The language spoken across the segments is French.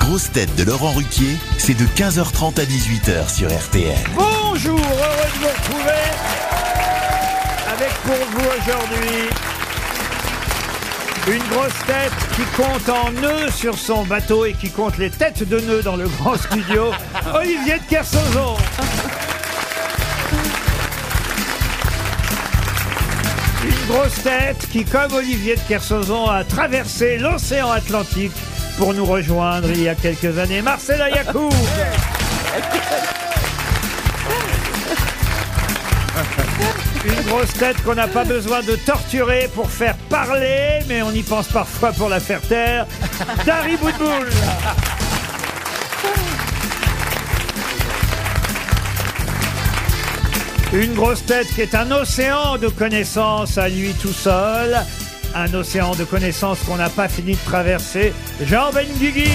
grosses têtes de Laurent Ruquier, c'est de 15h30 à 18h sur RTL. Bonjour, heureux de vous retrouver avec pour vous aujourd'hui une grosse tête qui compte en nœuds sur son bateau et qui compte les têtes de nœuds dans le grand studio, Olivier de Kersauzon. Une grosse tête qui, comme Olivier de Kersauzon, a traversé l'océan Atlantique pour nous rejoindre il y a quelques années, Marcela Yacoub. Une grosse tête qu'on n'a pas besoin de torturer pour faire parler, mais on y pense parfois pour la faire taire. Dari Boudboul. Une grosse tête qui est un océan de connaissances à lui tout seul. Un océan de connaissances qu'on n'a pas fini de traverser. Jean Benguigui.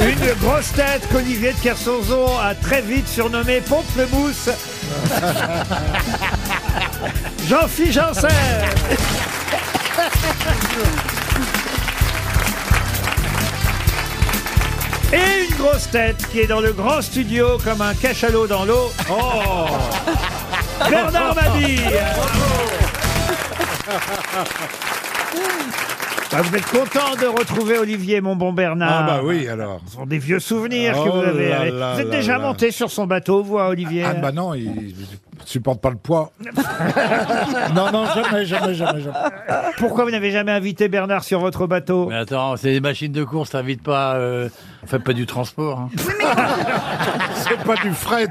Une grosse tête qu'Olivier de Kersozo a très vite surnommé Pompe-le-Mousse. Jean-Philippe Janssen. Et une grosse tête qui est dans le grand studio comme un cachalot dans l'eau. Oh Bernard Mabille Bah, Vous êtes content de retrouver Olivier, mon bon Bernard. Ah bah oui alors. Ce sont des vieux souvenirs que Oh vous avez. là là vous êtes là déjà là. monté sur son bateau, vous, hein, Olivier Ah bah non, il il supporte pas le poids. non, non, jamais, jamais, jamais, jamais. Pourquoi vous n'avez jamais invité Bernard sur votre bateau Mais attends, c'est des machines de course, t'invites pas. Euh... Enfin, pas du transport. hein. C'est pas du fret.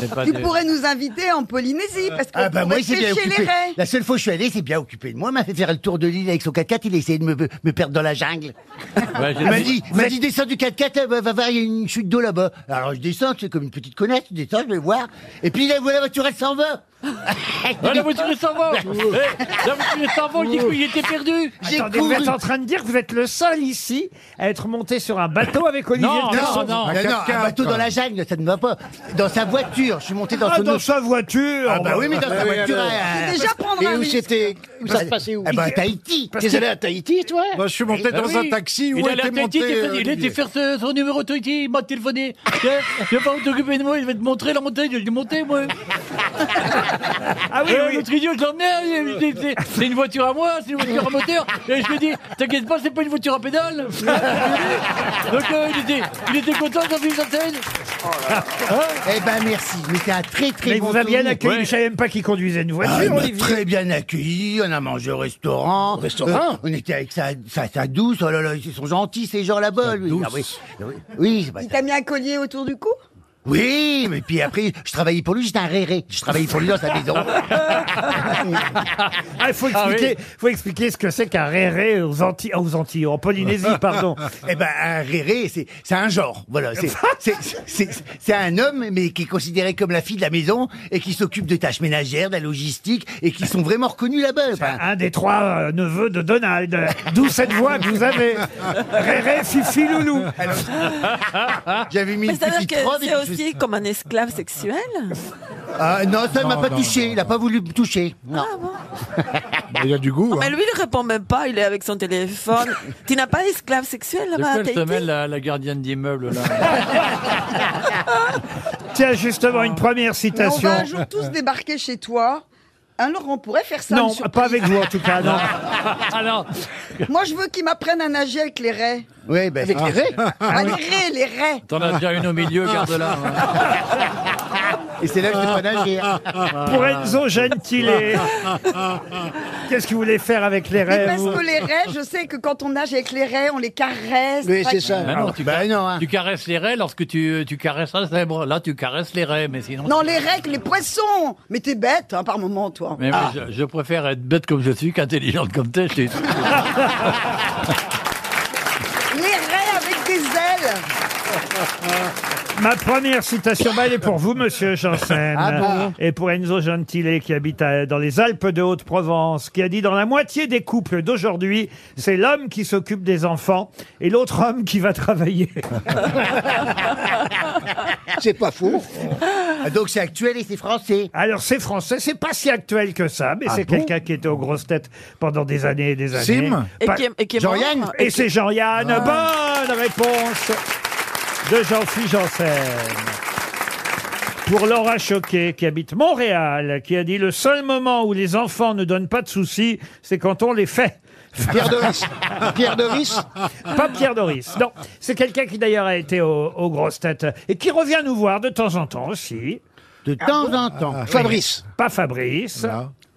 C'est pas Tu des- pourrais nous inviter en Polynésie parce que Ah bah moi c'est bien chez les occupé. raies. La seule fois où je suis allé, c'est bien occupé de moi. Il m'a fait faire le tour de l'île avec son 4x4. Il a essayé de me, me perdre dans la jungle. Ouais, j'ai- Il m'a dit, il m'a dit descends du 4x4, euh, va, va voir, il y a une chute d'eau là-bas. Alors je descends, c'est comme une petite connasse, je descends, je vais voir. Et puis là, voilà, la voiture elle s'en va. Ah, la voiture est sans vol Eh, La voiture est sans vol, du coup, il était perdu J'ai Attendez, vous couru. êtes en train de dire que vous êtes le seul ici à être monté sur un bateau avec Olivier Non, de non, Kersauzon. non Mais non, un 4x4, bateau dans quoi. la jungle, ça ne va pas. Dans sa voiture, je suis monté dans Ah, son dans autre- sa voiture Ah bah oui, mais dans sa voiture. euh, Déjà prendre Et un où risque. c'était Où ça se passait où Eh ben à Tahiti. Parce que- allé à Tahiti, toi Moi, je suis monté Bah dans oui. un taxi où il allait était à Tahiti, monté. il était- euh, il était Olivier. faire ce- son numéro Tahiti, il m'a téléphoné. Tiens, Je vais pas vous t'occuper de moi, il va te montrer la montagne, je l'ai monté moi. Ah Eh oui, Et oui. L'autre idiot, je l'emmenais, hein. il- il- c'est- c'est une voiture à moi, c'est une voiture à moteur. Et je lui ai dit, t'inquiète pas, c'est pas une voiture à pédale. Donc euh, il, était, il était content quand il s'atteigne. Eh ben merci, mais c'est un très très Mais il bon vous a bien souvenir. accueilli, Ouais. je savais même pas qu'il conduisait une voiture, Ah, il m'a Olivier. très bien accueilli, on a mangé au restaurant. restaurant On était avec sa, sa, sa douce, oh là là, ils sont gentils ces gens là-bas. lui. Ah oui, Ah oui, oui, c'est pas Il ça. t'a mis un collier autour du cou oui, mais puis après, je travaillais pour lui, j'étais un réré. Je travaillais pour lui dans sa maison. Ah, il faut expliquer, faut expliquer ce que c'est qu'un réré aux Antilles, aux Antilles, en Polynésie, pardon. Eh ben, un réré, c'est c'est un genre. Voilà, c'est- c'est- c'est c'est un homme, mais qui est considéré comme la fille de la maison et qui s'occupe des tâches ménagères, de la logistique et qui sont vraiment reconnus là-bas. Enfin, Un des trois euh, neveux de Donald, d'où cette voix que vous avez. Réré, Fifi, Loulou. J'avais mis Mais une C'est-à-dire petite robe. que et c'est puis je- aussi comme un esclave sexuel Ah, non, ça ne m'a Non, pas non, touché. non, il n'a pas voulu me toucher. Non. Bah, Il y a du goût. hein. Ah, Mais lui, il répond même pas, il est avec son téléphone. tu n'as pas d'esclave sexuel là-bas à Laquelle se mêle Tahiti la, la gardienne d'immeuble là Tiens, justement, une première Mais On citation. va un jour tous débarquer chez toi. Alors on pourrait faire ça. une Non, surprise. pas avec vous en tout cas, non. Alors, Moi je veux qu'ils m'apprennent à nager avec les raies. Oui, ben, avec les raies. Ah, les raies, les raies. t'en as déjà une au milieu, garde-la. hein. Et c'est là que je peux pas nager. hein. Pour Enzo Gentile. Qu'est-ce que vous voulez faire avec les Mais rêves parce vous que les raies, je sais que quand on nage avec les raies, on les caresse. Oui, c'est ça. Bah non, tu Bah car- non, hein. Tu caresses les raies lorsque tu, tu caresses un zèbre. Là, tu caresses les raies, mais sinon. Non, les raies, que les poissons. Mais t'es bête, hein, par moment, toi. Mais moi, Ah. je, je préfère être bête comme je suis qu'intelligente comme t'es. je t'ai dit. Les raies avec des ailes. Ma première citation, bah, elle est pour vous, monsieur Janssen. Ah et pour Enzo Gentile, qui habite à- dans les Alpes de Haute-Provence, qui a dit Dans la moitié des couples d'aujourd'hui, c'est l'homme qui s'occupe des enfants et l'autre homme qui va travailler. C'est pas faux. Ah, Donc c'est actuel et c'est français. Ah Alors, c'est français, c'est pas si actuel que ça, mais c'est quelqu'un qui était aux grosses têtes pendant des années et des années. Sim Et Pas- qui est, et qui est Jean-Yann, mort. Et c'est Ah. Jean-Yann. Bonne réponse de Jean-Philippe Janssen. Pour Laura Choquet, qui habite Montréal, qui a dit Le seul moment où les enfants ne donnent pas de soucis, c'est quand on les fait. Pierre Doris. Pierre Doris. Pas Pierre Doris. Non, c'est quelqu'un qui d'ailleurs a été au- aux grosses têtes et qui revient nous voir de temps en temps aussi. Ah De temps en temps. Fabrice. Pas Fabrice,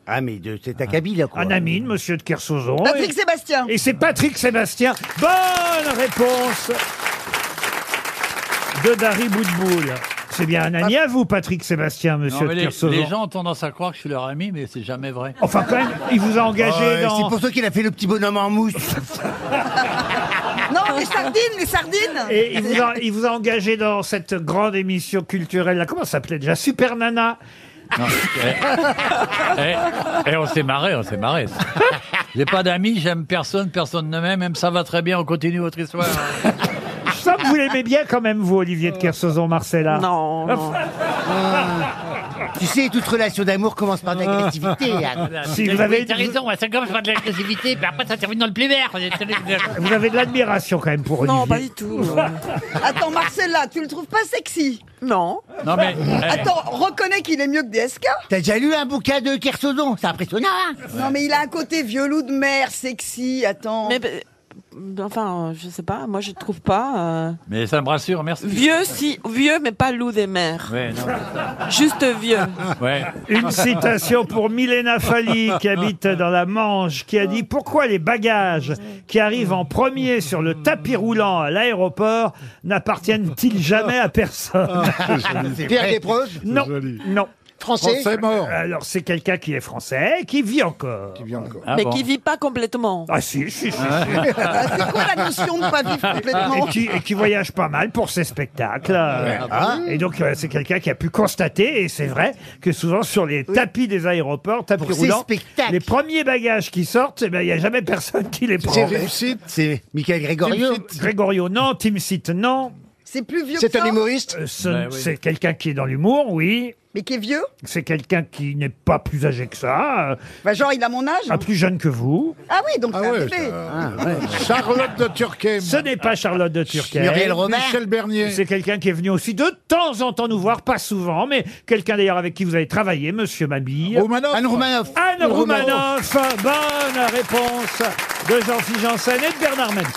Ah mais de cet acabit là quoi. un ami de Monsieur de Kersauzon. Patrick Et- Sébastien. Et c'est Patrick Sébastien. Bonne réponse de Dari Boudboul. C'est bien un ami à vous, Patrick Sébastien, Non, monsieur mais de les, Kersauzon. les gens ont tendance à croire que je suis leur ami, mais c'est jamais vrai. Enfin, quand même, il vous a engagé Ah, euh, Ouais, dans... C'est pour ça qu'il a fait le petit bonhomme en mousse. Non, les sardines, les sardines. Et il vous, a, il vous a engagé dans cette grande émission culturelle. Là. Comment ça s'appelait déjà Super Nana. Et, eh, on s'est marré, on s'est marré. J'ai pas d'amis, j'aime personne, personne ne m'aime, même ça va très bien, on continue votre histoire. Je sens que vous l'aimez bien quand même, vous, Olivier de Kersauzon, Marcella. Euh, Non, non. Ah. tu sais, toute relation d'amour commence par de l'agressivité. Ah, Anne. Si vous avez, T'as raison, hein, ça commence par de l'agressivité, puis après ça termine dans le plus vert. vous avez de l'admiration quand même pour Olivier. Non, pas du tout. non. Attends, Marcella, tu le trouves pas sexy Non. Non mais, eh, Attends, reconnais qu'il est mieux que DSK. T'as déjà lu un bouquin de Kersozon C'est impressionnant. hein Non, mais il a un côté vieux loup de mer, sexy. Attends. Mais ben, enfin, euh, je sais pas. Moi, je trouve pas. euh, mais ça me rassure, merci. Vieux, si vieux, mais pas loup des mers. Ouais, non, Juste vieux. ouais. Une citation pour Milena Fali, qui habite dans la Manche, qui a dit Pourquoi les bagages qui arrivent en premier sur le tapis roulant à l'aéroport n'appartiennent-ils jamais à Ah, personne Pierre Desproges. Non, joli. non. Français. Français mort. Alors, c'est quelqu'un qui est français, qui vit encore. Qui vient encore. Ah mais bon. qui vit pas complètement. Ah, si, si, si. si. Ah, c'est quoi la notion de pas vivre complètement Ah. Et qui, et qui voyage pas mal pour ses spectacles. Ah et donc, euh, c'est quelqu'un qui a pu constater, et c'est vrai, que souvent sur les tapis des aéroports, tapis Pour ses roulants, spectacles. les premiers bagages qui sortent, eh ben, il n'y a jamais personne qui les prend. C'est réussite. C'est Michael Grégorio. Grégorio, non. Tim Sit, non. C'est plus vieux que C'est ça, un humoriste. Euh, ce- Bah oui. C'est quelqu'un qui est dans l'humour, oui. mais qui est vieux. C'est quelqu'un qui n'est pas plus âgé que ça, euh, Bah, genre, il a mon âge. pas plus jeune que vous. Ah oui, donc Ah c'est un ouais, bébé. ça- Charlotte de Turquem. Ce n'est pas Charlotte de Turquet. Muriel Robert. Michel Bernier. C'est quelqu'un qui est venu aussi de temps en temps nous voir, pas souvent, mais quelqu'un d'ailleurs avec qui vous avez travaillé, Monsieur Mabille. Romanoff. Anne Romanoff. Anne Romanoff. Roumanoff, bonne réponse de Jean-Philippe Janssen et de Bernard Mabie.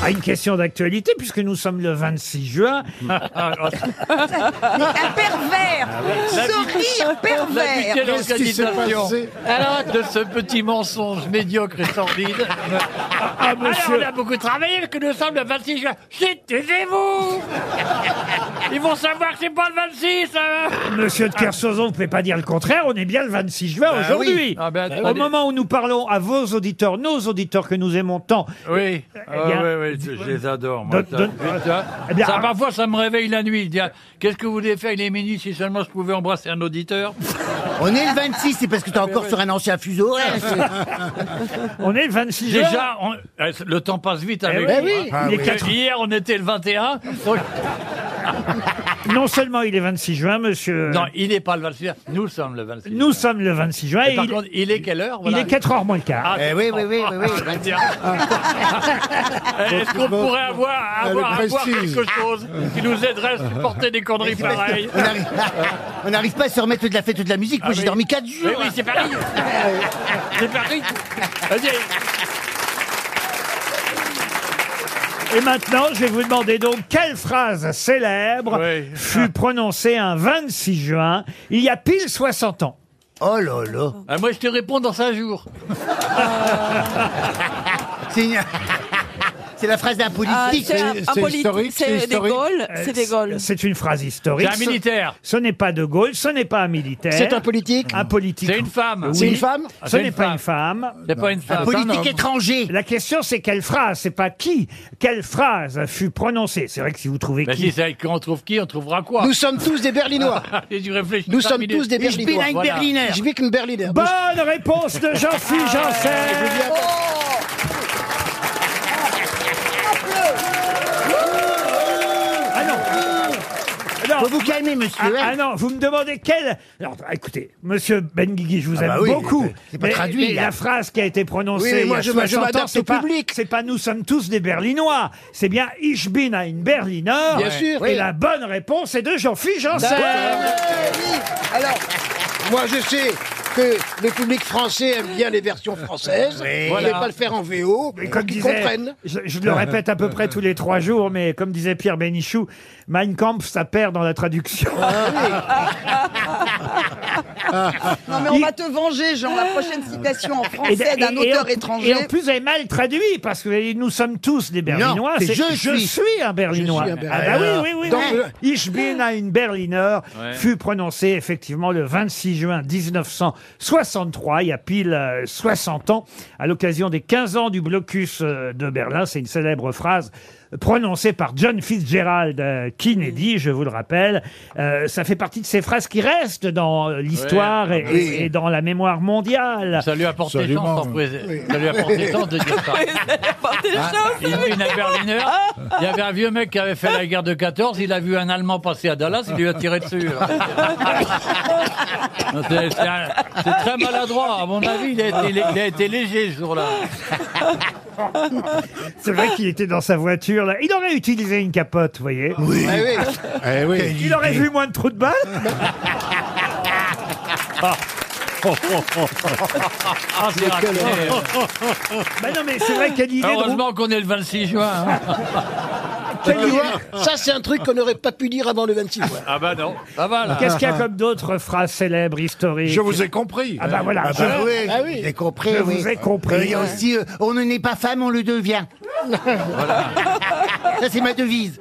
À Ah, une question d'actualité, puisque nous sommes le 26 juin, Ah, Mais un pervers. Ah Ce rire pervers. Quelle Qu'est-ce qui s'est organisation passé Alors, de ce petit mensonge médiocre et sordide. Ah, monsieur- Alors, on a beaucoup travaillé parce que nous sommes le 26 juin. Chut, taisez-vous Ils vont savoir que c'est pas le 26 hein. Monsieur de Kersauzon, vous ne pouvez pas dire le contraire, on est bien le 26 juin aujourd'hui. oui. Ah ben, Au attendez. moment où nous parlons à vos auditeurs, nos auditeurs que nous aimons tant, Oui, il y a- Ah, oui, oui, je je les adore. Moi, Donne- ça. donne- Ça, Eh bien, ça, ah. parfois, ça me réveille la nuit. Je dis, ah, Qu'est-ce que vous voulez faire Il est minuit, si seulement je pouvais embrasser un auditeur. On est le 26, c'est parce que t'es Ah, encore sur un ancien fuseau. horaire. on est le 26 juin. Déjà, on- eh, le temps passe vite avec oui. vous, Eh oui. hein. Il est Parce que quatre- Hier, on était le 21. donc- Non seulement il est 26 juin, monsieur. non, il n'est pas le 26. Nous sommes le 26. nous sommes le 26 juin. Et et par il, contre, il est quelle heure il voilà est 4h moins le quart. Ah, Eh oui, oui, oui, oui, oui. Tiens. Eh, Est-ce qu'on pourrait avoir, Ah, Elle avoir, avoir précise. quelque chose qui nous aiderait à supporter des conneries pareilles On arrive- On n'arrive pas à se remettre de la fête ou de la musique. Ah, Moi, j'ai dormi 4 jours. Mais oui, c'est pareil. c'est pareil. Vas-y. ah. Et maintenant, je vais vous demander donc quelle phrase célèbre Oui. fut prononcée un 26 juin, il y a pile 60 ans. Oh là là. Ah, moi, je Euh. te réponds dans 5 jours. C'est une... C'est la phrase d'un Ah, politique. c'est un- un politique, historique, c'est C'est des historique. Gaulle. C'est des Gaulle. Euh, C'est une phrase historique. C'est un militaire. Ce, ce n'est pas de Gaulle, ce n'est pas un militaire. C'est un politique Un politique. C'est une femme. Oui. C'est une femme Ce c'est une n'est pas femme. une femme. C'est pas une Un femme. politique étranger. La question, c'est quelle phrase, c'est pas qui. Quelle phrase fut prononcée C'est vrai que si vous trouvez Bah qui. si, c'est vrai que quand on trouve qui, on trouvera quoi Nous sommes tous des Berlinois. J'ai dû réfléchir Nous cinq sommes minutes. tous des Ich bin Berlinois. ein Voilà. Berliner. Je vis qu'une Berliner. Ah, Bonne réponse de Jean-Philippe Je Janssen. viens pas- Ah non. Non. Faut vous calmer, Ah, monsieur. hein. ah non, vous me demandez quelle Alors, bah, écoutez, monsieur Benguigui, je vous Ah aime bah oui, beaucoup. c'est pas mais- traduit, mais là. la phrase qui a été prononcée, Oui, mais il moi, y a je- moi, je 60 ans, m'adapte c'est au pas- public. C'est pas nous sommes tous des Berlinois. C'est bien Ich bin ein Berliner. Bien sûr. Et Oui. la bonne réponse est de Jean-Philippe Janssen. Oui, Alors, moi je sais que le public français aime bien les versions françaises. Oui. On ne pas le faire en VO, Et pour comme qu'ils disait- comprennent. je, je le répète à peu près tous les trois jours, mais comme disait Pierre Bénichou, Mein Kampf, ça perd dans la traduction. Ah Non, mais on Il- va te venger, Jean. La prochaine citation en Et d- français d'un et- et auteur en- Et étranger. en plus, vous avez mal traduit, parce que vous avez dit, nous sommes tous des Berlinois. Non, c'est je suis. un Berlinois. Je suis un ah bah oui, oui, oui. Donc, oui. Ich bin ein Berliner Ouais. fut prononcé effectivement le 26 juin 1963, il y a pile euh, 60 ans, à l'occasion des 15 ans du blocus euh, de Berlin. C'est une célèbre phrase prononcée par John Fitzgerald euh, Kennedy, je vous le rappelle. Euh, ça fait partie de ces phrases qui restent dans euh, l'histoire et- Oui. et- et dans la mémoire mondiale. Ça lui a porté Absolument. chance, en pré- ça lui a porté chance de dire ça. Portez les choses. Ah, Il vit une à Berliner. Ah. Il y avait un vieux mec qui avait fait la guerre de 14. Il a vu un Allemand passer à Dallas. Il lui a tiré dessus. Non, C'est c'est un- c'est très maladroit. À mon avis, il a été, il a été léger ce jour-là. C'est vrai qu'il était dans sa voiture. Là. Il aurait utilisé une capote, vous voyez. Oui. Ah oui. Eh oui. Il aurait vu moins de trous de balles. Ah, c'est raté. bah non, mais c'est vrai quelle idée de route. Heureusement qu'on est le 26 juin. hein. quelle Tu idée- vois, ça c'est un truc qu'on n'aurait pas pu dire avant le 26. ouais. Ah bah non. Ah bah là. Qu'est-ce qu'il y a comme d'autres phrases célèbres, historiques Je vous ai compris. Ah bah voilà, Ah bah je, oui, Ah oui. j'ai compris. je oui. vous ai Euh, Il compris. y a aussi, euh, on ne n'est pas femme, on le devient. Ça, c'est ma devise.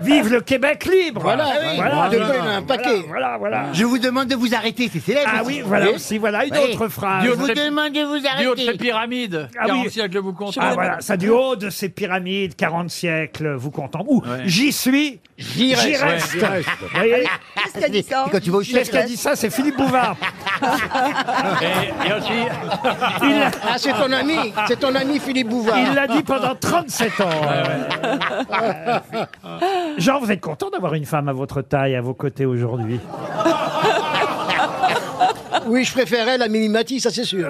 Vive le Québec libre Voilà, ah oui, voilà, de voilà, quoi il y en a un paquet. voilà, voilà. Je vous demande de vous arrêter, c'est célèbre. Ah ça. oui, voilà Oui. aussi, voilà une Oui. autre phrase. Je Dieu vous fait- demande de vous Du haut de ces arrêter. pyramides. Ah oui. 40 siècles de vous compter. Ah voilà, ça du haut de ces pyramides, 40 siècles, vous comptez. Ou Ouais. j'y suis, j'y reste, reste. ouais, Il reste. Vous voyez, Qu'est-ce qu'elle dit ça C'est quand tu vas au qu'est-ce chef. qu'a dit ça C'est Philippe Bouvard. Et, et aussi, Il l'a- Ah c'est ton ami, c'est ton ami Philippe Bouvard. Il l'a dit pendant 37 ans. Euh, Jean, vous êtes content d'avoir une femme à votre taille, à vos côtés aujourd'hui Oui, je préférais la Mimimati, ça c'est sûr.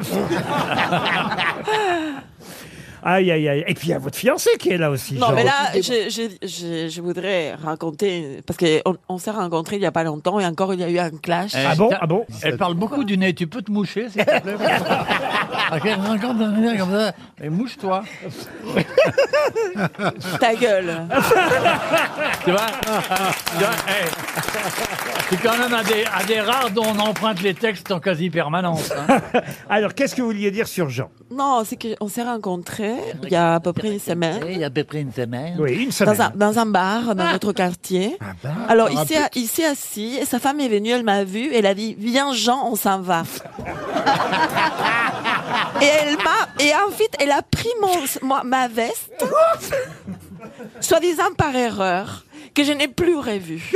Aïe, aïe, aïe. Et puis il y a votre fiancé qui est là aussi. Non, Jean. mais là, je, je- je- je voudrais raconter, parce qu'on on, s'est rencontrés il n'y a pas longtemps et encore il y a eu un clash. Ah bon Ah bon Elle Eh, parle beaucoup du nez. Tu peux te moucher, s'il te plaît Ah, qu'elle raconte un nez comme ça. Mais mouche-toi. Ta gueule. Tu vois Tu vois, hey. C'est quand même un des, un des rares dont on emprunte les textes en quasi-permanence. hein. Alors, qu'est-ce que vous vouliez dire sur Jean Non, c'est qu'on s'est rencontrés il y a à peu près une semaine. Il y a à peu près une semaine. Oui, une semaine. Dans un, dans un bar, dans notre quartier. Ah, Alors, il s'est, il s'est assis et sa femme est venue, elle m'a vu, elle a dit Viens, Jean, on s'en va. et elle m'a. Et ensuite, elle a pris mon, moi- ma veste, soi-disant par erreur, que je n'ai plus revue.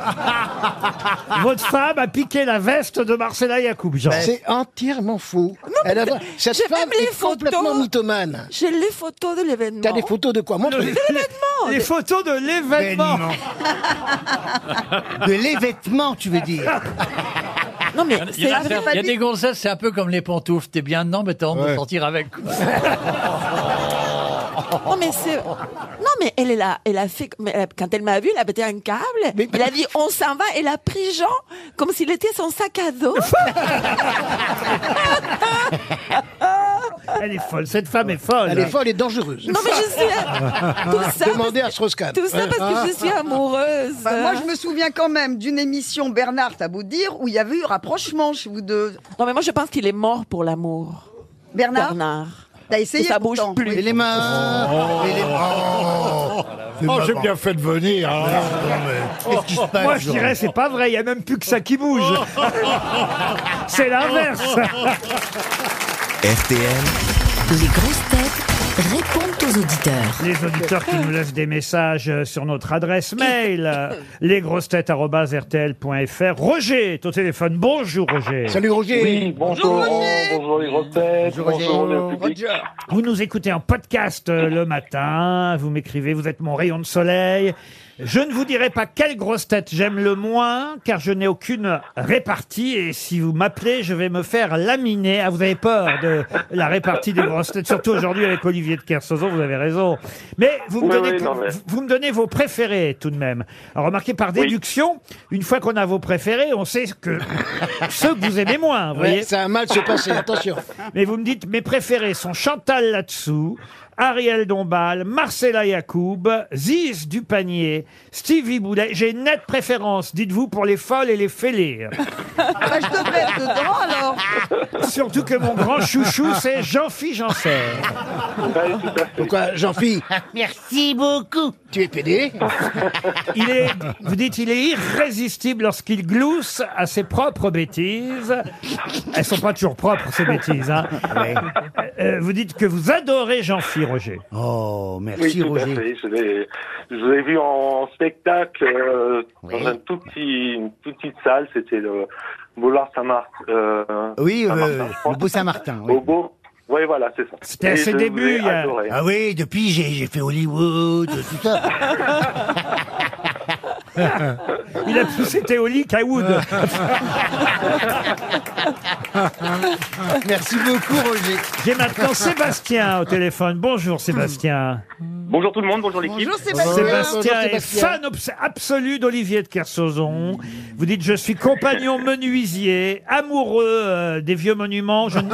Ah. Votre femme a piqué la veste de Marcella Yacoub, Jean. C'est entièrement fou. Elle a- Cette j'ai femme même les est complètement photos. mythomane. J'ai les photos de l'événement. T'as des photos de quoi Montre. Les photos de l'événement. Ah, bah. De les vêtements, tu veux dire. Non, mais Il y, c'est en a, c'est- il y a des gonzesses, c'est un peu comme les pantoufles. T'es bien dedans, mais t'as honte de Ouais. sortir avec. quoi. Non Oh, mais c'est non mais elle est là, elle a fait mais elle- quand elle m'a vu, elle a pété un câble. Elle a dit on s'en va, elle a pris Jean comme s'il était son sac à dos. Elle est folle. Cette femme est folle. Elle est folle et dangereuse. Non mais je suis tout ça Demandez à parce... Strauss-Kahn. Ah. tout ça parce que je suis Ah. amoureuse. Bah, moi, je me souviens quand même d'une émission Bernard, t'as beau dire, où il y avait eu rapprochement chez vous deux. Non mais moi je pense qu'il est mort pour l'amour. Bernard, Bernard. T'as essayé Et ça bouge pourtant, plus. oui. Et les mains Et les Oh, Oh, ma j'ai part. bien fait de venir. hein. Qu'est-ce qui se passe Moi, je Laurent dirais, c'est pas vrai, il n'y a même plus que ça qui bouge. c'est l'inverse. RTL, Les grosses têtes répondent aux auditeurs. Les auditeurs qui nous laissent des messages euh, sur notre adresse mail, euh, lesgrossetêtes.rtl.fr. Roger est au téléphone. Bonjour, Roger. Salut Roger. Oui, bonjour Laurent, bonjour les grosses têtes, Bonjour, Roger. bonjour le public. Vous nous écoutez en podcast euh, le matin, vous m'écrivez, vous êtes mon rayon de soleil. Je ne vous dirai pas quelle grosse tête j'aime le moins, car je n'ai aucune répartie, et si vous m'appelez, je vais me faire laminer. Ah, vous avez peur de la répartie des grosses têtes, surtout aujourd'hui avec Olivier de Kersozo, vous avez raison. Mais vous me, Oui, donnez, oui, non, mais- vous me donnez vos préférés, tout de même. Alors, remarquez, par déduction, une fois qu'on a vos préférés, on sait que ceux que vous aimez moins, Ah, vous voyez. Ouais, c'est un mal se passer, attention. Mais vous me dites, mes préférés sont Chantal Latsou, Ariel Dombal, Marcella Yacoub, Ziz Dupanier, Stevie Boulet. J'ai une nette préférence, dites-vous, pour les folles et les fêlées. Ah bah, je devrais être dedans alors. Surtout que mon grand chouchou, c'est Jean-Philippe Janssen. Ouais, tout à fait. Pourquoi, Jean-Philippe Merci beaucoup. Tu es pédé Il est, vous dites, il est irrésistible lorsqu'il glousse à ses propres bêtises. Elles sont pas toujours propres, ces bêtises. hein. Euh, vous dites que vous adorez Jean-Philippe Roger. Oh, Oui, merci tout à Roger. fait. Je, l'ai- je vous ai vu en spectacle euh, Oui. dans un tout petit, une toute petite salle, c'était le Boulard Saint-Marc. euh, Oui, Saint-Martin, euh, je crois. le beau Saint-Martin. oui. Au beau. Oui, voilà, c'est ça. C'était à Et ses je débuts, vous ai il y a- adoré. Ah oui, depuis j'ai j'ai fait Hollywood, tout ça. Il a poussé Théolique à Wood. Merci beaucoup Roger. J'ai maintenant Sébastien au téléphone. Bonjour Sébastien. Bonjour tout le monde, bonjour l'équipe. Bonjour Sébastien. Sébastien est Sébastien. fan obs- absolu d'Olivier de Kersauzon. Vous dites je suis compagnon menuisier, amoureux euh, des vieux monuments. Je ne-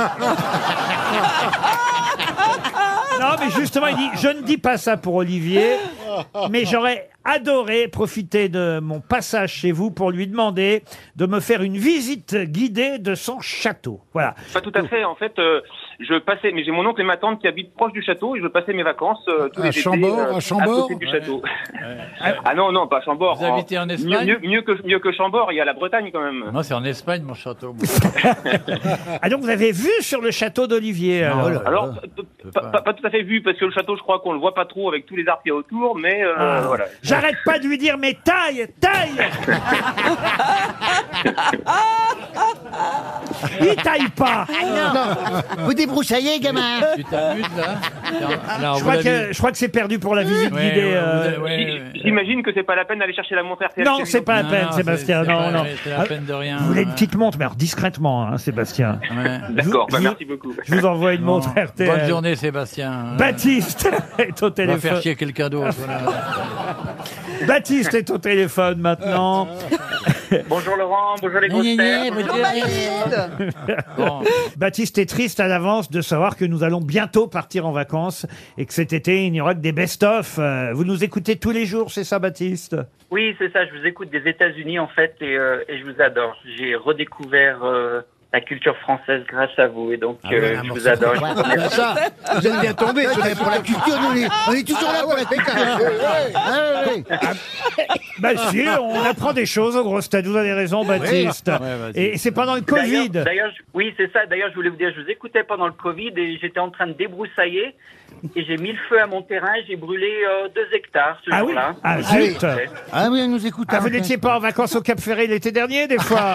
Non, mais justement, il dit, je ne dis pas ça pour Olivier, mais j'aurais adoré profiter de mon passage chez vous pour lui demander de me faire une visite guidée de son château. Voilà. Pas tout à fait. En fait, euh, je passais, mais j'ai mon oncle et ma tante qui habitent proche du château et je passais mes vacances euh, tous À les étés, Chambord, euh, à Chambord côté du château. ah non, non, pas Chambord. Vous habitez en Mieux- Espagne mieux, mieux que mieux que Chambord, il y a la Bretagne quand même. Non, c'est en Espagne, mon château. moi. Ah donc vous avez vu sur le château d'Olivier alors Oh là là. Alors, p- p- pas, pas tout à fait vu parce que le château, je crois qu'on le voit pas trop avec tous les arbres qu'il y a autour, mais euh, Ah, voilà. J'arrête pas de lui dire, mais taille, taille Il taille pas Ah, Ah, Vous débroussaillez, gamin. tu t'amuses, là Non, non, je vous crois, l'avez- que, je crois que c'est perdu pour la visite Ouais, guidée. ouais, euh, vous l'avez- ouais, ouais. J'imagine que c'est pas la peine d'aller chercher la montre RTL. Non, c'est pas la Non, peine, non, Sébastien. c'est- c'est Non, pas- non. Ah, C'est la peine de rien. Vous voulez une ouais. petite montre, mais alors discrètement, hein, Sébastien. Ouais. D'accord, Vous- bah, vous- merci beaucoup. Je vous envoie une montre Bon, RTL. Bonne journée, Sébastien. Baptiste est au On va faire téléphone. Ah, chier quelqu'un d'autre. voilà. Baptiste est au téléphone maintenant. Bonjour Laurent, bonjour les grosses têtes. Bonjour Mathilde. Bon. Baptiste est triste à l'avance de savoir que nous allons bientôt partir en vacances et que cet été, il n'y aura que des best-of. Euh, Vous nous écoutez tous les jours, c'est ça, Baptiste Oui, c'est ça, je vous écoute des États-Unis en fait et, euh, et je vous adore. J'ai redécouvert euh, la culture française grâce à vous et donc oui, euh, un je morceau vous adore. de Je vous bois. remercie. Ben ça, vous êtes bien tombé. Ouais, c'est pour la culture, nous, on est, on est toujours là pour la culture. Ah, ouais, ouais. Bah si, on apprend des choses aux grosses têtes. Vous avez raison, Baptiste. vas-y. et c'est pendant le D'ailleurs- Covid. D'ailleurs, je- oui, c'est ça. D'ailleurs, je voulais vous dire, je vous écoutais pendant le Covid et j'étais en train de débroussailler et j'ai mis le feu à mon terrain. J'ai brûlé euh, deux hectares ce Ah oui jour-là. Ah zut Ouais. Ah oui, on nous écoute. Ah, hein. vous n'étiez pas en vacances au Cap Ferré l'été dernier, des fois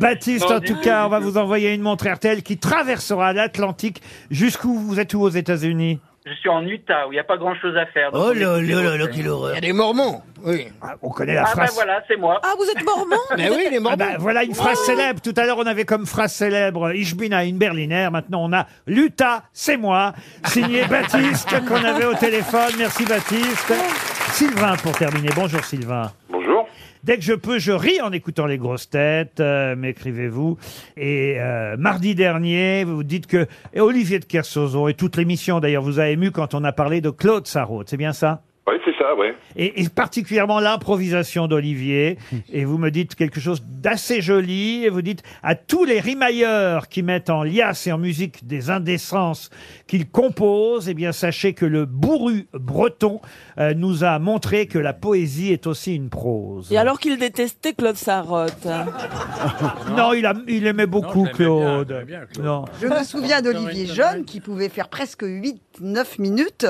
Baptiste, en tout cas, on va vous envoyer une montre RTL qui traversera l'Atlantique jusqu'où vous êtes où aux États-Unis Je suis en Utah où il n'y a pas grand-chose à faire. Donc, Oh on est- là là là là, quelle Il y horreur. a des mormons, oui. bah Ah, On connaît la Ah ben phrase. voilà, c'est moi. Ah, vous êtes mormon Mais oui, les Ah mormons. bah, voilà une phrase célèbre. Tout à l'heure, on avait comme phrase célèbre Ich bin in Berliner. Maintenant, on a Luta, c'est moi. Signé Baptiste, qu'on avait au téléphone. Merci Baptiste. Sylvain, pour terminer. Bonjour Sylvain. Bonjour. Dès que je peux, je ris en écoutant les grosses têtes, euh, m'écrivez-vous. Et euh, mardi dernier, vous dites que et Olivier de Kersauzon et toute l'émission d'ailleurs vous a ému quand on a parlé de Claude Sarraute, c'est bien ça Oui, c'est ça. ça, ouais. Et, et particulièrement l'improvisation d'Olivier. Et vous me dites quelque chose d'assez joli. Et vous dites à tous les rimailleurs qui mettent en liasse et en musique des indécences qu'ils composent, eh bien, sachez que le bourru breton euh, nous a montré que la poésie est aussi une prose. Et alors qu'il détestait Claude Sarrote. Non, il, a- il aimait beaucoup je l'aimais bien, Claude. je l'aimais bien, Claude. Non. Je me souviens d'Olivier Jeune qui pouvait faire presque 8-9 minutes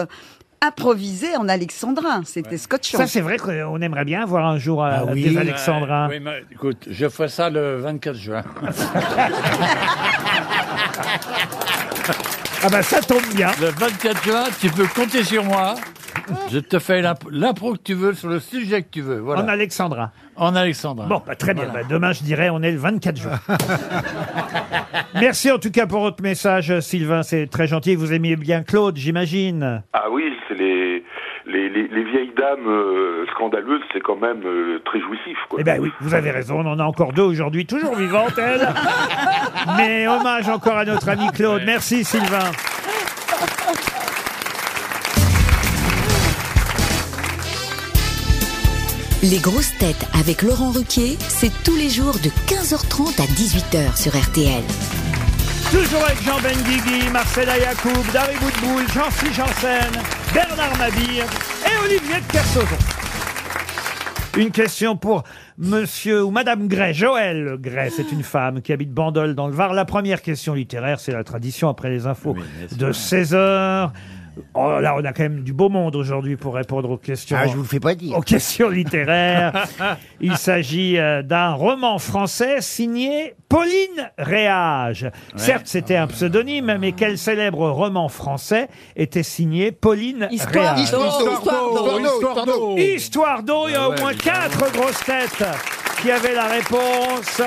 improvisé en alexandrin. C'était scotchant. Ça, c'est vrai qu'on aimerait bien voir un jour euh, des Alexandrins. Ah Oui, mais écoute, je fais ça le 24 juin. Ah bah ça tombe bien. Le 24 juin, tu peux compter sur moi. Je te fais l'imp- l'impro que tu veux sur le sujet que tu veux. Voilà. En Alexandrin. En Alexandrin. Bon, bah, très bien. Voilà. Bah, demain, je dirais, on est le 24 juin. Merci en tout cas pour votre message, Sylvain. C'est très gentil. Vous aimiez bien Claude, j'imagine. Ah oui, c'est les, les, les, les vieilles dames euh, scandaleuses, c'est quand même euh, très jouissif, quoi. Eh ben oui, vous avez raison. On en a encore deux aujourd'hui, toujours vivantes, elles. Mais hommage encore à notre ami Claude. Merci, Sylvain. Les grosses têtes avec Laurent Ruquier, c'est tous les jours de 15h30 à 18h sur RTL. Toujours avec Jean Benguigui, Marcela Yacoub, Dari Boudboul, Jean-Philippe Janssen, Bernard Mabille et Olivier de Kersauzon. Une question pour monsieur ou madame Gray, Joël Gray, c'est une femme qui habite Bandol dans le Var. La première question littéraire, c'est la tradition après les infos de 16 heures. Oh, là, on a quand même du beau monde aujourd'hui pour répondre aux questions. Ah, je vous le fais pas dire. Aux questions littéraires. Il s'agit euh, d'un roman français signé Pauline Réage. Certes, c'était un pseudonyme, mais quel célèbre roman français était signé Pauline Histoire Réage d'eau, Histoire d'eau, histoire d'eau, histoire d'eau. Histoire d'eau, il y a Ah au ouais, moins évidemment. quatre grosses têtes qui avaient la réponse.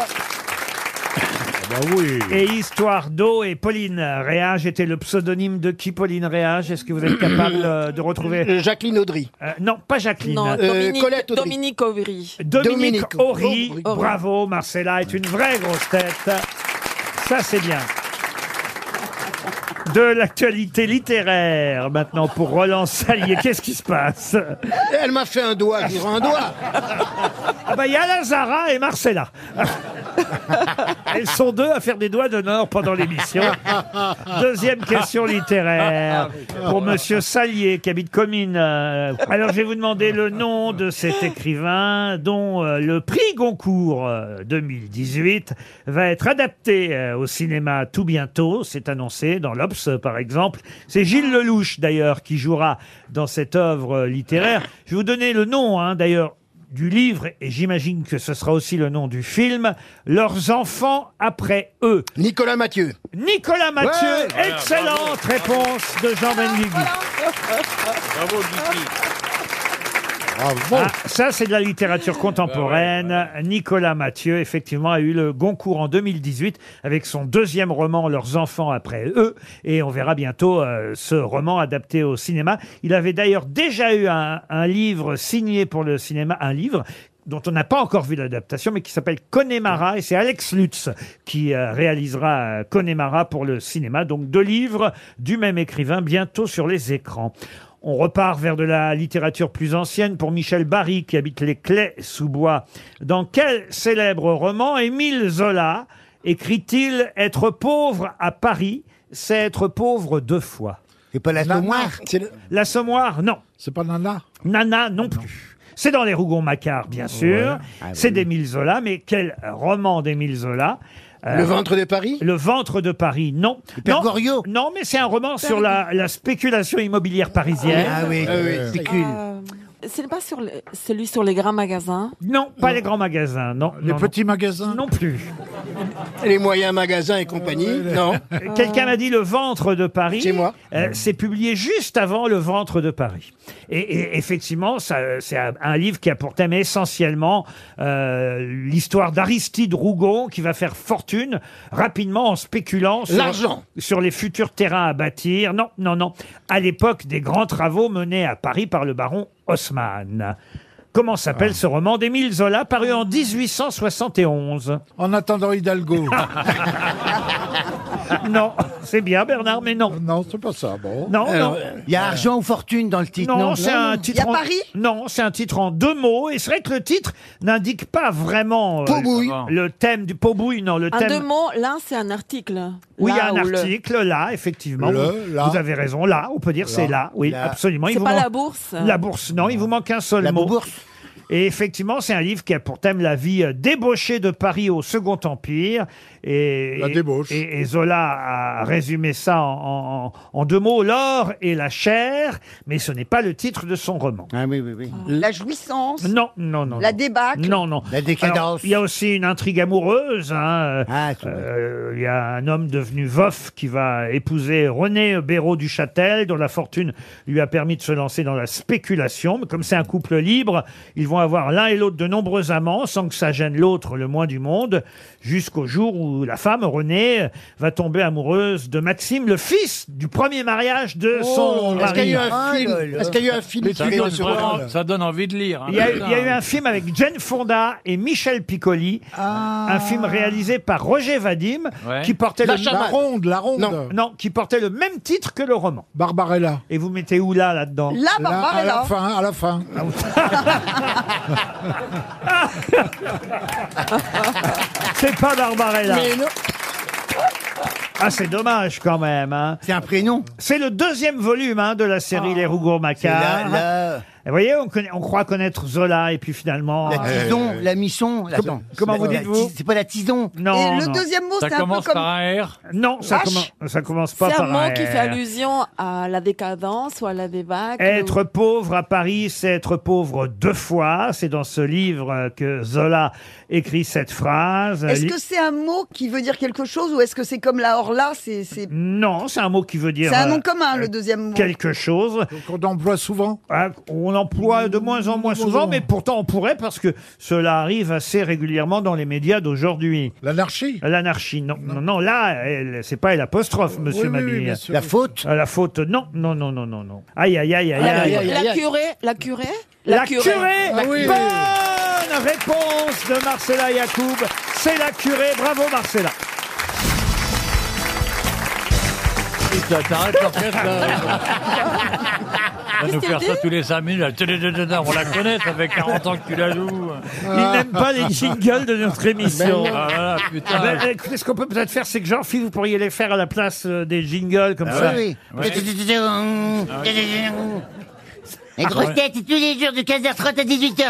Et Histoire d'eau et Pauline Réage était le pseudonyme de qui Pauline Réage Est-ce que vous êtes capable euh, de retrouver Jacqueline Audry. non, pas Jacqueline. Non, Dominique, Dominique Aubry. Euh, Dominique, Horry, bravo, Marcella est une vraie grosse tête. Ça, c'est bien. De l'actualité littéraire, maintenant, pour Roland Salier. Qu'est-ce qui se passe Elle m'a fait un doigt, je vous rends un doigt. Ah bah, il y a Lazara et Marcella. Elles sont deux à faire des doigts d'honneur pendant l'émission. Deuxième question littéraire pour Monsieur Salier qui habite Comines. Euh, Alors je vais vous demander le nom de cet écrivain dont euh, le prix Goncourt euh, 2018 va être adapté euh, au cinéma tout bientôt. C'est annoncé dans l'Obs euh, par exemple. C'est Gilles Lelouch d'ailleurs qui jouera dans cette œuvre euh, littéraire. Je vais vous donner le nom hein, d'ailleurs du livre, et j'imagine que ce sera aussi le nom du film, Leurs enfants après eux. Nicolas Mathieu. Nicolas Mathieu, Ouais. Voilà, excellente réponse de Jean Benguigui. Bravo, Guigui. Ah, ça, c'est de la littérature contemporaine. Nicolas Mathieu, effectivement, a eu le Goncourt en 2018 avec son deuxième roman, Leurs enfants après eux. Et on verra bientôt euh, ce roman adapté au cinéma. Il avait d'ailleurs déjà eu un, un livre signé pour le cinéma, un livre dont on n'a pas encore vu l'adaptation, mais qui s'appelle Connemara, et c'est Alex Lutz qui euh, réalisera euh, Connemara pour le cinéma. Donc deux livres du même écrivain bientôt sur les écrans. On repart vers de la littérature plus ancienne pour Michel Barry, qui habite les Clés sous bois. Dans quel célèbre roman Émile Zola écrit-il Être pauvre à Paris, c'est être pauvre deux fois C'est pas l'Assommoir L'Assommoir, non. C'est pas Nana Nana non plus. C'est dans les Rougon-Macquart, bien sûr. Ouais. Ah c'est d'Émile Zola, mais quel roman d'Émile Zola Le ventre de Paris Le ventre de Paris, non. non, Non, mais c'est un roman sur la, la spéculation immobilière parisienne. Ah oui, Ah oui. spécule. Euh, C'est pas sur le- celui sur les grands magasins Non, pas les grands magasins, non. Les petits magasins Non plus. Les moyens magasins et compagnie, non. Euh, Quelqu'un m'a dit Le ventre de Paris. C'est moi. Euh, c'est publié juste avant Le ventre de Paris. Et, et effectivement, ça, euh, c'est un, un livre qui a pour thème essentiellement euh, l'histoire d'Aristide Rougon qui va faire fortune rapidement en spéculant sur, L'argent. sur les futurs terrains à bâtir. Non, non, non. À l'époque des grands travaux menés à Paris par le baron Haussmann. Comment s'appelle Ah. ce roman d'Émile Zola, paru en 1871 En attendant Hidalgo. Non, c'est bien Bernard, mais non. Non, c'est pas ça, bon. Non, non. Il y a argent ou fortune dans le titre, non c'est un titre. en- Non, c'est un titre en deux mots. Et c'est vrai que le titre n'indique pas vraiment euh, Paubouille. le thème du Pobouille. Non, le En thème. deux mots, l'un, c'est un article. Oui, il y a Là un ou le- article là, effectivement. Le, vous, là. vous avez raison, là, on peut dire Là. c'est là, oui, Là. absolument. C'est vous pas manque- la bourse. La bourse, non, il vous manque un seul mot. Et effectivement, c'est un livre qui a pour thème la vie euh, débauchée de Paris au Second Empire. Et, La et- débauche. Et, et Zola a résumé ça en, en- en- en deux mots, l'or et la chair, mais ce n'est pas le titre de son roman. Ah oui, oui, oui. La jouissance. Non, non, non. La non. débâcle. Non, non. La décadence. Alors, Il y a aussi une intrigue amoureuse. hein, euh, Ah, euh, il y a un homme devenu veuf qui va épouser René Béraud du Châtel, dont la fortune lui a permis de se lancer dans la spéculation. Mais comme c'est un couple libre, ils vont avoir l'un et l'autre de nombreux amants, sans que ça gêne l'autre le moins du monde, jusqu'au jour où la femme, René, va tomber amoureuse de Maxime, le fils du premier mariage de son Oh Est-ce qu'il y mari. Ah, a eu un Ah film Est-ce qu'il y a eu un film Ça tiré donne sur- vraiment- Ça donne envie de lire. hein. Il y, a, il y a eu un film avec Jane Fonda et Michel Piccoli, Ah. un film réalisé par Roger Vadim, Ouais. qui portait La le Chambre ronde, la ronde. Non. non, qui portait le même titre que le roman. Barbarella. Et vous mettez où là là-dedans La Là, à Barbarella. la fin, à la fin. C'est pas Barbarella. Mais non. Ah, c'est dommage quand même. C'est un prénom. C'est le deuxième volume hein, de la série Les Rougourg-Macquart. Ah. C'est là, là. Et Vous voyez, on, connaît- on croit connaître Zola et puis finalement. La euh, tison, la mission. la- Comment- comment vous la- dites-vous C'est pas la tison. Non. non. un R Non, ça, H commence- ça commence pas C'est par un mot qui R. fait allusion à la décadence ou à la débâcle. Être pauvre à Paris, c'est être pauvre deux fois. C'est dans ce livre euh, que Zola écrit cette phrase. Est-ce Li- que c'est un mot qui veut dire quelque chose ou est-ce que c'est comme la orla C'est c'est- Non, c'est un mot qui veut dire. C'est un nom euh, commun, le deuxième mot. Quelque chose. Ah, Qu'on emploie souvent Mmh, On emploie de moins en moins De moins en souvent, moins. mais pourtant on pourrait parce que cela arrive assez régulièrement dans les médias d'aujourd'hui. L'anarchie L'anarchie, non. Non, non, là, elle- c'est pas l'apostrophe, monsieur oui, oui, Mabille. bien sûr. La faute La faute, non, non, non, non, non, non. Aïe, aïe, aïe, aïe, La, aïe. Ah la curée, la curée, La, curée, Ah La curée. Bonne réponse de Marcella Yacoub. C'est la curée. Bravo Marcella. Putain, t'arrêtes l'orchestre, Euh, là. Elle va nous Qu'est-ce faire qu'elle ça dit tous les 5 minutes. là. On la connaît, ça fait 40 ans que tu la joues. Il n'aime pas les jingles de notre émission. Ben non. Ah là là, putain. Ah ben, écoutez, ce qu'on peut peut-être faire, c'est que Jean-Philippe, vous pourriez les faire à la place euh, des jingles comme Ah ça. Ah oui, oui. hum, Les grosses têtes, c'est tous les jours de 15h30 à 18h.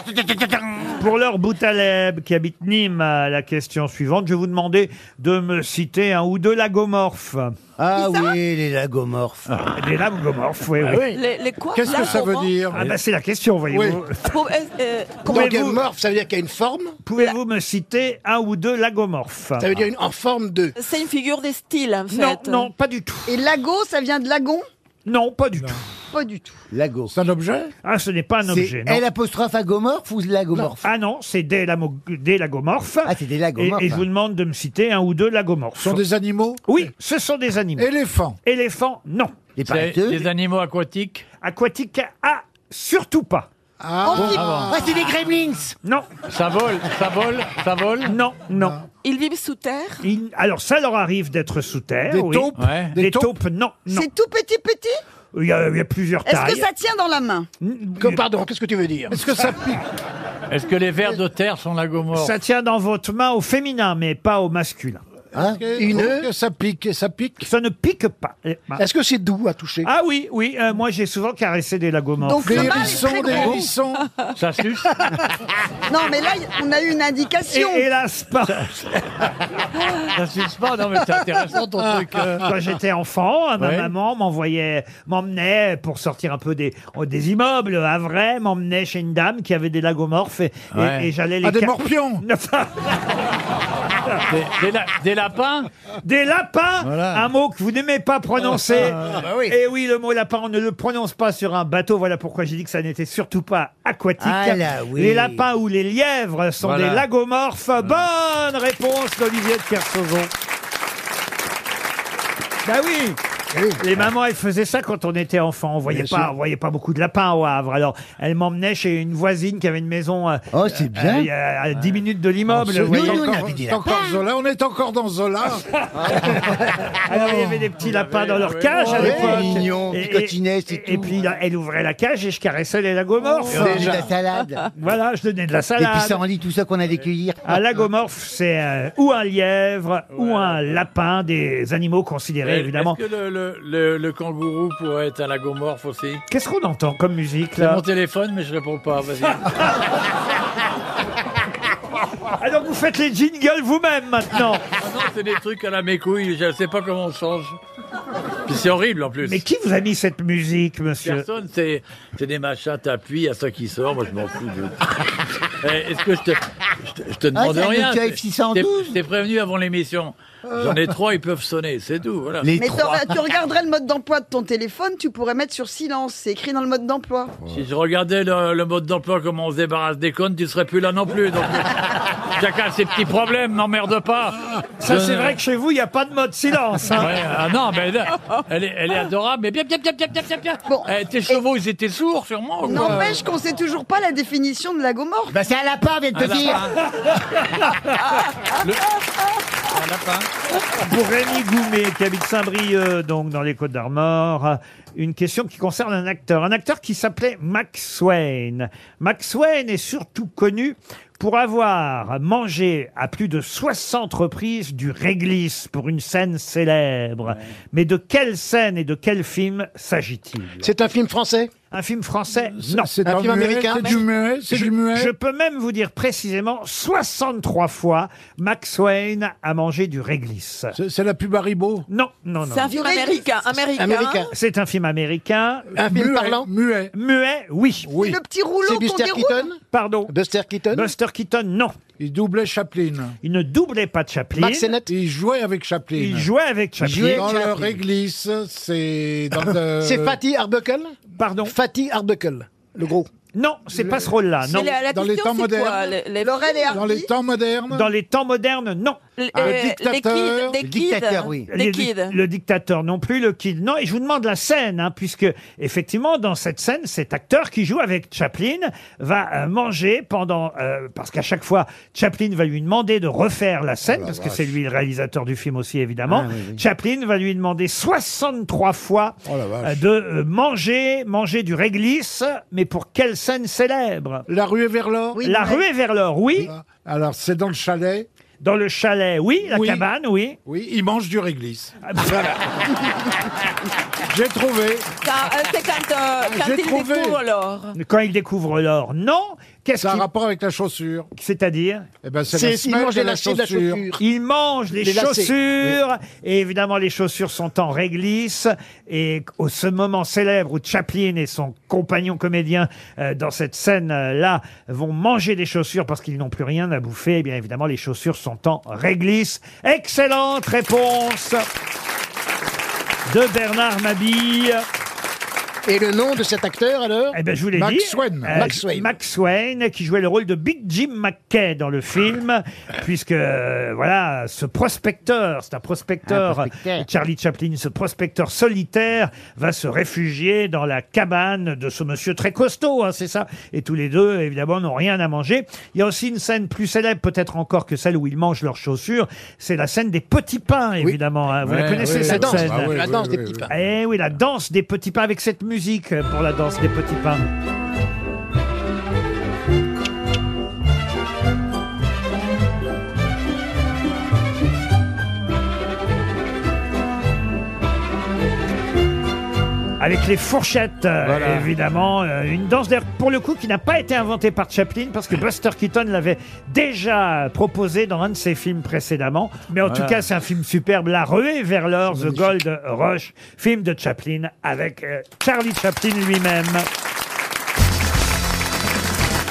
Pour l'heure, Boutaleb, qui habite Nîmes, a la question suivante. Je vais vous demander de me citer un ou deux lagomorphes. Ah oui, les lagomorphes. Des lagomorphes, Ah Eh oui, Ah oui. Les, les quoi Qu'est-ce La que ça veut romance dire Ah bah c'est la question, voyez-vous. Pour- est- euh, Donc, Pouvez-vous- morphe, ça veut dire qu'il y a une forme Pouvez-vous me citer un ou deux lagomorphes Ça veut dire une, en forme de. C'est une figure de style, en fait. Non, non, pas du tout. Et lago, ça vient de lagon Non, pas du tout. Pas du tout. Lago. C'est un objet Ah, ce n'est pas un C'est objet. non. L apostrophe agomorphe ou lagomorphe Ah non, c'est des, lamo- des lagomorphes. Ah, c'est des Et, lagomorphes. et je vous demande de me citer un ou deux lagomorphes. Ce sont des animaux Oui, ce sont des animaux. Éléphants. Éléphants, non. Des C'est paresseux des animaux aquatiques. Aquatiques, ah, surtout pas. Amphibie. Ah, c'est des gremlins Non, Ça vole, ça vole, ça vole. non, non. Ils vivent sous terre. Il- alors, ça leur arrive d'être sous terre. Des oui. taupes Ouais. Des, Des taupes, non, non. C'est tout petit petit Il y, a, il y a plusieurs Est-ce tailles. que ça tient dans la main Que- pardon, qu'est-ce que tu veux dire Est-ce que ça pique Est-ce que les vers de terre sont lagomorphes Ça tient dans votre main au féminin, mais pas au masculin. Hein Une Est-ce que ça pique Ça pique Ça ne pique pas. Eh, bah. Est-ce que c'est doux à toucher Ah oui, oui, euh, moi j'ai souvent caressé des lagomorphes. Donc Des le mâle est très hérissons, des gros. hérissons Ça suce Non, mais là, on a eu une Et indication. hélas pas. Ça suce pas Non, mais c'est intéressant ton truc. euh. Quand j'étais enfant, hein, ma Ouais. maman m'envoyait, m'emmenait pour sortir un peu des, oh, des immeubles, à vrai, m'emmenait chez une dame qui avait des lagomorphes et, et- Ouais. et j'allais les Ah, des ca- morpions Des, des la- des lapins Des lapins, Voilà. Ah, bah un mot que vous n'aimez pas prononcer. oui. Et oui, le mot lapin, on ne le prononce pas sur un bateau. Voilà pourquoi j'ai dit que ça n'était surtout pas aquatique. Ah là, oui. Les lapins ou les lièvres sont Voilà. des lagomorphes. Bonne réponse d'Olivier de Kersauzon. Bah oui Les mamans, elles faisaient ça quand on était enfant. On voyait Bien pas, sûr. on voyait pas beaucoup de lapins au Havre. Alors, elles m'emmenaient chez une voisine qui avait une maison. oh, c'est bien. à 10 minutes de Ah, l'immeuble. vous voyez. Encore- encore Zola, on est encore dans Zola. Ah. Alors, il y avait des petits Ah lapins dans leur oui. cage à Oh, l'époque. c'est mignon, Et- picotinets, et, et puis, là, elle ouvrait la cage et je caressais les lagomorphes. Oh, On déjà. donnait de la salade. Voilà, je donnais de la Les salade. pissenlits, tout ça qu'on allait cueillir. Un lagomorphe, c'est euh, ou un lièvre ou un lapin, des animaux considérés Mais évidemment. Eh, Est-ce que le, le- le- le kangourou pourrait être un lagomorphe aussi Qu'est-ce qu'on entend comme musique C'est là mon téléphone, mais je réponds pas. Vas-y. Ah donc vous faites les jingles vous-même maintenant Ah non, c'est des trucs à la mécouille. Je sais pas comment on change. Puis c'est horrible en plus. Mais qui vous a mis cette musique, monsieur Personne, c'est c'est des machins, t'appuies à ça qui sort, moi je m'en fous. je- Eh, Est-ce que je te, je te, je te demande Ah, c'est un rien Nokia t'es- F612. t'es- T'es prévenu avant l'émission. J'en ai trois, ils peuvent sonner, c'est tout. Voilà. Mais t'aurais- tu regarderais le mode d'emploi de ton téléphone, tu pourrais mettre sur silence. C'est écrit dans le mode d'emploi. Si je regardais le, le mode d'emploi, comment on se débarrasse des connes, tu serais plus là non plus. Donc, chacun a ses petits problèmes, n'emmerde pas. Ça, Je- c'est vrai que chez vous, il n'y a pas de mode silence. hein. Ouais, ah non, mais elle, elle est, elle est adorable. Mais bien, bien, bien, bien, bien, bien, bien. Eh, tes chevaux, ils étaient sourds, sûrement. ou Oh, quoi N'empêche qu'on sait toujours pas la définition de lagomorphe. Bah c'est un lapin, vient de te Un dire. lapin. Ah, Pour Rémi Goumet, qui habite Saint-Brieuc, donc dans les Côtes-d'Armor, une question qui concerne un acteur. Un acteur qui s'appelait Max Wayne. Max Wayne est surtout connu pour avoir mangé à plus de 60 reprises du réglisse pour une scène célèbre. Mais de quelle scène et de quel film s'agit-il C'est un film français Un film français Non. c'est Un un film muet, américain c'est du muet, c'est Je- du muet. je je peux même vous dire précisément 63 fois Max Wayne a mangé du réglisse. C'est la pub Haribo Non, non, non. C'est un film américain, américain. Américain. C'est un film américain. Un film Muet, parlant Muet. Muet, oui. Oui. C'est le petit rouleau C'est Buster qu'on déroule Keaton Pardon. Buster Keaton Buster Keaton, non. Il doublait Chaplin. Il ne doublait pas de Chaplin. Max Il jouait avec Chaplin. Il jouait avec Chaplin. Il jouait dans le réglisse, c'est dans le... C'est Fatih Arbuckle Euh, Pardon Fatih Arbuckle, le gros. Non, c'est pas ce rôle-là, non. dans les temps modernes. Laurel et Hardy dans les temps modernes. Dans les temps modernes, non. L- Ah, le euh, dictateur. les kids, des Le dictateur, kids. oui. Les Les kids. dic- Le dictateur non plus, le kid non. Et je vous demande la scène, hein, puisque effectivement, dans cette scène, cet acteur qui joue avec Chaplin va euh, manger pendant... euh, parce qu'à chaque fois, Chaplin va lui demander de refaire la scène, parce que c'est lui le réalisateur du film aussi, évidemment. Oh Ah, oui, oui. Chaplin va lui demander 63 fois Oh la vache. euh, de euh, manger, manger du réglisse, mais pour quelle scène célèbre La ruée vers l'or La ruée vers l'or, oui. Alors, c'est dans le chalet Dans le chalet, oui. La Oui. cabane, oui. Ah, ben, Oui, il mange du réglisse. Voilà. J'ai trouvé. C'est un- euh, c'est quand, euh, Ah, quand Ah, J'ai il trouvé. découvre l'or. Quand il découvre l'or, non. Qu'est-ce Ça a qu'il- rapport avec la chaussure. C'est-à-dire Eh ben, c'est la semelle de la chaussure. Il mange les, Les lacets. chaussures. Et évidemment, les chaussures sont en réglisse. Et au ce moment célèbre où Chaplin et son compagnon comédien euh, dans cette scène-là vont manger des chaussures parce qu'ils n'ont plus rien à bouffer, eh bien évidemment, les chaussures sont en réglisse. Excellente réponse de Bernard Mabille. Et le nom de cet acteur alors Eh ben, je vous l'ai dit. Euh, Max Wayne. Max Wayne, qui jouait le rôle de Big Jim McKay dans le film, puisque, euh, voilà, ce prospecteur, c'est un prospecteur, euh, Charlie Chaplin, ce prospecteur solitaire, va se réfugier dans la cabane de ce monsieur très costaud, hein, c'est ça. Et tous les deux, évidemment, n'ont rien à manger. Il y a aussi une scène plus célèbre, peut-être encore que celle où ils mangent leurs chaussures, c'est la scène des petits pains, évidemment. hein. Vous la Ouais, connaissez, ouais, cette la danse, scène ah ouais, La ouais, danse des ouais, petits ouais. pains. Eh oui, la danse des petits pains avec cette musique euh, pour la danse des petits pains. Avec les fourchettes, euh, Voilà. évidemment. euh, une danse, d'ailleurs, pour le coup, qui n'a pas été inventée par Chaplin, parce que Buster Keaton l'avait déjà proposée dans un de ses films précédemment. Mais en Voilà. tout cas, c'est un film superbe, La ruée vers l'or, The Gold Rush, film de Chaplin, avec euh, Charlie Chaplin lui-même.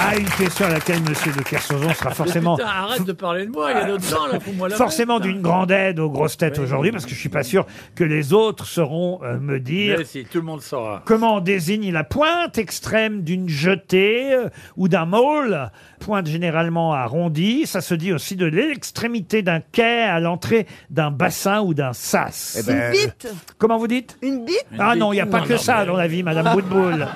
Ah, une question à laquelle Monsieur de Kersauzon sera forcément Putain, arrête de parler de moi, il y a d'autres gens là, pour moi là. forcément d'une grande aide aux grosses têtes aujourd'hui, parce que je suis pas sûr que les autres sauront euh, me dire Mais si, tout le monde saura. comment on désigne la pointe extrême d'une jetée euh, ou d'un maul. Pointe généralement arrondie, ça se dit aussi de l'extrémité d'un quai à l'entrée d'un bassin ou d'un sas. Eh ben- Une bite Comment vous dites Une bite Ah non, il n'y a pas Non, que non, ça mais- dans la vie, Madame Boutboul.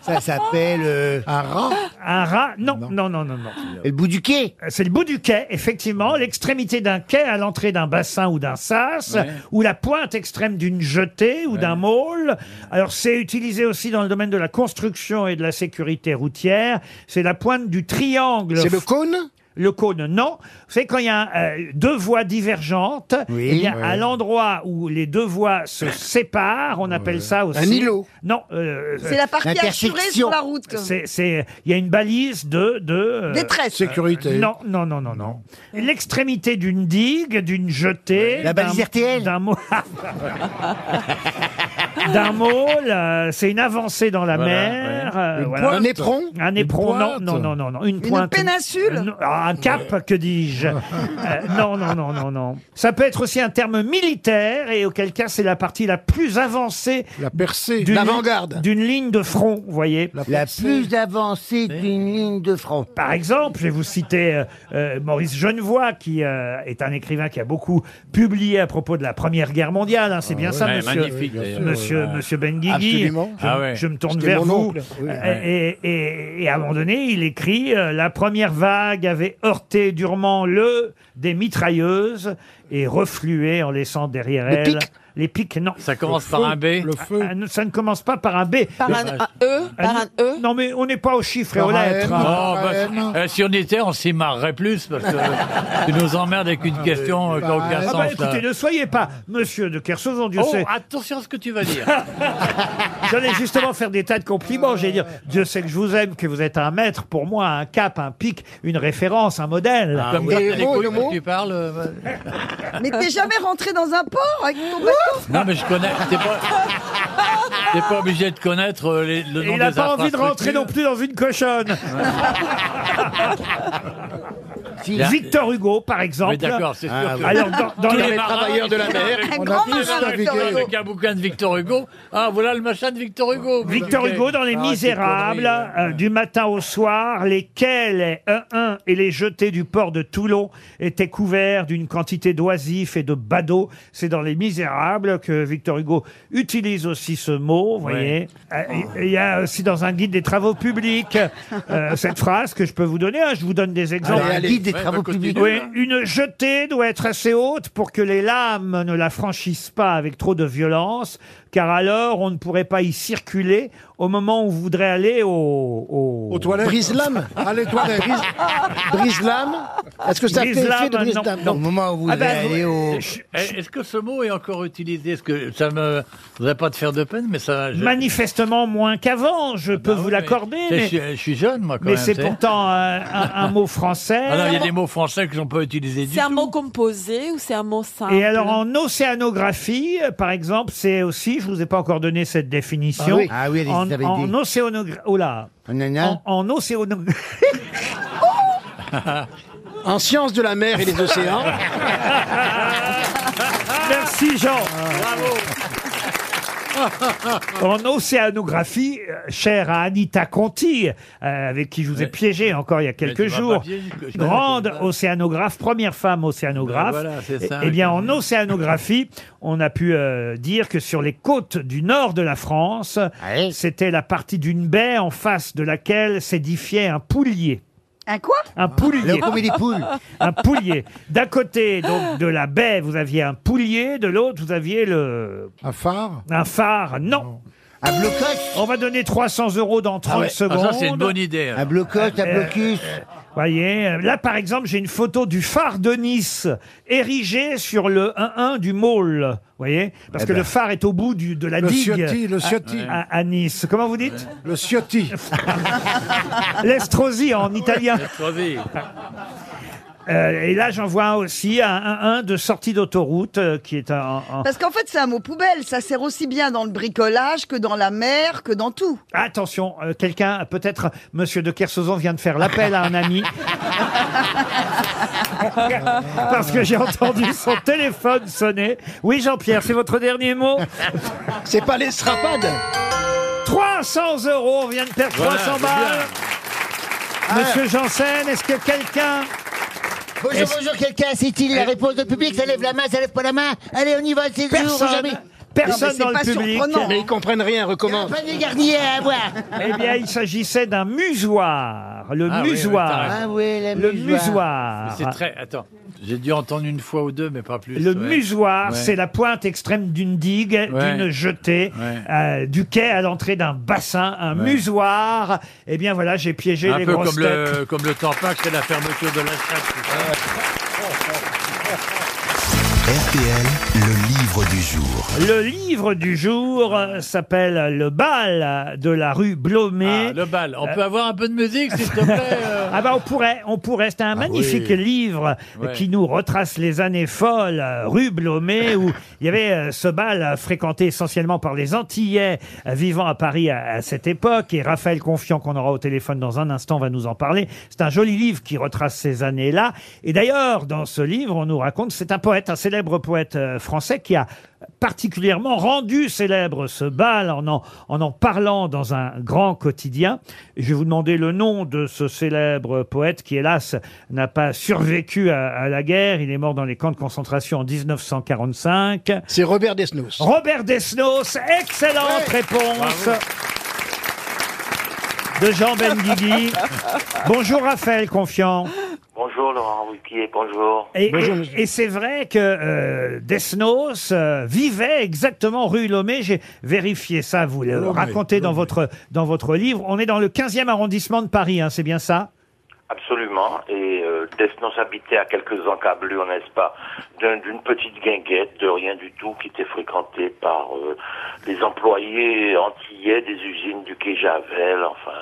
Ça s'appelle euh, un rat. Un rat Non, non, non, non, non. Le bout du quai C'est le bout du quai, effectivement, l'extrémité d'un quai à l'entrée d'un bassin ou d'un sas, Ouais. ou la pointe extrême d'une jetée ou d'un môle. Alors c'est utilisé aussi dans le domaine de la construction et de la sécurité routière. C'est la pointe du triangle. C'est le cône le cône, non. Vous savez, quand il y a euh, deux voies divergentes, Oui, eh bien, ouais. à l'endroit où les deux voies se séparent, on appelle ça aussi... Un îlot. Non. euh, C'est la partie assurée sur la route. c'est, c'est- il y a une balise de, de euh, Détresse. Sécurité. Non, non, non, non, non. L'extrémité d'une digue, d'une jetée. La balise d'un- RTL. D'un mot. d'un môle, euh, c'est une avancée dans la Voilà, mer. ouais. euh, Une voilà. pointe. Un éperon Un Une éperon, non, pointe non, non, non, non. Une Une pointe. péninsule Euh, non, ah, Un cap, que dis-je Euh, Non, non, non, non, non. Ça peut être aussi un terme militaire et auquel cas c'est la partie la plus avancée La percée. d'une- d'une ligne de front, vous voyez. La plus avancée d'une ligne de front. Par exemple, je vais vous citer euh, euh, Maurice Genevoix, qui euh, est un écrivain qui a beaucoup publié à propos de la Première Guerre mondiale. hein, c'est bien ouais. ça, Ouais, monsieur, magnifique, monsieur, d'ailleurs. monsieur, Ouais. Benguigui. Absolument. Je, Ah ouais. je me tourne C'était vers mon vous. oncle, oui. Euh, et, et- et à un moment donné, il écrit euh, La première vague avait heurté durement le des mitrailleuses et reflué en laissant derrière Les elle. pics. Les pics, non. Ça commence par un B. Le feu. Ah, non, Ça ne commence pas par un B. Par un, un E, par un E. Non, mais on n'est pas aux chiffres et Par aux un lettres. M. hein. Oh, Ah, bah, ouais, non. euh, si on était, on s'y marrerait plus parce que tu nous emmerdes avec une question euh, qui n'a aucun Ah bah sens. là. écoutez, ne soyez pas monsieur de Kersauzon, Dieu Oh, sait. attention à ce que tu vas dire. J'allais justement faire des tas de compliments. J'allais dire, Dieu sait que je vous aime, que vous êtes un maître pour moi, un cap, un pic, une référence, un modèle. Ah, Comme oui. quand t'as Et les mot, couilles le que mot tu parles. euh, bah- Mais t'es jamais rentré dans un port avec ton bateau Non, mais je connais. T'es pas, t'es pas obligé de connaître euh, les- le nom Et il des n'a pas envie de rentrer non infrastructures. plus dans une cochonne. Si, Là- Victor Hugo, par exemple. Oui, d'accord, c'est sûr. Ah, que- oui. Alors, dans, dans Tous le- les travailleurs de la mer. Un On grand a tous marin, navigué. Victor Hugo. Avec un bouquin de Victor Hugo. Ah, voilà le machin de Victor Hugo. Victor Ok. Hugo dans Les Ah, Misérables, c'est euh, du matin au soir, les quais, les 1-1 et les jetés du port de Toulon étaient couverts d'une quantité d'oisifs et de badauds. C'est dans Les Misérables que Victor Hugo utilise aussi ce mot, vous voyez. Euh, Il il y a aussi dans un guide des travaux publics euh, cette phrase que je peux vous donner. hein, je vous donne des exemples. Dans le allez. guide des Ouais, travaux bah, continue. publics. Oui, une jetée doit être assez haute pour que les lames ne la franchissent pas avec trop de violence, car alors on ne pourrait pas y circuler au moment où on voudrait aller au... au- Aux toilettes. Brise-lame Ah, les toilettes. Brise-lame Est-ce que ça fait effet Brise-lame, de non, brise-lame Au moment où vous Ah bah, allez vous- au... Ch- Eh, Est-ce que ce mot est encore utilisé Est-ce que ça me voudrais pas te faire de peine, mais ça. je- Manifestement moins qu'avant, je peux Bah vous oui, l'accorder, mais- mais, Je, suis- je suis jeune, moi, quand mais même. c'est tu sais. pourtant euh, un, un mot français. Ah non, il y a des mots français que l'on peut utiliser du C'est un tout. mot composé ou c'est un mot simple Et alors en océanographie, euh, par exemple, c'est aussi, je vous ai pas encore donné cette définition. Ah oui. Ah oui, allez-y, en, David, en dis. océanographie... Oh là Ananas. En, en océano- En sciences de la mer et des océans. Ah Merci Jean. Ah En océanographie, euh, chère à Anita Conti, euh, avec qui je vous ai Ouais. piégé encore il y a tu quelques m'as pas jours, piégé, je- je- grande je- océanographe, première femme océanographe. Ben voilà, c'est ça, eh bien, oui. en océanographie, on a pu euh, dire que sur les côtes du nord de la France, Ouais. c'était la partie d'une baie en face de laquelle s'édifiait un poulier. Un quoi Un poulier Là, on met des poules. un poulier. D'un côté, donc, de la baie, vous aviez un poulier, de l'autre, vous aviez le... Un phare. un phare. Non. Un blocus. On va donner 300 euros dans 30 ouais. Ah, Ah, secondes. Euh, ça, c'est une bonne idée. hein. alors. Un blocus, un blocus. Voyez, euh, là par exemple, j'ai une photo du phare de Nice érigé sur le 1-1 du môle. Voyez, parce Eh que ben. le phare est au bout du, de la Le digue Ciotti, le Ciotti. à, à Nice. Comment vous dites Le Ciotti. L'Estrosi en italien. Vas-y. Euh, et là, j'en vois un aussi, un, un- un de sortie d'autoroute euh, qui est un. un- Parce qu'en fait, c'est un mot poubelle. Ça sert aussi bien dans le bricolage que dans la mer, que dans tout. Attention, euh, quelqu'un, peut-être Monsieur de Kersauzon vient de faire l'appel à un ami. Parce que j'ai entendu son téléphone sonner. Oui, Jean-Pierre, c'est votre dernier mot C'est pas les strapades 300 euros, on vient de perdre Voilà, 300 c'est balles. bien. Monsieur Janssen, est-ce que quelqu'un... Bonjour, est-ce- bonjour, quelqu'un, c'est-il la réponse du public Ça lève la main, ça lève pas la main Allez, on y va, c'est Personne. jour, jamais. Personne Non, mais c'est dans le pas public. surprenant, Mais ils hein. comprennent rien, recommence. Pas de garnier à avoir. Eh bien, il s'agissait d'un musoir. Le Ah oui, oui, musoir. t'as raison. Ah oui, le le musoir. musoir. C'est très. Attends, j'ai dû entendre une fois ou deux, mais pas plus. Le ouais. musoir, Ouais. c'est la pointe extrême d'une digue, Ouais. d'une jetée, euh, du quai à l'entrée d'un bassin. Un Ouais. musoir. Eh bien, voilà, j'ai piégé Un les peu grosses comme têtes. le, comme le tampax, c'est la fermeture de la chasse. RTL, le livre du jour. Le livre du jour euh, s'appelle Le bal de la rue Blomet. Ah, le bal. On peut Euh, avoir un peu de musique, s'il te plaît euh Ah Ah bah on pourrait, on pourrait. C'est un magnifique oui. livre Ouais. qui nous retrace les années folles, euh, rue Blomet, où il y avait euh, ce bal euh, fréquenté essentiellement par les Antillais euh, vivant à Paris à, à cette époque. Et Raphaël Confiant, qu'on aura au téléphone dans un instant, va nous en parler. C'est un joli livre qui retrace ces années-là. Et d'ailleurs, dans ce livre, on nous raconte, c'est un poète, un célèbre poète euh, français qui a particulièrement rendu célèbre ce bal en en, en en parlant dans un grand quotidien. Je vais vous demander le nom de ce célèbre poète qui, hélas, n'a pas survécu à, à la guerre. Il est mort dans les camps de concentration en 1945. C'est Robert Desnos. Robert Desnos, excellente réponse de Jean Benguigui. Bonjour Raphaël Confiant. Bonjour Laurent Ruquier, bonjour. Et, et- et c'est vrai que euh, Desnos euh, vivait exactement rue Lomé. J'ai vérifié ça, vous le Lomé, racontez dans votre, dans votre livre. On est dans le 15e arrondissement de Paris, hein, c'est bien ça Absolument. Et euh, Desnos habitait à quelques encablures, n'est-ce pas, d'un- d'une petite guinguette de rien du tout qui était fréquentée par euh, les employés antillais des usines du Quai Javel, enfin.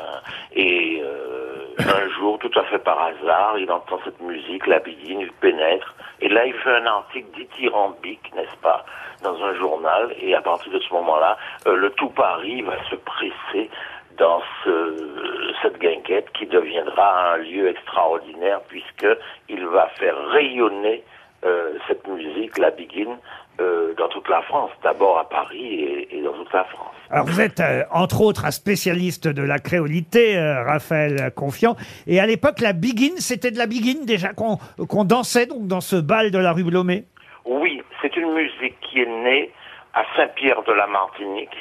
Et euh, un jour, tout à fait par hasard, il entend cette musique, la bidine, il pénètre. Et là, il fait un article dithyrambique, n'est-ce pas, dans un journal. Et à partir de ce moment-là, euh, le tout Paris va se presser dans ce- cette guinguette qui deviendra un lieu extraordinaire puisque il va faire rayonner euh, cette musique, la biguine, euh, dans toute la France, d'abord à Paris et, et dans toute la France. Alors vous êtes euh, entre autres un spécialiste de la créolité, euh, Raphaël Confiant. Et à l'époque, la biguine, c'était de la biguine déjà qu'on qu'on dansait donc dans ce bal de la rue Blomet. Oui, c'est une musique qui est née à Saint-Pierre de la Martinique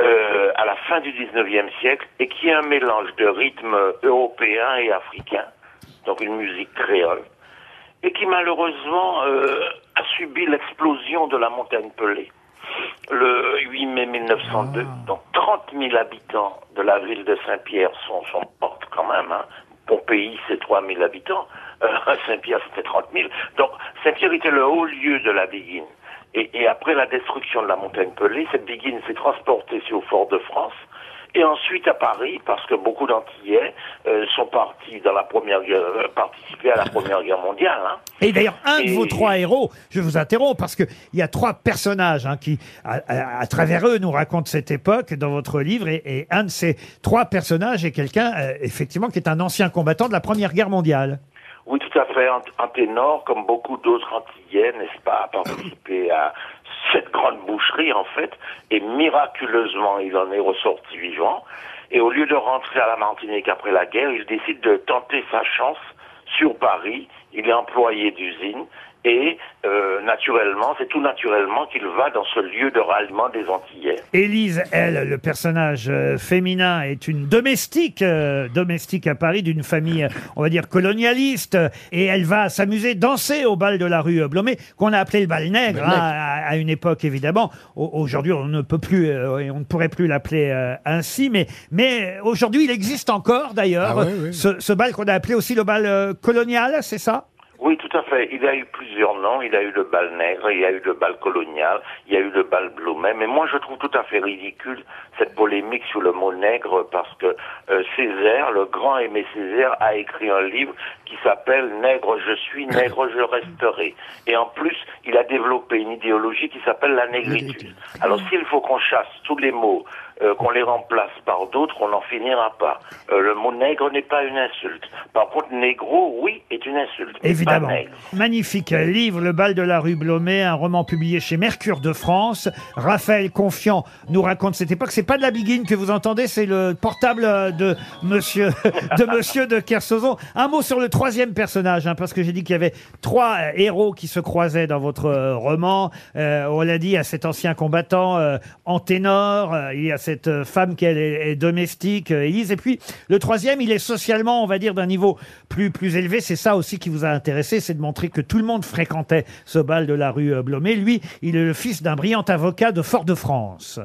euh, à la fin du 19e siècle et qui est un mélange de rythmes européens et africains, donc une musique créole, et qui malheureusement euh, a subi l'explosion de la montagne Pelée le 8 mai 1902. Donc 30 000 habitants de la ville de Saint-Pierre sont, sont morts quand même. Hein. Pompéi, c'est 3 000 habitants. Euh, Saint-Pierre, c'était 30 000. Donc Saint-Pierre était le haut lieu de la Béguine. Et, et après la destruction de la montagne Pelée, cette Béguine s'est transportée sur Fort-de-France. Et ensuite à Paris, parce que beaucoup d'Antillais euh, sont partis dans la première guerre, euh, participer à la première guerre mondiale. hein. Et d'ailleurs, un de Et- vos trois héros, je vous interromps parce qu'il y a trois personnages hein, qui, à, à- à travers eux, nous racontent cette époque dans votre livre. Et, et un de ces trois personnages est quelqu'un, euh, effectivement, qui est un ancien combattant de la Première Guerre mondiale. Oui, tout à fait. Un, un ténor, comme beaucoup d'autres Antillais, n'est-ce pas, a participé à cette grande boucherie, en fait. Et miraculeusement, il en est ressorti vivant. Et au lieu de rentrer à la Martinique après la guerre, il décide de tenter sa chance sur Paris. Il est employé d'usine. Et euh, naturellement, c'est tout naturellement qu'il va dans ce lieu de ralliement des Antillais. Élise, elle, le personnage euh, féminin, est une domestique, euh, domestique à Paris, d'une famille, euh, on va dire, colonialiste. euh, Et elle va s'amuser, danser au bal de la rue euh, Blomet, qu'on a appelé le bal nègre, Bal nègre. hein, à, à une époque, évidemment. Au- Aujourd'hui, on ne peut plus, euh, et on ne pourrait plus l'appeler euh, ainsi, mais, mais euh, aujourd'hui, il existe encore, d'ailleurs, Ah oui, oui. Ce, ce bal qu'on a appelé aussi le bal euh, colonial, c'est ça Oui, tout à fait. Il a eu plusieurs noms. Il a eu le bal nègre, il y a eu le bal colonial, il y a eu le bal blomet. Mais moi, je trouve tout à fait ridicule cette polémique sur le mot nègre parce que euh, Césaire, le grand aimé Césaire, a écrit un livre qui s'appelle Nègre je suis, nègre je resterai. Et en plus, il a développé une idéologie qui s'appelle la négritude. Alors, s'il faut qu'on chasse tous les mots euh, qu'on les remplace par d'autres, on n'en finira pas. Euh, le mot nègre n'est pas une insulte. Par contre, négro, oui, est une insulte. Ah, mais pas Évidemment. nègre. Magnifique livre, Le bal de la rue Blomet, un roman publié chez Mercure de France. Raphaël Confiant nous raconte cette époque. C'est pas de la biguine que vous entendez, c'est le portable euh, de monsieur, de monsieur de Kersauzon. Un mot sur le troisième personnage, hein, parce que j'ai dit qu'il y avait trois euh, héros qui se croisaient dans votre euh, roman. Euh, on l'a dit à cet ancien combattant euh, en ténor, euh, il y a cette euh, femme qui elle, est, est domestique, euh, Élise. Et puis le troisième, il est socialement, on va dire, d'un niveau plus plus élevé. C'est ça aussi qui vous a intéressé, c'est de montrer que tout le monde fréquentait ce bal de la rue euh, Blomet. Lui, il est le fils d'un brillant avocat de Fort-de-France.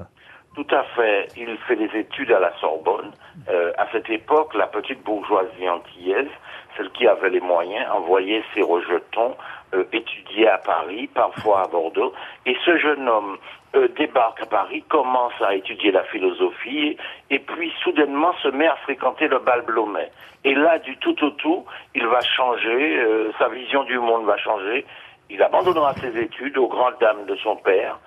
Tout à fait. Il fait des études à la Sorbonne. Euh, à cette époque, la petite bourgeoisie antillaise, celle qui avait les moyens, envoyait ses rejetons euh, étudier à Paris, parfois à Bordeaux. Et ce jeune homme euh, débarque à Paris, commence à étudier la philosophie, et puis soudainement se met à fréquenter le bal Blomet. Et là, du tout au tout, il va changer, euh, sa vision du monde va changer. Il abandonnera ses études aux grandes dames de son père.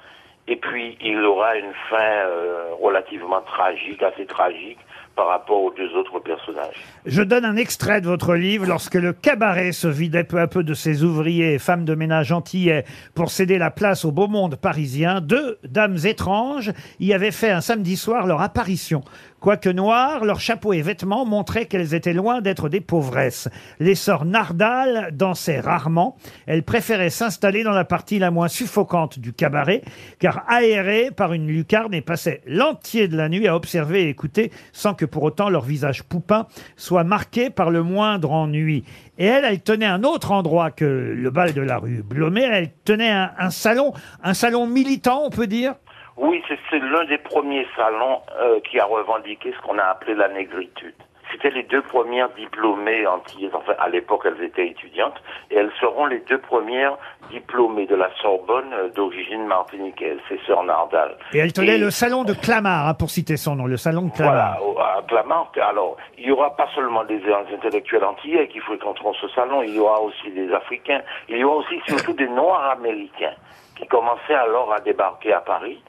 Et puis, il aura une fin euh, relativement tragique, assez tragique, par rapport aux deux autres personnages. Je donne un extrait de votre livre. Lorsque le cabaret se vidait peu à peu de ses ouvriers et femmes de ménage antillais pour céder la place au beau monde parisien, deux dames étranges y avaient fait un samedi soir leur apparition. Quoique noires, leurs chapeaux et vêtements montraient qu'elles étaient loin d'être des pauvresses. Les sœurs Nardal dansaient rarement. Elles préféraient s'installer dans la partie la moins suffocante du cabaret, car aérées par une lucarne et passaient l'entier de la nuit à observer et écouter sans que pour autant leur visage poupin soit marqué par le moindre ennui. Et elle, elle tenait un autre endroit que le bal de la rue Blomet. Elle tenait un, un salon, un salon militant, on peut dire. Oui, c'est c'est l'un des premiers salons euh, qui a revendiqué ce qu'on a appelé la négritude. C'était les deux premières diplômées antillaises. Enfin, à l'époque, elles étaient étudiantes et elles seront les deux premières diplômées de la Sorbonne euh, d'origine martiniquaise, c'est Sœur Nardal. Et elle tenait le salon de Clamart, hein, pour citer son nom, le salon de Voilà, Clamart. au- à Clamart. Alors, il y aura pas seulement des intellectuels antillais qui fréquenteront ce salon, il y aura aussi des Africains, il y aura aussi surtout des Noirs américains qui commençaient alors à débarquer à Paris.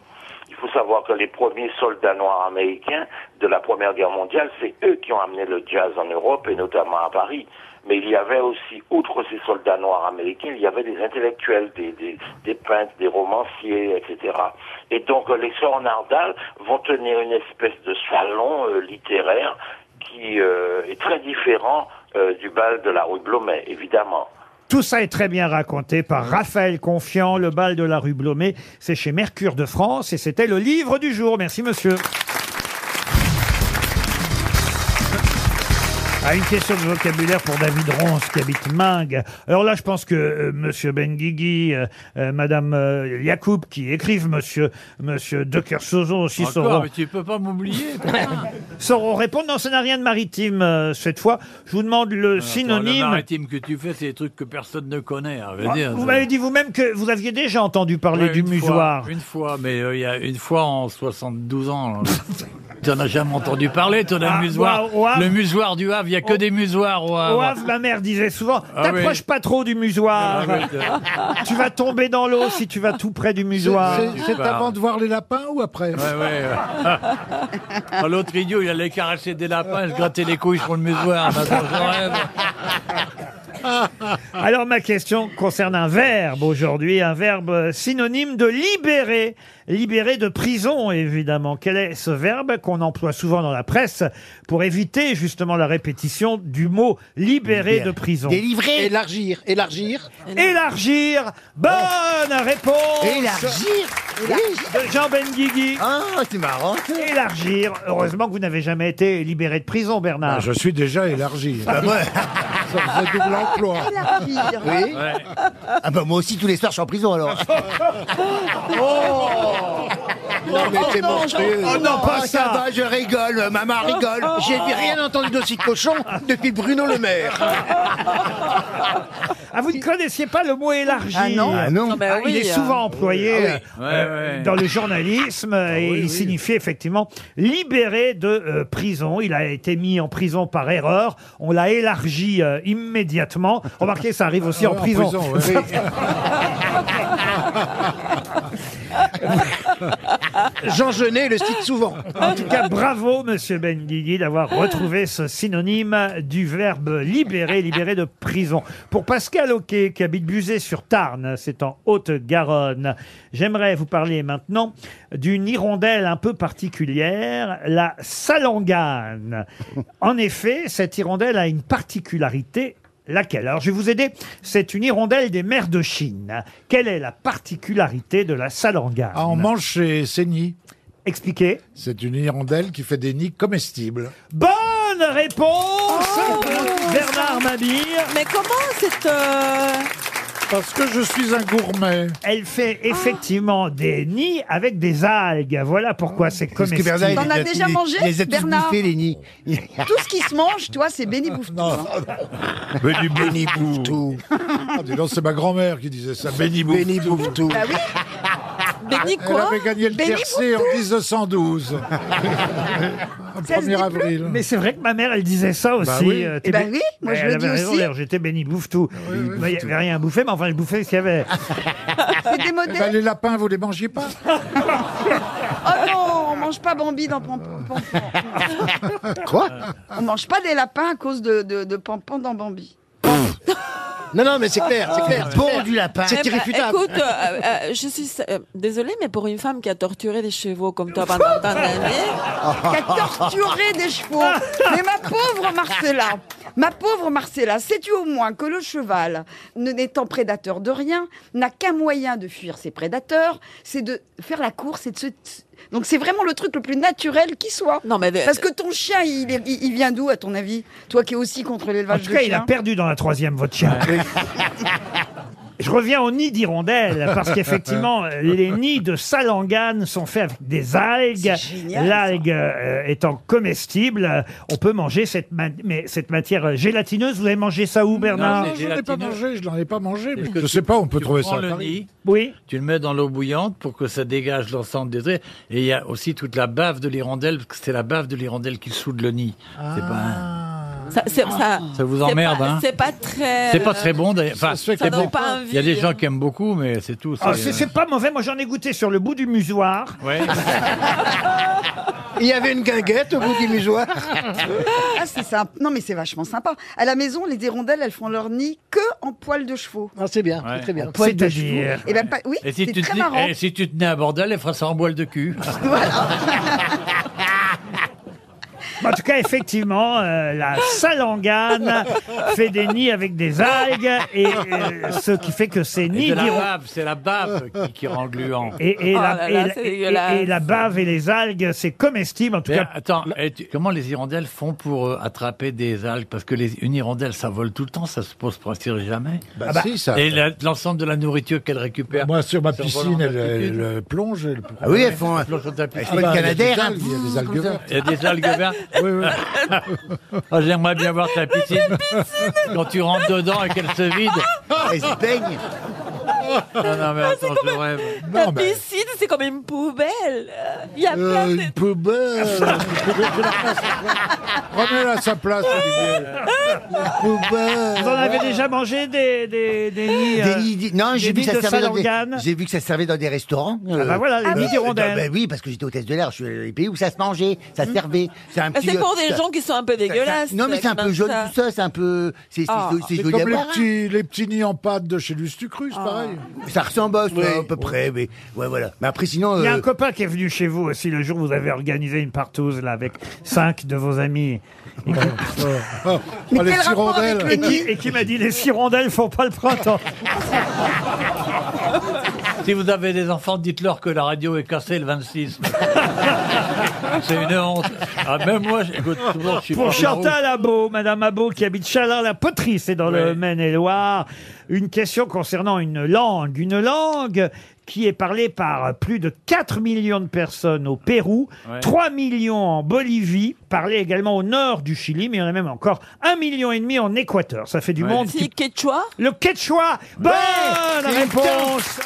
Il faut savoir que les premiers soldats noirs américains de la Première Guerre mondiale, c'est eux qui ont amené le jazz en Europe et notamment à Paris. Mais il y avait aussi, outre ces soldats noirs américains, il y avait des intellectuels, des, des, des peintres, des romanciers, etc. Et donc euh, les sœurs Nardal vont tenir une espèce de salon euh, littéraire qui euh, est très différent euh, du bal de la rue Blomet, évidemment. Tout ça est très bien raconté par Raphaël Confiant, le bal de la rue Blomet. C'est chez Mercure de France et c'était le livre du jour. Merci monsieur. À Ah, une question de vocabulaire pour David Ronce qui habite Mingue. Alors là, je pense que euh, Monsieur Benguigui, euh, euh, Madame euh, Yacoub qui écrivent, Monsieur Monsieur De Kersauzon aussi Encore, sauront, mais tu peux pas m'oublier. putain. sauront répondre. Non, ça n'a rien de maritime euh, cette fois. Je vous demande le Euh, Attends, Le synonyme. maritime que tu fais, c'est des trucs que personne ne connaît. hein, veux Vous- dire, vous ça- m'avez dit vous-même que vous aviez déjà entendu parler Ouais, du une fois, musoir. une fois, mais euh, il y a une fois en 72 ans. là. tu n'en as jamais entendu parler, toi, d'un Ah, musoir. moi, au Havre- le musoir du Havre, il n'y a que des musoirs au Havre. Au Havre, Oh. ma mère disait souvent Ah T'approches oui. pas trop du musoir. Ah oui, tu vas tomber dans l'eau si tu vas tout près du musoir. C'est- c'est- c'est avant de voir les lapins ou après Ouais, ouais. Ah, L'autre idiot, il allait caresser des lapins, et se gratter les couilles sur le musoir. Maintenant, je rêve. Alors ma question concerne un verbe aujourd'hui, un verbe synonyme de libérer, libérer de prison évidemment. Quel est ce verbe qu'on emploie souvent dans la presse pour éviter justement la répétition du mot libérer de prison Délivrer. Élargir. Élargir. Élargir. Bonne réponse. Élargir. De Jean Benguigui. Ah, c'est marrant. Élargir. Heureusement que vous n'avez jamais été libéré de prison, Bernard. Ah, Ah Je suis déjà élargi. Ça faisait double emploi. Élargir. Oui. Ah bah moi aussi tous les soirs je suis en prison alors. Oh Non, mais t'es monstrueux. Oh non, Ah, pas Oh, ça. va, je rigole, maman rigole. J'ai Oh. rien entendu d'aussi cochon depuis Bruno Le Maire. Ah, vous ne connaissiez pas le mot élargi Ah non. Ah non. Ah, il oui, est euh. souvent employé Ah oui. euh, euh, dans le journalisme Ah euh, et il signifiait effectivement libéré de euh, prison. Il a été mis en prison par erreur. On l'a élargi euh, immédiatement. Remarquez, ça arrive aussi Ah en ouais, en prison. prison, ouais. Jean Genet le cite souvent. En tout cas, bravo, monsieur Benguigui, d'avoir retrouvé ce synonyme du verbe libérer, libérer de prison. Pour Pascal Oquet, qui habite Buzet-sur-Tarn, c'est en Haute-Garonne, j'aimerais vous parler maintenant d'une hirondelle un peu particulière, la salangane. En effet, cette hirondelle a une particularité Laquelle Alors, je vais vous aider. C'est une hirondelle des mers de Chine. Quelle est la particularité de la salangane Ah, on mange chez Seigny. Expliquez. C'est une hirondelle qui fait des nids comestibles. Bonne réponse Bernard Mabille. Mais comment cette... euh, Parce que je suis un gourmet. Elle fait effectivement des nids avec des algues. Voilà pourquoi c'est que comestible. Bernard, il T'en as les- déjà il les- mangé, il les a tous Bernard bouffés, les nids. Tout ce qui se mange, toi, c'est béni bouffe Béni bouffe tout. Ah, dis donc, c'est ma grand-mère qui disait ça. Béni bouffe Béni tout. bouffe tout. Bah oui. Béni Ah, Elle quoi avait gagné le Béni tiercé en 1912. Ah, Au 1er avril. Mais c'est vrai que ma mère, elle disait ça aussi. Bah oui. euh, Eh ben t'es- oui, moi, Mais je elle le avait dis raison, aussi. Ah d'ailleurs, J'étais béni bouffe tout. Il n'y avait rien à bouffer, mais enfin, je bouffais ce qu'il y avait. C'est démodé. Eh ben, les lapins, vous les mangez pas Oh non, on mange pas Bambi dans Pompon. Quoi On mange pas des lapins à cause de, de, de Pompon dans Bambi. Non, non, mais c'est clair, c'est clair. c'est clair. Eh C'est ben, irréfutable. écoute, euh, euh, je suis euh, désolée, mais pour une femme qui a torturé des chevaux comme toi pendant tant d'années, Qui a torturé des chevaux. Mais ma pauvre Marcella, ma pauvre Marcella, sais-tu au moins que le cheval, ne n'étant prédateur de rien, n'a qu'un moyen de fuir ses prédateurs, c'est de faire la course et de se... Donc c'est vraiment le truc le plus naturel qui soit. Non mais euh, parce que ton chien, il, est- il- il vient d'où à ton avis Toi qui es aussi contre En l'élevage de tout cas, il a chiens. perdu dans la troisième, votre chien. Je reviens au nid d'hirondelle, parce qu'effectivement, les nids de salangane sont faits avec des algues. génial, L'algue euh, étant comestible, euh, on peut manger cette, ma- mais cette matière gélatineuse. Vous avez mangé ça où, Bernard Ah, Non, je n'en ai pas mangé, je n'en ai pas mangé. mais que je tu- sais pas, on peut tu trouver prends ça. à le Paris. nid, Oui. Tu le mets dans l'eau bouillante pour que ça dégage l'ensemble des traits. Et il y a aussi toute la bave de l'hirondelle, parce que c'est la bave de l'hirondelle qui soude le nid. Ah. C'est pas un- ça, c'est- ça, Ça vous c'est emmerde, pas- hein C'est pas très. C'est pas très bon d'ailleurs. Enfin, fait c'est que ça bon. donne pas envie, Il y a des hein. gens qui aiment beaucoup, mais c'est tout. Ah, c'est- euh, c'est c'est pas mauvais, moi j'en ai goûté sur le bout du musoir. Ouais. Il y avait une guinguette au bout du musoir. Ah, c'est sympa. Non, mais c'est vachement sympa. À la maison, les hirondelles, elles font leur nid que en poils de chevaux. Ah, c'est bien, Ouais. c'est très bien. C'est-à-dire. Et ben, pas- oui, Et si, c'est tu te très dis- marrant. et si tu tenais à bordel, elle ferait ça en boile de cul. En tout cas, effectivement, euh, la salangane fait des nids avec des algues, et euh, ce qui fait que ces Et nids de la d'hirondelle. bave, c'est la bave qui, qui rend gluant. Et, et Oh la, là et là, la- c'est et- dégueulasse. et la bave et les algues, c'est comestible en tout Mais cas. attends, et tu- comment les hirondelles font pour euh, attraper des algues Parce que les, une hirondelle, ça vole tout le temps, ça se pose presque jamais. Bah, si, ça. Et la- l'ensemble de la nourriture qu'elle récupère. Moi, sur ma C'est en piscine, volant elle, d'altitude. elle plonge. Elle... bah, Ah oui, elles font. Elle plonge dans ta piscine. Ah, bah, font le il y a des Canadair, algues, il y a des algues vertes. Il y a des algues vertes. Ah, J'aimerais bien voir ta piscine. Quand tu rentres dedans et qu'elle se vide. Ah, Elles Ah, se baignent. Non, non, Ah, mais attends, je rêve. Ta Non, mais- piscine, c'est comme une poubelle. Euh, Il y a plein Euh, de. une poubelle. Prenez-la à sa place, Olivier. Vous en avez déjà mangé des, des, des nids Des euh, nids d'i- non, des j'ai vu, nids que ça de servait dans Salangane. des- j'ai vu que ça servait dans des restaurants. euh, bah voilà, les nids d'hirondelles. non, bah oui, parce que j'étais hôtesse de l'air, je suis allé dans les pays où ça se mangeait, ça Hmm. servait. C'est un petit- Bah, euh, C'est pour des ça- gens qui sont un peu ça- dégueulasses. Non, mais c'est un peu comme jaune, ça. tout ça, c'est un peu. C'est c'est- Ah. c'est- c'est C'est joli à comme les voir. petits, les petits nids en pâte de chez Lustucru, c'est Ah. pareil. Ça ressemble à ça, à peu près, mais ouais, voilà. Mais après, sinon. Il y a euh, un copain qui est venu chez vous aussi le jour où vous avez organisé une partouze là avec cinq de vos amis et qui, Oh, Mais les quel petits rapport avec rondelles. le et qui- et qui m'a dit les hirondelles font pas le printemps. Si vous avez des enfants, dites-leur que la radio est cassée le 26. c'est une honte. Ah, même moi, j'ai- écoute, toujours, je suis Pour pas Chantal Abo, Madame Abo qui habite Chalin-la-Poterie, c'est dans le Ouais. Maine-et-Loire. Une question concernant une langue, une langue qui est parlé par plus de 4 millions de personnes au Pérou, Ouais. 3 millions en Bolivie, parlé également au nord du Chili, mais il y en a même encore 1,5 million et demi en Équateur. Ça fait du monde. C'est qui- quechua Le quechua Bonne réponse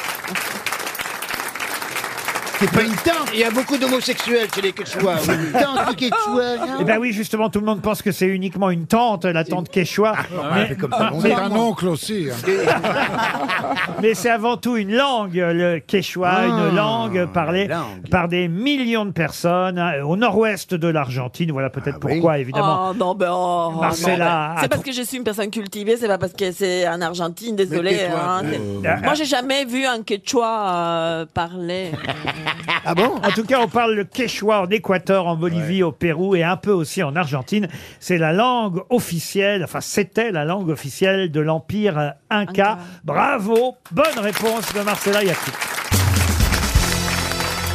C'est pas une tente. Il y a beaucoup d'homosexuels chez les Quechua. oui. Tente quechua, non Eh ben oui, justement, tout le monde pense que c'est uniquement une tante, la tante quechua. Ah, ouais, mais comme ça, on est un oncle aussi. hein. mais c'est avant tout une langue, le quechua, Ah, une langue parlée langue. par des millions de personnes hein, au nord-ouest de l'Argentine. Voilà peut-être Ah pourquoi, évidemment. Oh, non, ben, oh, oh, Marcella non, ben, a C'est parce que je suis une personne cultivée, c'est pas parce que c'est en Argentine, désolé. tais-toi. hein, c'est- Euh, Moi, j'ai jamais vu un quechua euh, parler. Ah bon En tout cas, on parle le quechua en Équateur, en Bolivie, au Pérou et un peu aussi en Argentine. C'est la langue officielle, enfin c'était la langue officielle de l'Empire euh, Inca. Bravo Bonne réponse de Marcella Yacoub.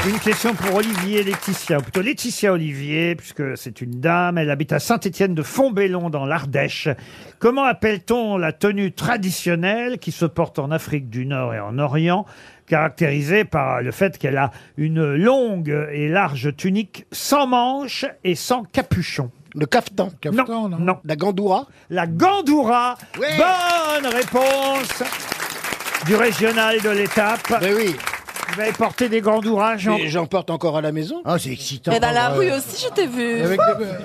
Une question pour Olivier Laetitia, ou plutôt Laetitia Olivier, puisque c'est une dame, elle habite à Saint-Étienne de Fontbellon dans l'Ardèche. Comment appelle-t-on la tenue traditionnelle qui se porte en Afrique du Nord et en Orient, caractérisée par le fait qu'elle a une longue et large tunique sans manches et sans capuchon Le caftan. non, non. La gandoura La gandoura Bonne réponse du régional de l'étape. Ben oui. Vous avez porté des gandouras, Jean Et J'en porte encore à la maison. Ah, c'est excitant. Mais dans la euh, Ouais. rue aussi, je t'ai vu. Avec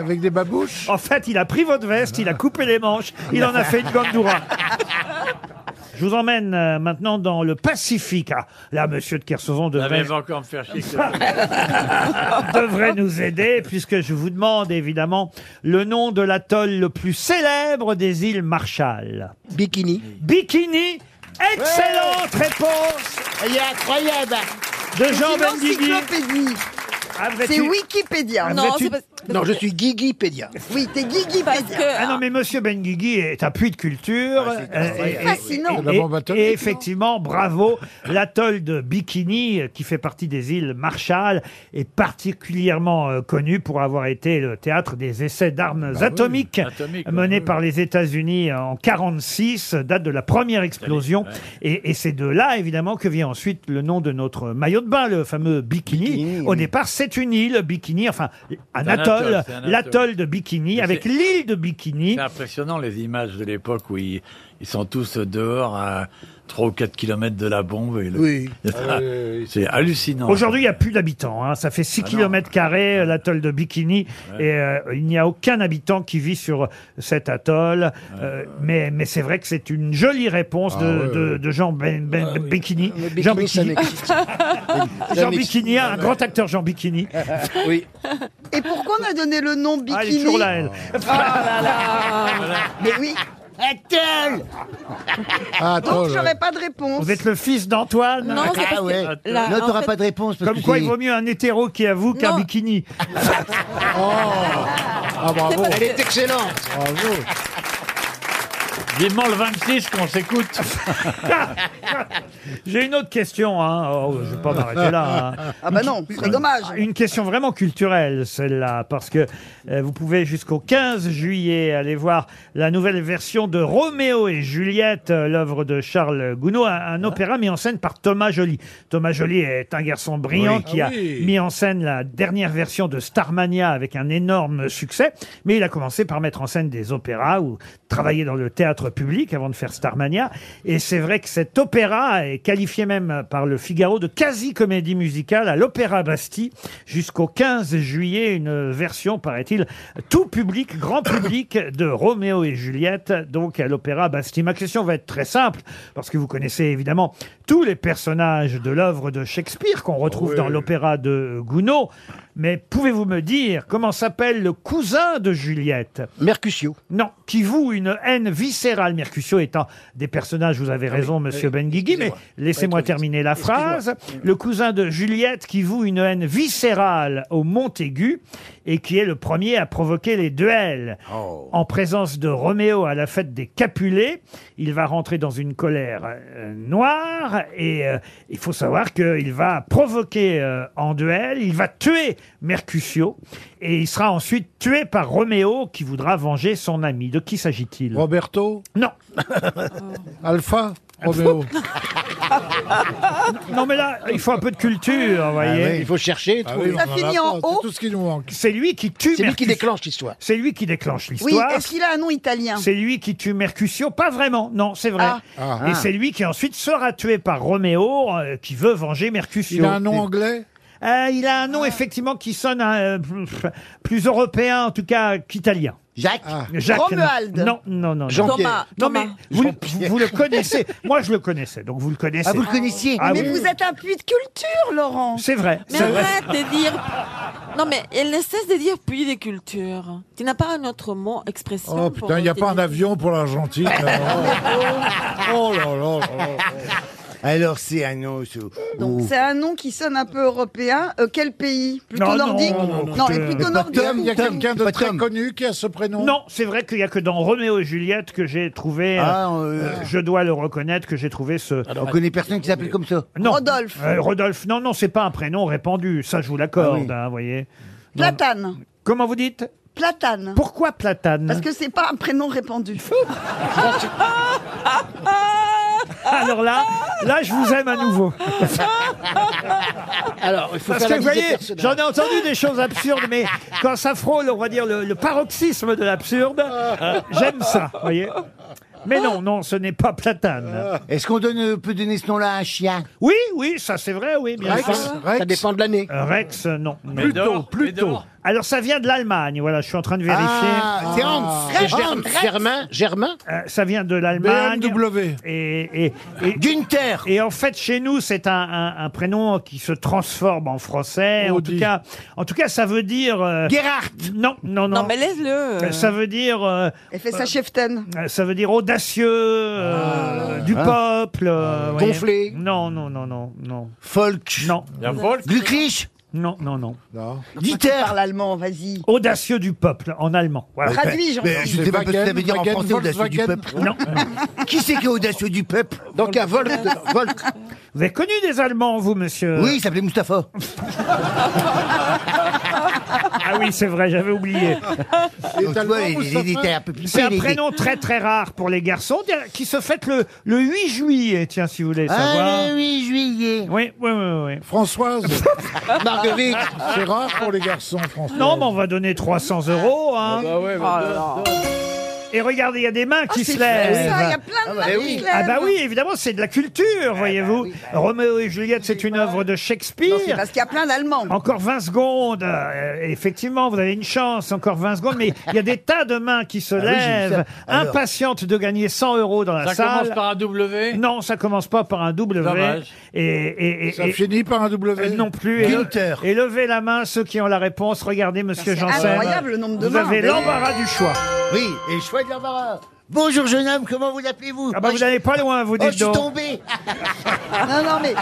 Avec des babouches En fait, il a pris votre veste, il a coupé les manches, il en a fait une gandoura. Je vous emmène euh, maintenant dans le Pacifique. Ah, là, monsieur de Kersauzon Ah, mais devrait, elle va encore me faire chier. devrait nous aider, puisque je vous demande évidemment le nom de l'atoll le plus célèbre des îles Marshall. Bikini. Bikini Excellente réponse Il est incroyable de Jean C'est une Benguigui. encyclopédie. C'est Wikipédia. Non, c'est parce- Non, je suis Guigui-pédia. Oui, t'es Guigui-pédia. Ah non, mais Monsieur Benguigui est un puits de culture. Euh, incroyable. et- et- Fascinant. et- C'est la bombe et- Et, effectivement, bravo. L'atoll de Bikini, euh, qui fait partie des îles Marshall, est particulièrement euh, connu pour avoir été le théâtre des essais Bah d'armes oui. atomiques Atomiques, ouais, menés ouais. par les États-Unis euh, en 46, date de la première explosion. Et, et c'est de là, évidemment, que vient ensuite le nom de notre maillot de bain, le fameux Bikini. Au départ, c'est une île, Bikini, enfin, un C'est un atoll, atoll, c'est un atoll. l'atoll de Bikini, avec l'île de Bikini. C'est impressionnant les images de l'époque où ils, ils sont tous dehors à 3 ou 4 kilomètres de la bombe. Et le- Oui. Ah, C'est hallucinant. Aujourd'hui, il n'y a plus d'habitants. hein. Ça fait Ah 6 km carrés euh, l'atoll de Bikini. Et euh, il n'y a aucun habitant qui vit sur cet atoll. Euh, mais mais c'est vrai que c'est une jolie réponse Ah, de, ouais, Ah de- de Jean Ben- Ben- Bikini. Jean Bikini. Ah, Jean Bikini, un grand acteur Jean Bikini. oui. Et pourquoi on a donné le nom Bikini Ah. Ah, elle est toujours là, elle. Mais oui. Atoll Ah, Donc troll, j'aurais ouais. pas de réponse. Vous êtes le fils d'Antoine. Non, c'est Ah parce que là, Non, t'auras en fait- pas de réponse. Comme quoi, il vaut mieux un hétéro qui avoue qu'un Non. bikini. Oh. Ah, bravo. parce Elle est que- excellente. Bravo. Vivement le 26 qu'on s'écoute. J'ai une autre question. Hein. Oh, je vais pas m'arrêter là. hein. Ah bah non, c'est dommage. Une question vraiment culturelle, celle-là, parce que euh, vous pouvez jusqu'au 15 juillet aller voir la nouvelle version de Roméo et Juliette, euh, l'œuvre de Charles Gounod, un, Ah. un opéra mis en scène par Thomas Joly. Thomas Joly est un garçon brillant Oui. qui Ah a oui. mis en scène la dernière version de Starmania avec un énorme succès, mais il a commencé par mettre en scène des opéras ou travailler dans le théâtre public avant de faire Starmania. Et c'est vrai que cet opéra est qualifié même par le Figaro de quasi-comédie musicale à l'Opéra Bastille jusqu'au 15 juillet. Une version, paraît-il, tout public, grand public de Roméo et Juliette, donc à l'Opéra Bastille. Ma question va être très simple, parce que vous connaissez évidemment tous les personnages de l'œuvre de Shakespeare qu'on retrouve dans l'opéra de Gounod. Mais pouvez-vous me dire comment s'appelle le cousin de Juliette Mercutio. Non, qui voue une haine viscérale. Mercutio étant des personnages, vous avez raison, monsieur Benguigui, mais laissez-moi terminer la phrase. Le cousin de Juliette qui voue une haine viscérale au Montaigu et qui est le premier à provoquer les duels. Oh. En présence de Roméo à la fête des Capulets, il va rentrer dans une colère euh, noire et euh, il faut savoir qu'il va provoquer euh, en duel, il va tuer Mercutio et il sera ensuite tué par Roméo qui voudra venger son ami. De qui s'agit-il Roberto Non. Oh, Alpha, Roméo. Non, mais là, il faut un peu de culture, vous voyez. Ah oui, il faut chercher. Ah oui, on en a pas, c'est Tout ce qui nous manque. C'est lui qui tue. C'est lui qui déclenche l'histoire. C'est lui qui déclenche Oui, l'histoire. est-ce qu'il a un nom italien C'est lui qui tue Mercutio, pas vraiment, non, c'est vrai. Ah. Ah, Et ah. c'est lui qui ensuite sera tué par Roméo, euh, qui veut venger Mercutio. Il a un nom anglais Il a un Ah. nom effectivement qui sonne euh, pff, plus européen, en tout cas qu'italien. Jacques, Ah. Jacques non. Romuald. Non, non, non. non. Jean-Pierre. Non, Thomas, mais vous, vous le connaissez. Moi, je le connaissais, donc vous le connaissez. Ah, vous le connaissiez Ah Mais oui. vous êtes un puits de culture, Laurent. C'est vrai. Mais c'est vrai. arrête de dire. Non, mais elle ne cesse de dire puits des cultures. Tu n'as pas un autre mot, expression. Oh pour putain, il n'y a pas un désigner- avion pour l'Argentine. Oh, oh là là là là. Alors c'est un nom. ce- Oh. C'est un nom qui sonne un peu européen. Euh, quel pays Plutôt Non, non, nordique non, non, Non, non, mais euh, plutôt pas nordique. Tom, il y a Tom. Quelqu'un de Pas très Tom. connu qui a ce prénom Non, c'est vrai qu'il n'y a que dans Roméo et Juliette que j'ai trouvé, euh, Ah, euh, je dois le reconnaître, que j'ai trouvé ce... On connaît personne qui s'appelle comme ça. Non. Rodolphe. Euh, Rodolphe, non, non, c'est pas un prénom répandu, ça je vous l'accorde, hein, vous voyez. Non, non. Platane. Comment vous dites Platane. Pourquoi Platane Parce que c'est pas un prénom répandu. Alors là, là je vous aime à nouveau. Alors, il faut Parce faire que la liste vous des voyez, personnages. j'en ai entendu des choses absurdes, mais quand ça frôle, on va dire, le, le paroxysme de l'absurde, euh, j'aime ça, vous voyez. Mais non, non, ce n'est pas Platane. Est-ce qu'on donne, euh, peut donner ce nom-là à un chien Oui, oui, ça c'est vrai, oui, bien Rex, sûr. Rex. Ça dépend de l'année. Rex, euh, non. non. Médor, Plutôt, plutôt. Médor. Alors ça vient de l'Allemagne, voilà, je suis en train de vérifier. Ah, c'est Hans. Euh, C'est Germ- Germain, Germain Ça vient de l'Allemagne. BMW. Et, et, Ah, et, Günther Et en fait, chez nous, c'est un, un- un prénom qui se transforme en français. En tout, cas, en tout cas, ça veut dire... euh, Gerhard. Non, non, non. Non, mais laisse-le. euh. Ça veut dire... euh, Elle fait sa euh, cheftaine. euh, ça veut dire audacieux, euh, du Ah. peuple. euh, vous Gonflé. voyez. Non, non, non, non, non. Folk. Non. Folk. Glucklich. Non, non, non. Dieter. Parle allemand, vas-y. Audacieux du peuple, en allemand. Voilà. Traduis, Jean-Pierre. Mais je sais pas ce que ça veut dire en français, audacieux du peuple. Non. qui c'est qui est audacieux du peuple Donc à Volk. Vous avez connu des Allemands, vous, monsieur Oui, il s'appelait Mustapha. Ah oui, c'est vrai, j'avais oublié. Donc, tu vois, il- il était un peu pipé, C'est un il était- prénom très très rare pour les garçons, tiens, qui se fête le, le 8 juillet, tiens, si vous voulez Ah, savoir. le 8 juillet. Oui, oui, oui, oui. Françoise. Marguerite. C'est rare pour les garçons, Françoise. Non, mais on va donner 300 euros. hein. Et regardez, il y a des mains qui Ah, c'est se fou, lèvent. ça, il y a plein de Ah bah mains oui. qui se lèvent. Ah, bah Ah bah oui, évidemment, c'est de la culture, voyez-vous. Roméo et Juliette, c'est une œuvre de Shakespeare. C'est parce qu'il y a plein d'allemands. Encore 20 secondes. Euh, effectivement, vous avez une chance. Encore 20 secondes. Mais il y a des tas de mains qui se oui, j'ai vu ça. lèvent, Alors. impatientes de gagner 100 euros dans la Ça commence salle. par un W. Non, ça commence pas par un W. Dommage. Et, et, et- Ça et- finit par un W. non plus. Et, le- et levez la main ceux qui ont la réponse. Regardez, monsieur C'est Janssen. incroyable le nombre de vous mains. avez Mais- l'embarras du choix. Oui, et chouette l'embarras. Bonjour jeune homme, comment vous appelez-vous Ah bah, Oh, vous je- n'allez pas loin, vous Oh, je dites suis donc. tombé. Non, non, mais.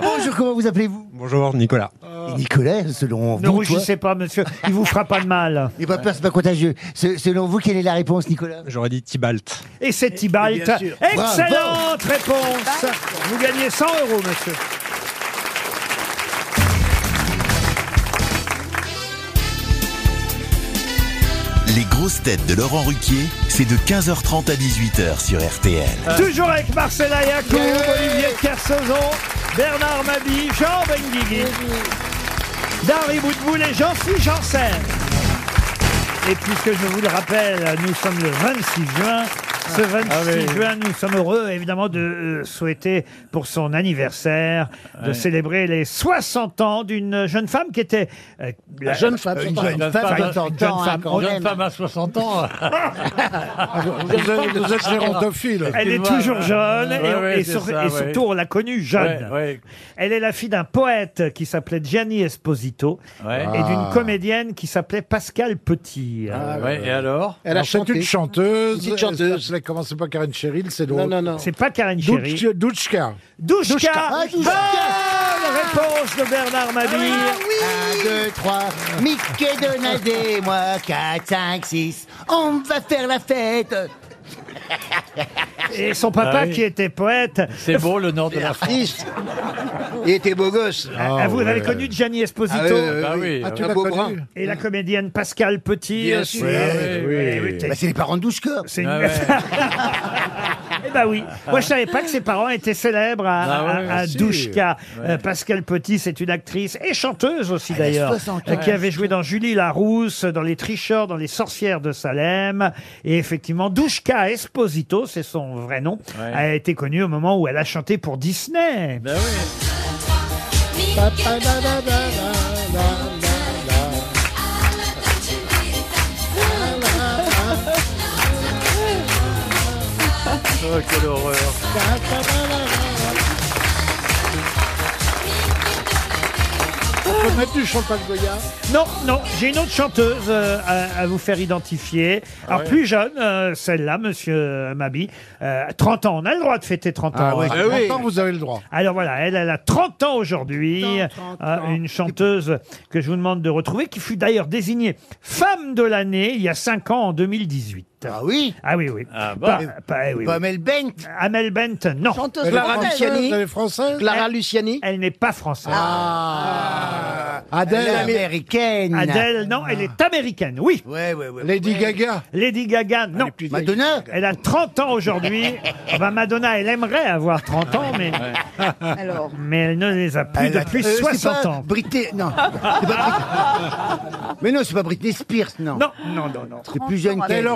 Bonjour, comment vous appelez-vous Bonjour Nicolas. Euh. Nicolas, selon Ne vous, toi, rougissez pas, monsieur. Il vous fera pas de mal. Il va pas, c'est pas contagieux. Se- selon vous, quelle est la réponse, Nicolas J'aurais dit Tibalt. Et c'est Tibalt. Eh, bien sûr. Excellente réponse. Vous gagnez 100 euros, monsieur. Les grosses têtes de Laurent Ruquier, c'est de 15h30 à 18h sur RTL. Toujours avec Marcela Yacoub, Olivier de Kersauzon, Bernard Mabille, Jean Benguigui, Dari Boutboul et Jean-Philippe Janssen. Et puisque je vous le rappelle, nous sommes le 26 juin. Ce 26 Ah oui. juin, nous sommes heureux évidemment de euh, souhaiter pour son anniversaire de Ouais. célébrer les 60 ans d'une jeune femme qui était euh, la- jeune femme, euh, surtout. Une jeune femme, jeune jeune jeune femme, femme, quand jeune même. femme à 60 ans. hein. Vous êtes- vous êtes gérontophiles. Elle est Excuse-moi. toujours jeune et, Ouais, ouais, et c'est sur- ça, et ouais. surtout on l'a connue jeune. Ouais, ouais. Elle est la fille d'un poète qui s'appelait Gianni Esposito Ouais. et d'une Ah. comédienne qui s'appelait Pascal Petit. Ah, ouais, et alors Elle a c'est une chanteuse. Une petite Elle s'appelait comment c'est pas Karen Cheryl, c'est l'autre. Non, non, non. C'est pas Karen Cheryl. Douchka. Douchka. Douchka. Ah, Bonne Douchka. réponse de Bernard Mabille. 1, 2, 3, Mickey, Donald et moi, 4, 5, 6, on va faire la fête Et son papa Ah oui. qui était poète. C'est beau le nord de la France. Il était beau gosse Ah, vous avez connu Gianni Esposito Ah oui, oui, Bah oui. oui. Ah, tu l'as connu Et la comédienne Pascal Petit. Bien aussi. Ah, sûr. Oui, oui, oui, oui. Ah, Bah, c'est les parents de Douchka C'est une- Ah ouais. Eh ben, bah oui. Moi, je savais pas que ses parents étaient célèbres à, Ah ouais, à- à si. Douchka. Ouais. Euh, Pascal Petit, c'est une actrice et chanteuse aussi a d'ailleurs, 60 euh, ans. qui avait joué dans Julie Larousse, dans Les Tricheurs, dans Les Sorcières de Salem. Et effectivement, Douchka Esposito, c'est son vrai nom, a été connue au moment où elle a chanté pour Disney. Ben Oh, quelle horreur. On peut Ah. mettre du champagne Goya. Non, non, j'ai une autre chanteuse euh, à, à vous faire identifier. Ah Alors, plus jeune, euh, celle-là, monsieur Mabi, euh, 30 ans. On a le droit de fêter 30 ans. Ah oui, hein. Eh 30 ans, vous avez le droit. Alors voilà, elle, elle a 30 ans aujourd'hui, Euh, une chanteuse que je vous demande de retrouver, qui fut d'ailleurs désignée femme de l'année il y a 5 ans, en 2018. Ah oui Ah oui, oui. Ah bon Pas Amel Bent Amel Bent, non. Chanteuse Clara française. Luciani Elle est française Clara Luciani Elle n'est pas française. Adèle. Ah. Elle est américaine. Adèle, non, elle est américaine, oui. Lady Gaga Lady Gaga, non. Madonna Elle a 30 ans aujourd'hui. Ah bah, Madonna, elle aimerait avoir 30 ans, mais... Alors. Mais elle ne les a plus Elle a- depuis euh, c'est 60 pas ans. Britney, non. C'est pas Britney- Mais non, c'est pas Britney Spears, non. Non, non, non, non. C'est plus jeune qu'elle.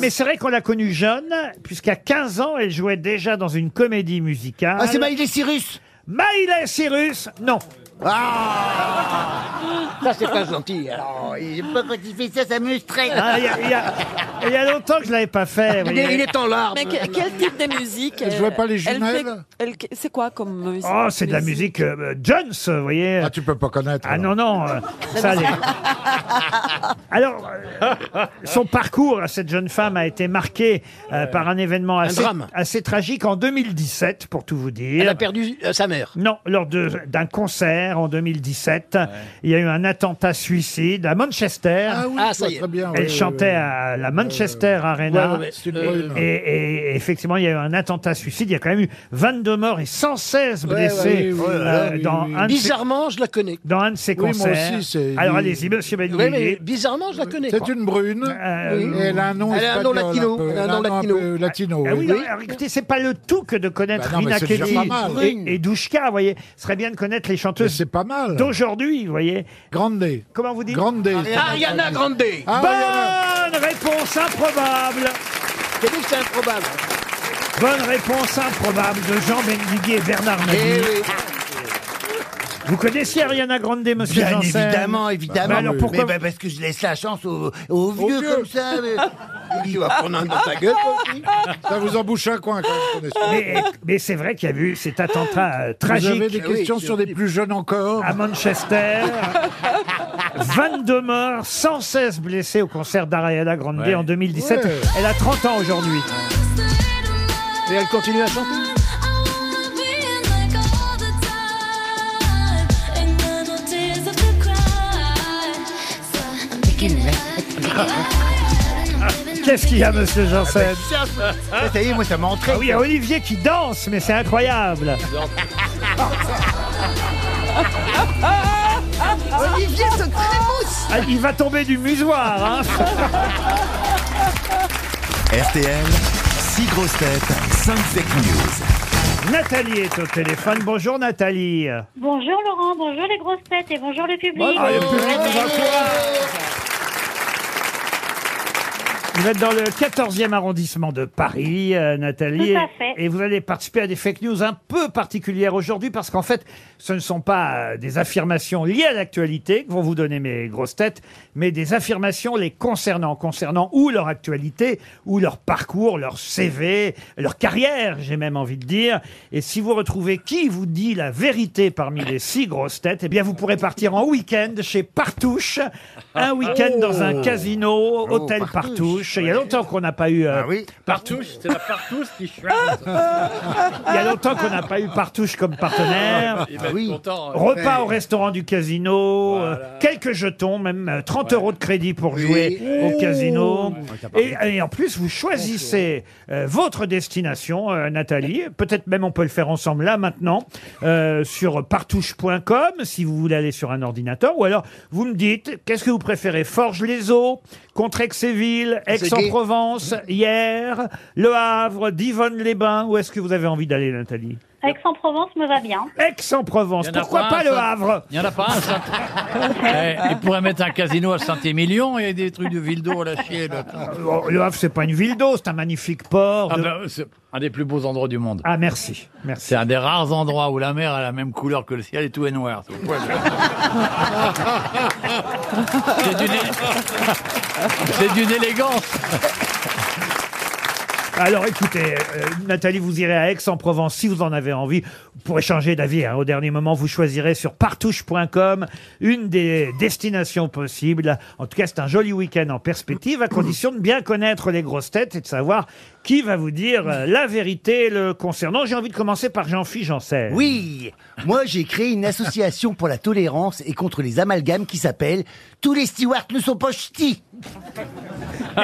Mais c'est vrai qu'on l'a connue jeune, puisqu'à 15 ans, elle jouait déjà dans une comédie musicale. Ah, c'est Miley Cyrus Miley Cyrus Non. Ah. Ça, c'est pas gentil. Alors, il peut pas qu'il fait ça, ça me stresse. Ah, Il y, a- il y a- il y a longtemps que je ne l'avais pas fait. vous voyez. Mais que- quel type de musique Elle euh, jouait pas les elle fait- jumelles elle- C'est quoi comme musique Oh, c'est de la musique euh, Jones, vous voyez. Ah, tu peux pas connaître. Ah non, non. euh, ça, les- Alors, euh, son parcours à cette jeune femme a été marqué euh, par un événement assez, drame. assez tragique en 2017, pour tout vous dire. Elle a perdu euh, sa mère. Non, lors de- d'un concert en 2017, il y a eu un attentat suicide à Manchester. Ah oui, Ah, ça je vois y est. très bien, Elle oui, chantait oui, oui. à la Manchester Arena. Ouais, ouais, ouais. C'est une brune. et, et effectivement, il y a eu un attentat suicide. Il y a quand même eu 22 morts et 116 Ouais, ouais, blessés ouais, euh, ouais, ouais, dans, oui, un de oui. ses- Bizarrement, je la connais. dans un de ses Oui, moi concerts. aussi, c'est- Alors oui. allez-y, monsieur Oui, mais Benguigui. bizarrement, je la connais. C'est une brune. Euh, Et elle a un nom Elle a un nom espagnol, latino. peu. Elle a un nom un latino. peu latino. Ah oui, oui. non, alors écoutez, c'est pas le tout que de connaître Bah non, mais Rina c'est déjà Ketty pas mal. et, et Douchka, vous voyez. Ce serait bien de connaître les chanteuses c'est pas mal. d'aujourd'hui, vous voyez. Grande. Comment vous dites Grande. Ariana Ah, Grande. Ah, Bonne réponse improbable. J'ai dit que c'est improbable. Bonne réponse improbable de Jean Benguigui et Bernard Mabille. Eh oui. Vous connaissiez Ariana Grande, monsieur Bien Janssen évidemment, évidemment. Bah alors pourquoi Mais bah, parce que je laisse la chance aux, aux vieux, comme ça. mais- Il Tu vas prendre un dans ta gueule, toi aussi. Ça vous embouche un coin quand même. qu'on est Mais, sûr. mais c'est vrai qu'il y a eu cet attentat euh, tragique. Vous avez des questions sur des plus jeunes encore À Manchester. 22 morts, 116 blessés au concert d'Ariana Grande Ouais. en 2017. Ouais. Elle a 30 ans aujourd'hui. Et elle continue à chanter. Qu'est-ce qu'il y a, monsieur Janssen Ah, Ça y est, moi, ça m'a entré. Ah oui, il y a Olivier qui danse, mais c'est incroyable. Olivier se trémousse. Ah, Il va tomber du musoir. hein. RTL, 6 grosses têtes, 5 fake news. Nathalie est au téléphone. Bonjour Nathalie. Bonjour Laurent, bonjour les grosses têtes et bonjour le public. Bonjour. Ah, le public nous Vous êtes dans le 14e arrondissement de Paris, euh, Nathalie. Tout à et- fait. Et vous allez participer à des fake news un peu particulières aujourd'hui parce qu'en fait, ce ne sont pas euh, des affirmations liées à l'actualité que vont vous donner mes grosses têtes, mais des affirmations les concernant, concernant ou leur actualité, ou leur parcours, leur CV, leur carrière, j'ai même envie de dire. Et si vous retrouvez qui vous dit la vérité parmi les six grosses têtes, eh bien vous pourrez partir en week-end chez Partouche, un week-end dans un Oh. casino, Oh, Ah hôtel Partouche. Il y a longtemps qu'on n'a pas eu. euh, Partouche, c'est la partouche qui chouette. Il y a longtemps qu'on n'a pas eu Partouche comme partenaire. Ah Il va être content, hein. Repas Ouais. au restaurant du casino, euh, quelques jetons, même euh, 30 euros de crédit pour jouer Oh. au casino. Et, et en plus, vous choisissez euh, votre destination, euh, Nathalie. Peut-être même on peut le faire ensemble là maintenant euh, sur partouche.com si vous voulez aller sur un ordinateur. Ou alors vous me dites qu'est-ce que vous préférez Forge les eaux, Contrexéville, Aix-en-Provence, hier, Le Havre, Divonne-les-Bains. Où est-ce que vous avez envie d'aller, Nathalie Aix-en-Provence me va bien. Aix-en-Provence, pourquoi pas, Le Havre Il n'y en a pas un, Saint- Eh, Il pourrait mettre un casino à Saint-Émilion et des trucs de ville d'eau à la chienne. Oh, Le Havre, c'est pas une ville d'eau, c'est un magnifique port. Ah de- ben, c'est un des plus beaux endroits du monde. Ah, merci. merci. C'est un des rares endroits où la mer a la même couleur que le ciel et tout est noir. C'est ouais, c'est d'une c'est d'une élégance. Alors écoutez, euh, Nathalie, vous irez à Aix-en-Provence si vous en avez envie. Vous pourrez changer d'avis. hein. Au dernier moment, vous choisirez sur partouche.com une des destinations possibles. En tout cas, c'est un joli week-end en perspective, à condition de bien connaître les grosses têtes et de savoir qui va vous dire euh, la vérité le concernant. J'ai envie de commencer par Jean-Philippe Janssen. Oui, moi j'ai créé une association pour la tolérance et contre les amalgames qui s'appelle Tous les stewards ne sont pas ch'tis.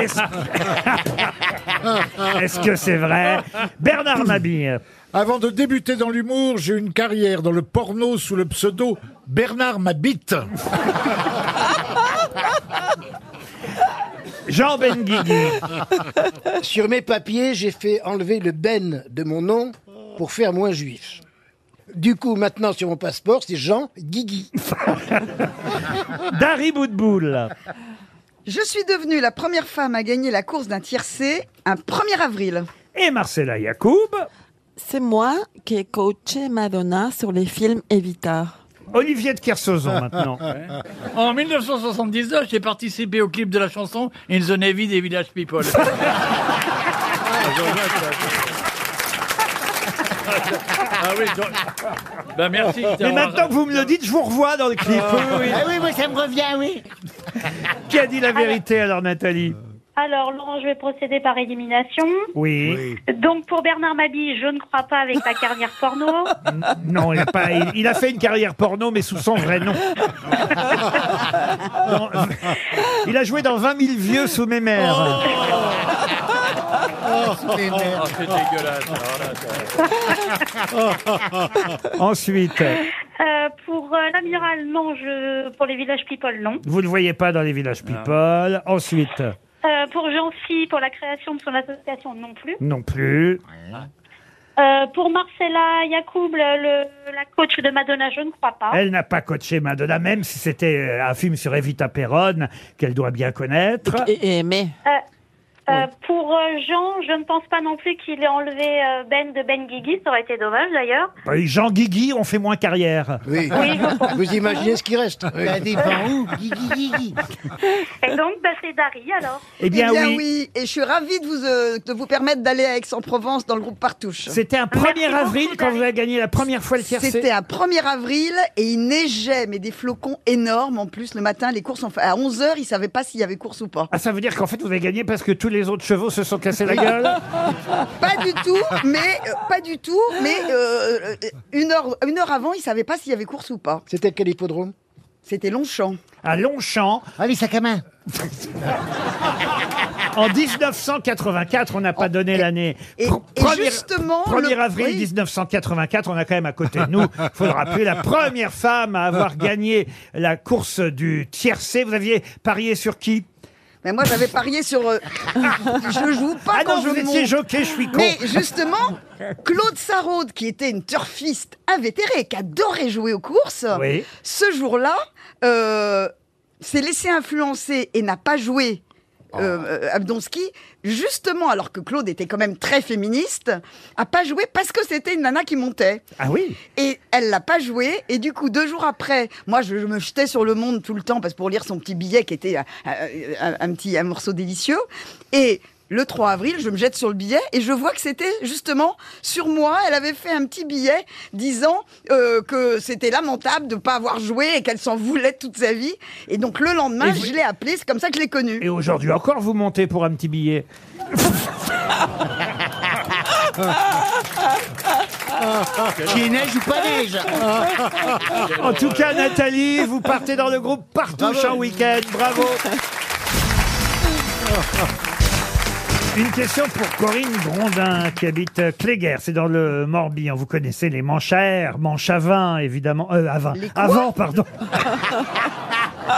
Est-ce Est-ce que c'est vrai Bernard Mabille. Avant de débuter dans l'humour, j'ai une carrière dans le porno sous le pseudo Bernard Mabite. Jean Benguigui. Sur mes papiers, j'ai fait enlever le Ben de mon nom pour faire moins juif. Du coup, maintenant, sur mon passeport, c'est Jean Guigui. Dari Boudboul. Je suis devenue la première femme à gagner la course d'un tiercé un 1er avril. Et Marcella Yacoub. C'est moi qui ai coaché Madonna sur les films Evita. Olivier de Kersauzon maintenant. En 1979, j'ai participé au clip de la chanson In the Navy des Village People. Ah oui, donc- bah merci. Mais maintenant que vous me le dites, je vous revois dans le clip. Oui, oui. Ah oui, moi ça me revient, oui. Qui a dit la vérité alors, Nathalie Alors, Laurent, je vais procéder par élimination. Oui. Donc, pour Bernard Mabille, je ne crois pas avec la carrière porno. Non, il a, pas, il, il a fait une carrière porno, mais sous son vrai nom. Non, il a joué dans 20 000 vieux sous mes mères. c'est dégueulasse. alors là, Oh. ça- Ensuite, Euh, pour euh, l'amiral, non. Je... Pour les villages people, non. vous ne le voyez pas dans les villages people. Ensuite, Euh, pour Jean-Phi, pour la création de son association, non plus. non plus. Euh, pour Marcella Yacoub, le- le- la coach de Madonna, je ne crois pas. Elle n'a pas coaché Madonna, même si c'était euh, un film sur Evita Perron, qu'elle doit bien connaître. Et aimer. Euh, euh, Pour euh, Jean, je ne pense pas non plus qu'il ait enlevé euh, Ben de Ben Guigui. Ça aurait été dommage, d'ailleurs. Bah oui, Jean Guigui, on fait moins carrière. Oui. Vous imaginez ce qui reste Ça ben, dépend où. Guigui, guigui. Et donc, bah, c'est Dari, alors. Eh bien, oui. Et je suis ravie de vous, euh, de vous permettre d'aller à Aix-en-Provence dans le groupe Partouche. C'était un 1er avril quand vous avez gagné la première fois le tiercé. C'était un 1er avril et il neigeait, mais des flocons énormes en plus le matin. Les courses ont fait à 11h, ils ne savaient pas s'il y avait course ou pas. Ah, ça veut dire qu'en fait, vous avez gagné parce que tous les autres chevaux se sont cassés la gueule Pas du tout, mais euh, pas du tout, mais euh, euh, une, heure, une heure avant, ils ne savaient pas s'il y avait course ou pas. C'était quel hippodrome C'était Longchamp. à Longchamp. Ah, les sacs à main. En 1984, on n'a pas donné l'année. Oh, et- Pr- et justement, 1er le- avril oui. 1984, on a quand même à côté de nous, faut le rappeler, la première femme à avoir gagné la course du tiercé. Vous aviez parié sur qui Mais moi, j'avais parié sur. euh, je joue pas Ah quand non, je vous étiez monte. jockey, je suis con. Mais justement, Claude Sarraud, qui était une turfiste invétérée, qui adorait jouer aux courses, Oui. ce jour-là, euh, s'est laissé influencer et n'a pas joué. euh, Ah. euh, Abdonski, justement, alors que Claude était quand même très féministe, a pas joué parce que c'était une nana qui montait. Ah oui Et elle l'a pas joué. Et du coup, deux jours après, moi, je, je me jetais sur le monde tout le temps parce pour lire son petit billet qui était euh, euh, un, un petit un morceau délicieux. Et le 3 avril, je me jette sur le billet et je vois que c'était justement sur moi. Elle avait fait un petit billet disant euh, que c'était lamentable de ne pas avoir joué et qu'elle s'en voulait toute sa vie. Et donc le lendemain, Et vous- je l'ai appelée. C'est comme ça que je l'ai connue. Et aujourd'hui encore, vous montez pour un petit billet. Ah, Qui neige ou pas neige En tout cas, Nathalie, vous partez dans le groupe Partouche en week-end. Bravo. Une question pour Corinne Grondin qui habite euh, Cléguer, c'est dans le Morbihan. Vous connaissez les manchères, manches à vin, évidemment. Euh, à vin. Avant, pardon.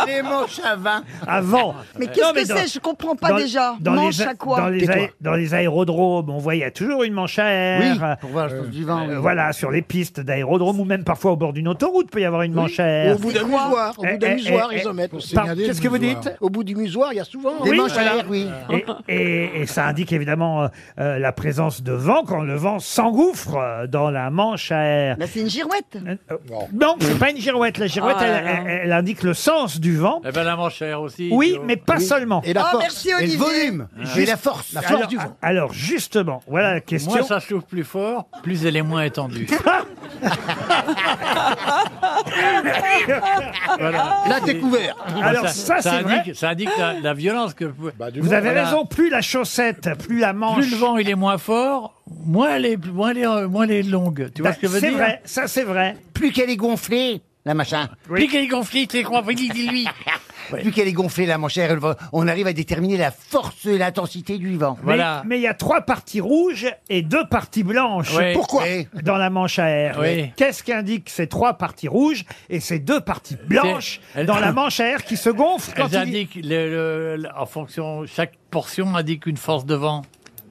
les manches à vin. Avant. Mais qu'est-ce Non, que dans- c'est Je comprends pas dans- déjà. dans Manche les a- à quoi dans les, a- Tais-toi. dans les aérodromes, on voit, il y a toujours une manche à air. Euh, Oui, pour voir le sens du vent, oui. Voilà, sur les pistes d'aérodrome ou même parfois au bord d'une autoroute, peut y avoir une manche à air. Eh, Au bout d'un musoir, au bout d'un musoir, ils en mettent. Pardon, Qu'est-ce que vous dites Au bout du musoir, il y a souvent Oui, voilà. Et, et- et ça indique évidemment euh, euh, la présence de vent quand le vent s'engouffre euh, dans la manche à air. Bah, c'est une girouette. Euh, Non, c'est pas une girouette. La girouette, Ah là elle, là. elle- elle indique le sens du vent. Eh ben la manche à air aussi. Oui, Guillaume. mais pas seulement. Et la Ah, force. merci, Et le Olivier. volume. Et la force. La force alors, ah, du vent. Alors justement, voilà la question. Moins ça chauffe plus fort, plus elle est moins étendue. voilà. Là, t'es couvert. Alors, ça, c'est vrai. indique, ça indique la, la violence que vous. Bah, Vous avez raison, plus la chaussette, plus la manche. Plus le vent il est moins fort, moins elle est, moins elle est, euh, moins elle est longue. Bah, Tu vois ce que je veux Bah, C'est dire hein vrai, ça c'est vrai. Plus qu'elle est gonflée, la machin. Plus qu'elle est gonflée, c'est quoi Vas-y, dis-lui. Plus qu'elle est gonflée, la manche à air, elle va- on arrive à déterminer la force et l'intensité du vent. Mais- Mais il y a trois parties rouges et deux parties blanches. Oui. Pourquoi Oui. Dans la manche à air. Oui. Qu'est-ce qu'indiquent ces trois parties rouges et ces deux parties blanches C'est- elles- dans la manche à air qui se gonfle quand Elles il... indiquent le- le- en fonction, chaque portion indique une force de vent.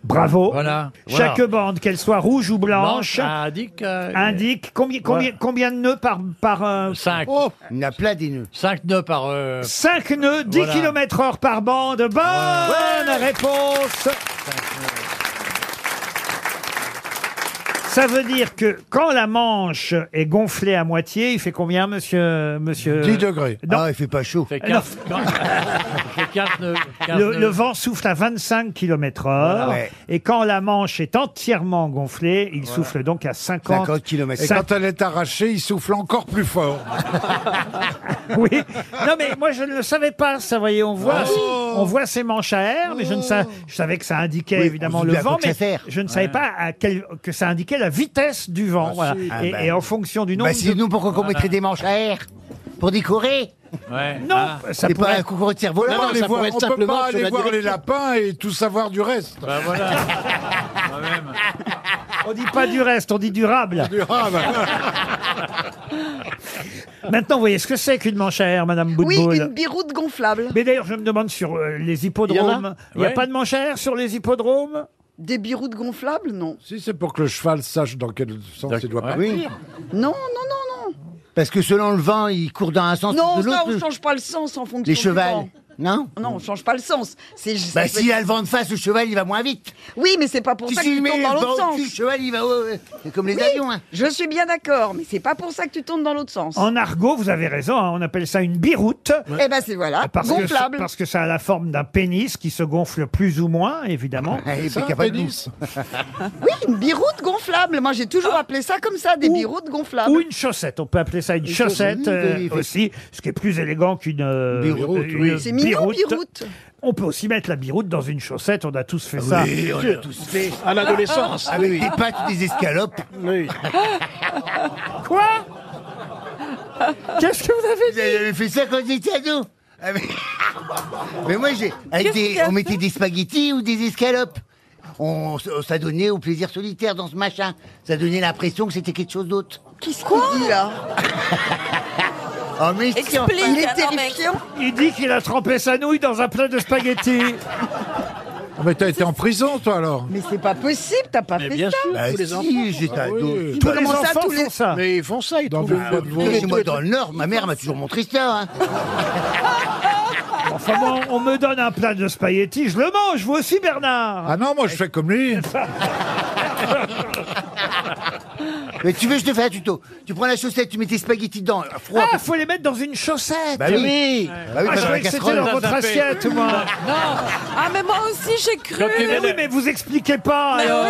Bravo. Voilà. Chaque Voilà. bande, qu'elle soit rouge ou blanche, Blanche, ah, indique, euh, indique combien, combien, Voilà. combien de nœuds par... par euh, Cinq. Oh, Il y en a plein des nœuds. 5 nœuds par. euh, 5 nœuds, 10 Voilà. km heure par bande. Bonne réponse Ça veut dire que quand la manche est gonflée à moitié, il fait combien, monsieur, monsieur 10 degrés. Non. Ah, il fait pas chaud. fait Alors, quatre- fait quatre nœuds, quatre le, nœuds. le vent souffle à 25 km heure. Voilà. Ouais. Et quand la manche est entièrement gonflée, il souffle donc à 50, 50 kilomètres. Et Cinq- quand elle est arrachée, il souffle encore plus fort. Oui. Non, mais moi, je ne le savais pas, ça, voyez, on voit, Oh. on voit ces manches à air, mais je ne savais, je savais que ça indiquait Oh. Oui, on évidemment se le dit à vent, quoi que mais ça sert. je ne savais Ouais. pas à quel, que ça indiquait la vitesse du vent, voilà. si. Ah et, ben. et en fonction du nombre Bah, sinon, de... pourquoi qu'on Voilà. mettrait des manches à air Pour décorer Ouais. Non, Ah. ça C'est pourrait- pas un concours de cerveau-là. Non, les ça voir- pourrait on être peut simplement pas sur aller la voir les direction. lapins et tout savoir du reste. Bah voilà. On dit pas du reste, on dit durable. Durable. Maintenant, vous voyez ce que c'est qu'une manche à air, Madame Oui, Boutboul une biroute gonflable. Mais d'ailleurs, je me demande sur euh, les Il y en a Ah. hippodromes, il n'y a, Ouais. pas de manche à air sur les hippodromes Des biroutes gonflables Non. Si c'est pour que le cheval sache dans quel sens il doit partir. Oui. Non, non, non, Parce que selon le vent, il court dans un non. sens ou Non, de ça, on l'autre. change pas le sens en fonction Les du chevals, vent. non Non, on change pas le sens. C'est juste- Bah, s'il a le vent de face, le cheval, il va moins vite. Oui, mais c'est pas pour Si ça que tu tu mets tombes dans le l'autre vent sens. au-dessus, le cheval, il va. ouais, ouais. C'est comme les Oui, avions, hein. Je suis bien d'accord, mais c'est pas pour ça que tu tournes dans l'autre sens. En argot, vous avez raison, hein, on appelle ça une biroute. Ah, Eh ben c'est voilà, Parce que, ça- gonflable. parce que ça a la forme d'un pénis qui se gonfle plus ou moins, évidemment. Et puis qu'il y a pas de bouffe. Oui, une biroute gonflable. Moi, j'ai toujours appelé ça comme ça, des biroutes Ah. gonflables. Ou une chaussette, on peut appeler ça une Une chaussette chaussette, euh, oui, oui. aussi, ce qui est plus élégant qu'une euh, Biroute, une oui. C'est mignon, biroute. On peut aussi mettre la biroute dans une chaussette, on a tous fait ça. Ah Oui, on l'a tous fait. À l'adolescence. Ah oui, oui. Des pattes, des escalopes. Oui. Quoi Qu'est-ce que vous avez dit J'avais fait ça quand j'étais ado. Ah, Mais, mais moi, j'ai, avec des- on mettait des spaghettis ou des escalopes. On, s- ça donnait au plaisir solitaire dans ce machin. Ça donnait l'impression que c'était quelque chose d'autre. Qu'est-ce qu'il dit là Oh, mais si, enfin. Il est terrifiant. Il dit qu'il a trempé sa nouille dans un plat de spaghettis. Ah, Mais t'as été en prison, toi, alors Mais c'est pas possible, t'as pas fait ça. Bah, tous les si, enfants j'étais Ah ado. oui. Toi, Comment ça, tous les- ça. Mais ils font ça, ils Dans trouvent. vos poids de veau. chez moi, dans le Nord, ma mère m'a toujours montré ça. hein. Enfin bon, on me donne un plat de spaghettis, je le mange, vous aussi Bernard Ah non, moi, je fais comme lui. Mais tu veux, je te fais un tuto. Tu prends la chaussette, tu mets tes spaghettis dedans, à froid. Ah, faut les mettre dans une chaussette Bah oui. Bah oui, Ah, pas je dans la croyais que c'était casserole. dans votre assiette, moi Ah, mais moi aussi, j'ai cru. Mais oui, mais vous expliquez pas alors.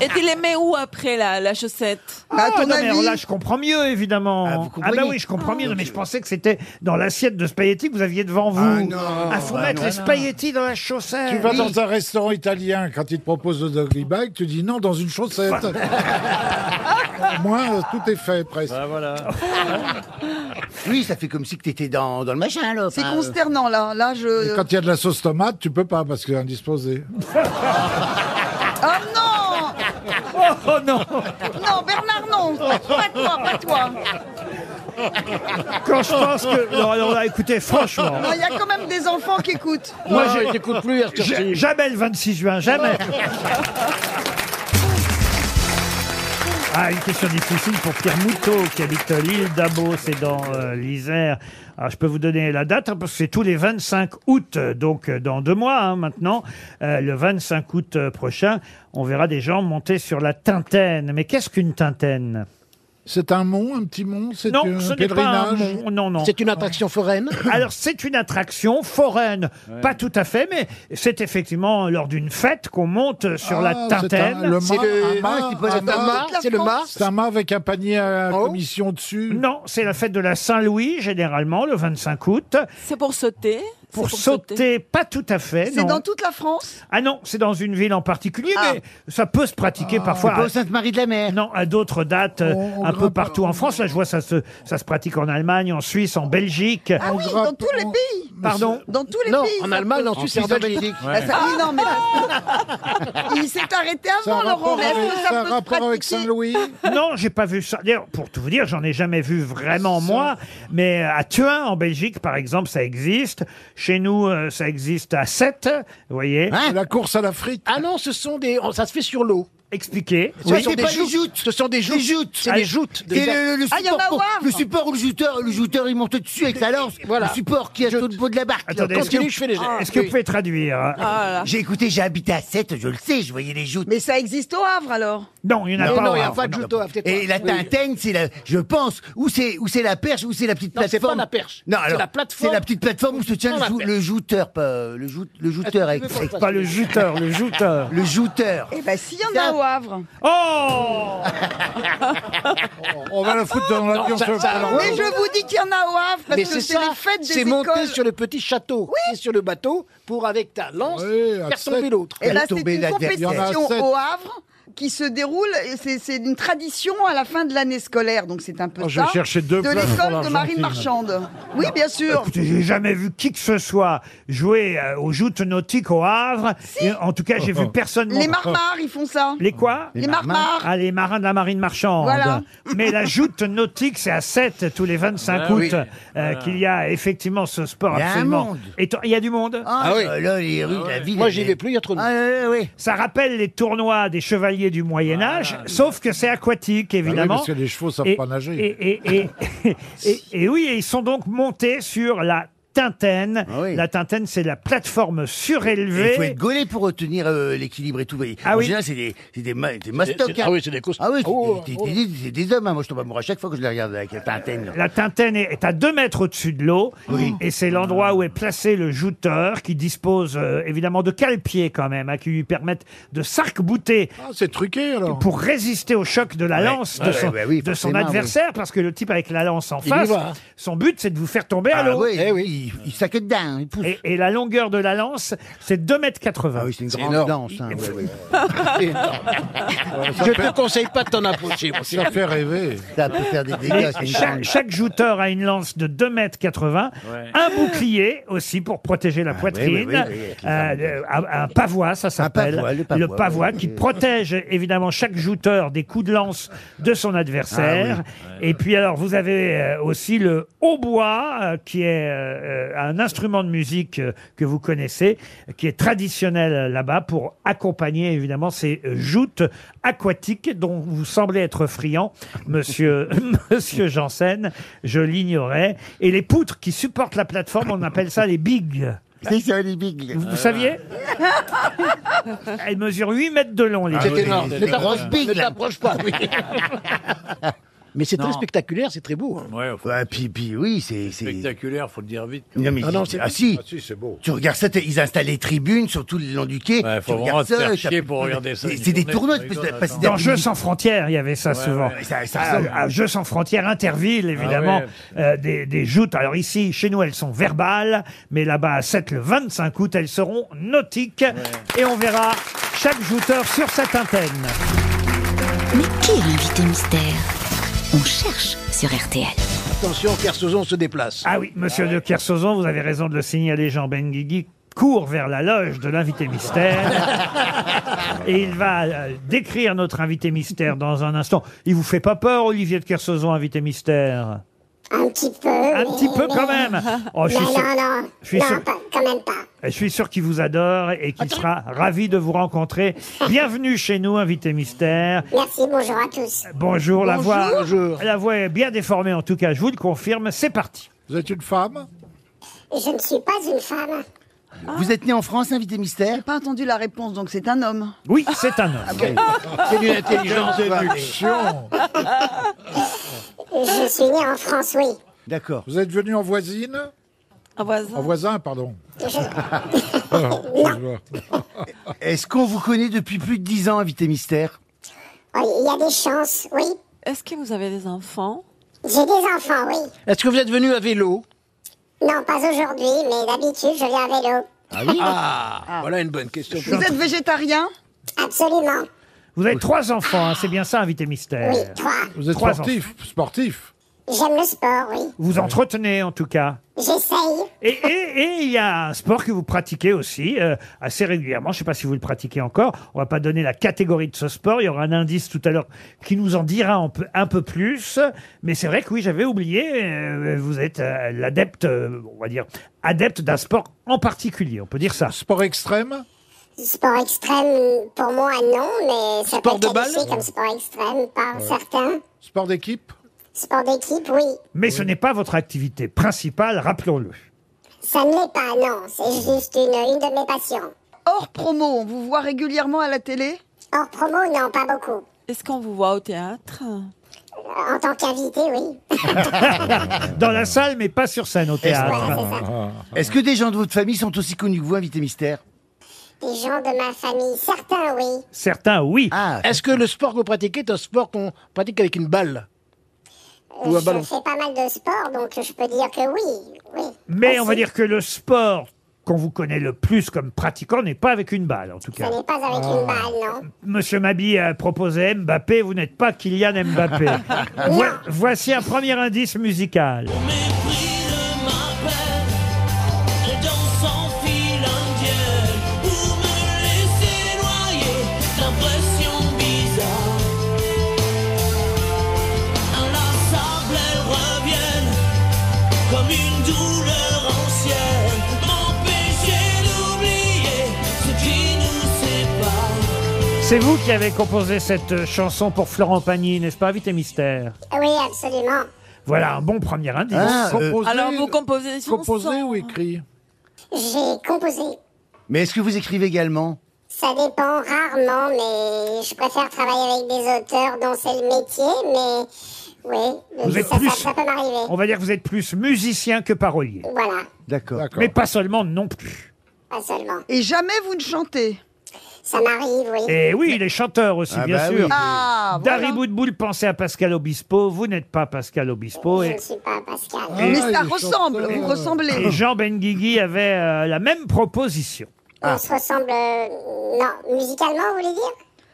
Et tu les mets où après, la, la chaussette Ah, ton non, mais alors avis là, je comprends mieux, évidemment. Ah, vous comprenez. bah oui, je comprends mieux, Non, mais je pensais que c'était dans l'assiette de spaghettis que vous aviez devant vous. Ah, non. Ah, faut Ah, mettre non. les spaghettis dans la chaussette Tu vas Oui. dans un restaurant italien, quand il te propose le doggy bag, tu dis non dans une chaussette. Au moins, euh, tout est fait, presque. Bah voilà. Oui, ça fait comme si que t'étais dans, dans le machin, là. C'est Enfin, euh, consternant là. Là, euh. Et je. quand il y a de la sauce tomate, tu peux pas parce qu'il est indisposé. Ah non Oh non Non, Bernard, non Pas toi, pas toi Quand je pense que. Non, non, là, écoutez, franchement. Non, il y a quand même des enfants qui écoutent. je Ja- Jamais le 26 juin, jamais. Ah, une question difficile pour Pierre Moutot, qui habite l'île d'Abo, c'est dans euh, l'Isère. Alors, je peux vous donner la date, hein, parce que c'est tous les 25 août, euh, donc euh, dans deux mois hein, maintenant. Euh, le 25 août euh, prochain, on verra des gens monter sur la Tintaine. Mais qu'est-ce qu'une Tintaine C'est un mont, un petit mont C'est Non, un ce n'est pas un pèlerinage mont, non, non. C'est une attraction foraine Alors, c'est une attraction foraine. Pas tout à fait, mais c'est effectivement lors d'une fête qu'on monte sur la Ah, c'est Tintaine. un- le mât, un mât qui pose la tête. C'est le mât. C'est un mât Oh. avec un panier à commission dessus. Non, c'est la fête de la Saint-Louis, généralement, le 25 août. C'est pour sauter Pour, sauter, pas tout à fait. C'est non. dans toute la France Ah non, c'est dans une ville en particulier, mais ça peut se Ah. pratiquer parfois. C'est pas au Sainte-Marie-de-la-Mer. Non, à d'autres dates, euh, un peu partout en France. Là, je vois, ça se, ça se pratique en Allemagne, en Suisse, en Belgique. Ah oui, dans tous les pays Pardon Dans tous les Non, pays en ça Allemagne, peut- en Suisse et en Ah, ça- Belgique. oui, non, mais il s'est arrêté C'est un avant, Laurent. rapport Mais est-ce avec- que c'est ça un peut se rapport avec pratiquer Saint-Louis Non, j'ai pas vu ça. D'ailleurs, pour tout vous dire, j'en ai jamais vu vraiment moi. Mais euh, à Thuin, en Belgique, par exemple, ça existe. Chez nous, euh, ça existe à Sète, vous voyez. Hein la course à la frite. Ah non, ce sont des. oh, Ça se fait sur l'eau. Expliquez. Ce sont des joutes. Ce sont des joutes. C'est Ah, des joutes. Et le, le support pour- le support où le jouteur, le jouteur, il monte dessus avec sa lance. Voilà. Le support qui est sur le pot de la barque. Attendez, est-ce que, Ah, est-ce Ah, que vous pouvez hein traduire J'ai écouté, j'ai habité à 7, je le sais, je voyais les joutes. Mais ça existe au Havre, alors Non, il n'y en a pas au il y Havre, non. joutes au Havre, peut-être Et la tintaine, c'est la, je pense, où c'est, où c'est la perche, où c'est la petite Non, c'est plateforme. pas la perche. Non, C'est alors, la plateforme. C'est la petite plateforme où se tient Non, le, la jou- perche. le jouteur, pas, euh, le, jout- le jouteur avec. qu'on fasse Pas le jouteur, le jouteur. Le jouteur. Eh ben, s'il y en a au Havre. Oh On va la foutre dans l'avion. ça- ce- ça- alors, Mais je vous dis qu'il y en a au Havre parce Mais que c'est c'est ça, les fêtes des c'est monter écoles. sur le petit château, oui. sur le bateau, pour avec ta lance à faire sept. tomber l'autre. Et là, Faire Eh ben, c'est tomber une la dernière. compétition au Havre qui se déroule, et c'est c'est une tradition à la fin de l'année scolaire, donc c'est un peu Oh, je ça, vais chercher deux de places pour l'école de Marine l'Argentine. Marchande. Oui, bien sûr. Ah, Écoutez, j'ai jamais vu qui que ce soit jouer euh, aux joutes nautiques au Havre. Et en tout cas, j'ai vu personne. Les mon- marmars, ils font ça. Les quoi Les Les marmars. marmars. Ah, les marins de la marine marchande. Voilà. Mais la joute nautique, c'est à 7 tous les 25 Ah août oui. euh, Voilà. qu'il y a effectivement ce sport Il y a un absolument. monde. éto- Il y a du monde Ah, oui. Là, les rues de la ville. Ah, Moi, elles- j'y vais plus, il y a trop de monde. Ça rappelle les tournois des chevaliers du Moyen Âge, sauf que c'est aquatique, évidemment. parce que les chevaux savent Et- pas nager. Et, et- et- et- et oui, et ils sont donc montés sur la Tintaine. La Tintaine, c'est la plateforme surélevée. Il faut être gaulé pour retenir euh, l'équilibre et tout. Et Ah en oui. général, c'est des, c'est des, ma- des mastocs. C'est- c'est- hein. ah oui, c'est des costauds. Ah oui, c'est Oh, des, oh. des- des- c'est des hommes. hein. Moi, je tombe amoureux à chaque fois que je les regarde avec la tintaine. La Tintaine est est à 2 mètres au-dessus de l'eau. Et c'est l'endroit où est placé le jouteur qui dispose euh, évidemment de cale-pieds quand même, hein, qui lui permettent de s'arc-bouter. Ah, c'est truqué alors. Pour résister au choc de la Ouais. lance de Ouais, son, ouais, oui, de son forcément, adversaire, parce que le type avec la lance en Il y face, va, hein. son but c'est de vous faire tomber à Ah l'eau. oui, oui. Il, il s'inquiète dedans, il pousse. Et, et la longueur de la lance, c'est 2,80 mètres. Ah oui, c'est une grande danse. hein, ouais, ouais. Je te conseille pas de t'en approcher. mon cher. rêver. Ça peut faire des Mais dégâts. c'est une chaque, dingue. chaque jouteur a une lance de 2 mètres 80, Ouais. un bouclier aussi pour protéger la Ah, oui, poitrine, oui, oui, avec les euh, le- un, un pavois, ça s'appelle, pavois, le le pavois, pavois, oui, qui oui. protège évidemment chaque jouteur des coups de lance de Ah son adversaire. Et puis alors vous avez euh, aussi le hautbois euh, qui est euh, euh, un instrument de musique euh, que vous connaissez, qui est traditionnel euh, là-bas pour accompagner évidemment ces euh, joutes aquatiques dont vous semblez être friand, monsieur, monsieur Janssen, je l'ignorais. Et les poutres qui supportent la plateforme, on appelle ça les bigs. C'est ça, les bigles. Vous, vous saviez Elles mesurent 8 mètres de long, Ah, les C'est bigs. énorme. Ne t'approche ne t'approche pas. oui. Mais c'est très Non. spectaculaire, c'est très beau. hein. Ouais, puis, puis oui, c'est. c'est- Spectaculaire, faut le dire vite. Non, mais Ah non, c'est ah, si. c'est beau. Tu regardes ça, t'as- ils installent les tribunes sur tout le long du faut quai. tu vraiment regardes te faire ça, chier t'as- pour regarder ça. C'est Une c'est des journée, tournois, tu parce rigoles, que- parce que Dans Jeux sans frontières, il y avait ça souvent. ouais. Ça- ça Ah, ressemble. Ah ah, Jeux sans frontières, Interville, évidemment, euh, des, des joutes. Alors ici, chez nous, elles sont verbales, mais là-bas, à 7, le 25 août, elles seront nautiques. Et on verra chaque jouteur sur sa antenne. Mais qui est l'invité mystère On cherche sur RTL. Attention, Kersozon se déplace. Ah oui, monsieur de Kersauzon, vous avez raison de le signaler, Jean Benguigui court vers la loge de l'invité mystère. Et il va euh, décrire notre invité mystère dans un instant. Il vous fait pas peur, Olivier de Kersauzon, invité mystère Un petit peu. Un petit peu quand même. Oh, je suis non, sûr- non, non. je suis non, sûr- pas- quand même pas. Je suis sûr qu'il vous adore et qu'il sera ravi de vous rencontrer. Ah. Bienvenue chez nous, invité mystère. Merci, bonjour à tous. Bonjour, la voix. La voix est bien déformée en tout cas, je vous le confirme. C'est parti. Vous êtes une femme Je ne suis pas une femme. Vous êtes né en France, invité mystère pas entendu la réponse, donc c'est un homme. Oui, c'est un homme. Ah Ah, C'est d'une Ah, intelligence Quelle de déduction. Je suis né en France, oui. D'accord. Vous êtes venu en voisine En voisin. En voisin, pardon. Ah. Est-ce qu'on vous connaît depuis plus de 10 ans, invité mystère Ah, Il y a des chances, oui. Est-ce que vous avez des enfants J'ai des enfants, oui. Est-ce que vous êtes venu à vélo Non, pas aujourd'hui, mais d'habitude, je viens à vélo. Ah oui Ah, voilà une bonne question. Vous êtes végétarien Absolument. Vous avez trois enfants, hein, c'est bien ça, invité mystère. Oui, trois. Vous êtes Trois sportif, sportif. J'aime le sport, oui. Vous entretenez en tout cas. J'essaye. Et, et- et il y a un sport que vous pratiquez aussi euh, assez régulièrement. Je ne sais pas si vous le pratiquez encore. On va pas donner la catégorie de ce sport. Il y aura un indice tout à l'heure qui nous en dira un peu, un peu plus. Mais c'est vrai que oui, j'avais oublié. euh, vous êtes euh, l'adepte, euh, on va dire, adepte d'un sport en particulier. On peut dire ça. Sport extrême. Sport extrême, pour moi, non, mais ça Sport peut de être qualifié balle comme sport extrême par Ouais. certains. Sport d'équipe Sport d'équipe, oui. Mais ce n'est pas votre activité principale, rappelons-le. Ça ne l'est pas, non. C'est juste une, une de mes passions. Hors promo, on vous voit régulièrement à la télé Hors promo, non, pas beaucoup. Euh, Est-ce qu'on vous voit au théâtre En tant qu'invité, oui. Dans la salle, mais pas sur scène au théâtre. Est-ce que des gens de votre famille sont aussi connus que vous, invité mystère Des gens de ma famille, certains, oui. Certains, oui. Ah. Est-ce que le sport que vous pratiquez est un sport qu'on pratique avec une balle Euh, Ou un je ballon. fais pas mal de sport, donc je peux dire que oui. oui. Mais on va dire que le sport qu'on vous connaît le plus comme pratiquant n'est pas avec une balle, en tout Ce cas. n'est pas avec Ah. une balle, non. Monsieur Mabi a proposé Mbappé, vous n'êtes pas Kylian Mbappé. Vo- voici un premier indice musical. Les danses en file indienne Pour me laisser noyer D'impression bizarre Inlassable, elles reviennent Comme une douleur ancienne M'empêcher d'oublier Ce qui nous sépare C'est vous qui avez composé cette euh, chanson pour Florent Pagny, n'est-ce pas, Vite et Mystère Oui, absolument. Voilà un bon premier indice. Ah, euh, euh, Alors vous composez des chansons Composé ou écrit J'ai composé. Mais est-ce que vous écrivez également Ça dépend rarement, mais je préfère travailler avec des auteurs dont c'est le métier, mais oui, Vous ça, êtes ça- plus- ça peut m'arriver. On va dire que vous êtes plus musicien que parolier. Voilà, D'accord. Mais pas seulement non plus. pas seulement. Et jamais vous ne chantez Ça m'arrive, oui. Et Eh oui, il est chanteur aussi, Ah bien bah sûr. oui. Ah, voilà. Dari Boudboul, pensez à Pascal Obispo. Vous n'êtes pas Pascal Obispo. Je et- ne suis pas Pascal. Ah, Mais ça ressemble, vous ressemblez. Et Jean Benguigui avait euh, la même proposition. On se ressemble, euh, non, musicalement, vous voulez dire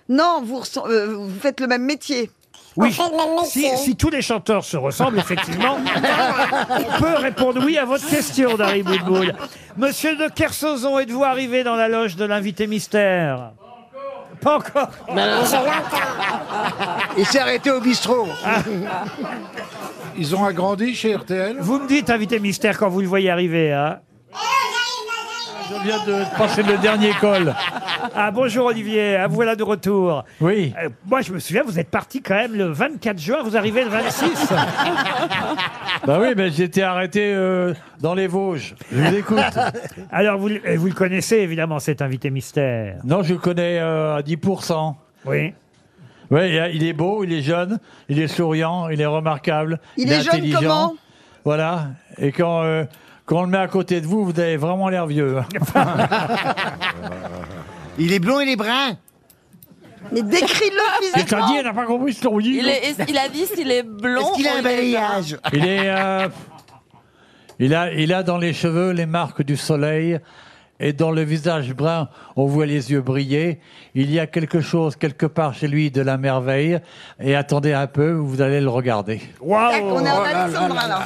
Non, vous, ressem- euh, vous faites le même métier. Oui, fait le même si, métier. si tous les chanteurs se ressemblent, effectivement, on peut répondre oui à votre question, Dari Boudboul. Monsieur de Kersozon, êtes-vous arrivé dans la loge de l'invité mystère Pas encore. Je l'entends. Il s'est arrêté au bistrot. Ah. Ils ont agrandi chez RTL Vous me dites invité mystère quand vous le voyez arriver, hein je viens de passer le dernier col. Ah bonjour Olivier, ah, vous voilà de retour. Oui. moi je me souviens, vous êtes parti quand même le 24 juin, vous arrivez le 26. Bah oui, mais j'étais arrêté euh, dans les Vosges. Je vous écoute. Alors, vous, le- euh, vous le connaissez évidemment, cet invité mystère. Non, je le connais euh, à 10%. Oui. Oui, il a- il est beau, il est jeune, il est souriant, il est remarquable. Il est jeune intelligent. comment Voilà. Et quand, euh, quand on le met à côté de vous, vous avez vraiment l'air vieux. hein. il est blond, il est brun. Mais décris-le Mais t'as physiquement. dit, elle n'a pas compris ce qu'on dit. il, est- est- il a dit s'il est blond. Est-ce qu'il a ou un il est brun balayage Il est. euh, il, a, il a dans les cheveux les marques du soleil et dans le visage brun, on voit les yeux briller. Il y a quelque chose quelque part chez lui de la merveille. Et attendez un peu, vous allez le regarder. Waouh On est en Alexandra là.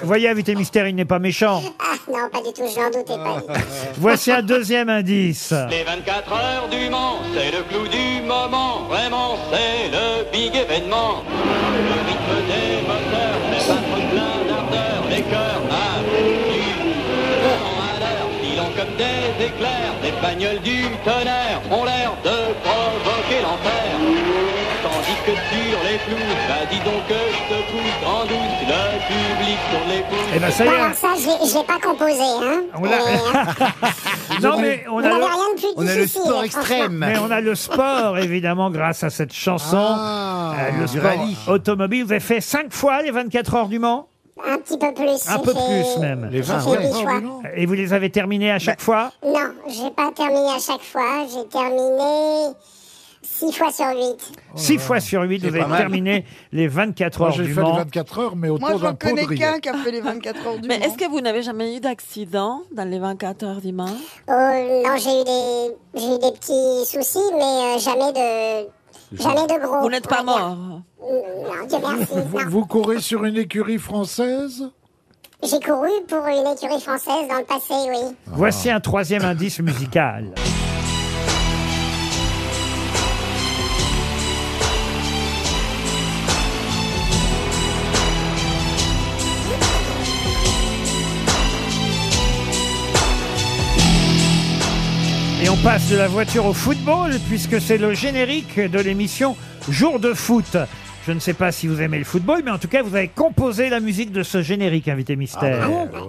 Vous voyez, invité mystère, il n'est pas méchant. Ah non, pas du tout, je n'en doutais pas. Voici un deuxième indice. Les 24 heures du Mans, c'est le clou du moment. Vraiment, c'est le big événement. Le rythme des moteurs fait battre plein d'ardeur. Les cœurs à du vent à l'heure, filant comme des éclairs. Des bagnoles du tonnerre ont l'air de provoquer l'enfer. Tandis que sur les clous, bah dis donc que je te pousse en douce. Le public sur les pouces. Eh ben, ça y est. Ah, Bah, alors ça, je l'ai- je l'ai pas composé, hein. On l'a- Non, mais on a n'avez le- rien de plus difficile, hein, franchement. Mais on a le sport, évidemment, grâce à cette chanson. Ah, Euh, le du sport rallye. automobile. Vous avez fait cinq fois les 24 heures du Mans Un petit peu plus. Un j'ai peu fait- plus, même. j'ai fait huit fois. Bah. Et vous les avez terminées à chaque fois Non, j'ai pas terminé à chaque fois. J'ai terminé 6 fois sur 8. Six fois sur huit, Oh vous C'est pas avez mal. terminé les 24 Moi, heures j'ai du fait les Mans. 24 heures, mais Moi, autour j'en d'un pot de connais riz. qu'un qui a fait les 24 heures du Mais est-ce que vous n'avez jamais eu d'accident dans les 24 heures du Mans Oh non, j'ai eu des, j'ai eu des petits soucis, mais euh, jamais de, jamais de gros. Vous n'êtes pas mort. Non, Dieu merci. Vous, vous courez sur une écurie française J'ai couru pour une écurie française dans le passé, oui. Voici un troisième indice musical. Et on passe de la voiture au football, puisque c'est le générique de l'émission Jour de foot. Je ne sais pas si vous aimez le football, mais en tout cas, vous avez composé la musique de ce générique, invité mystère. Ah, bah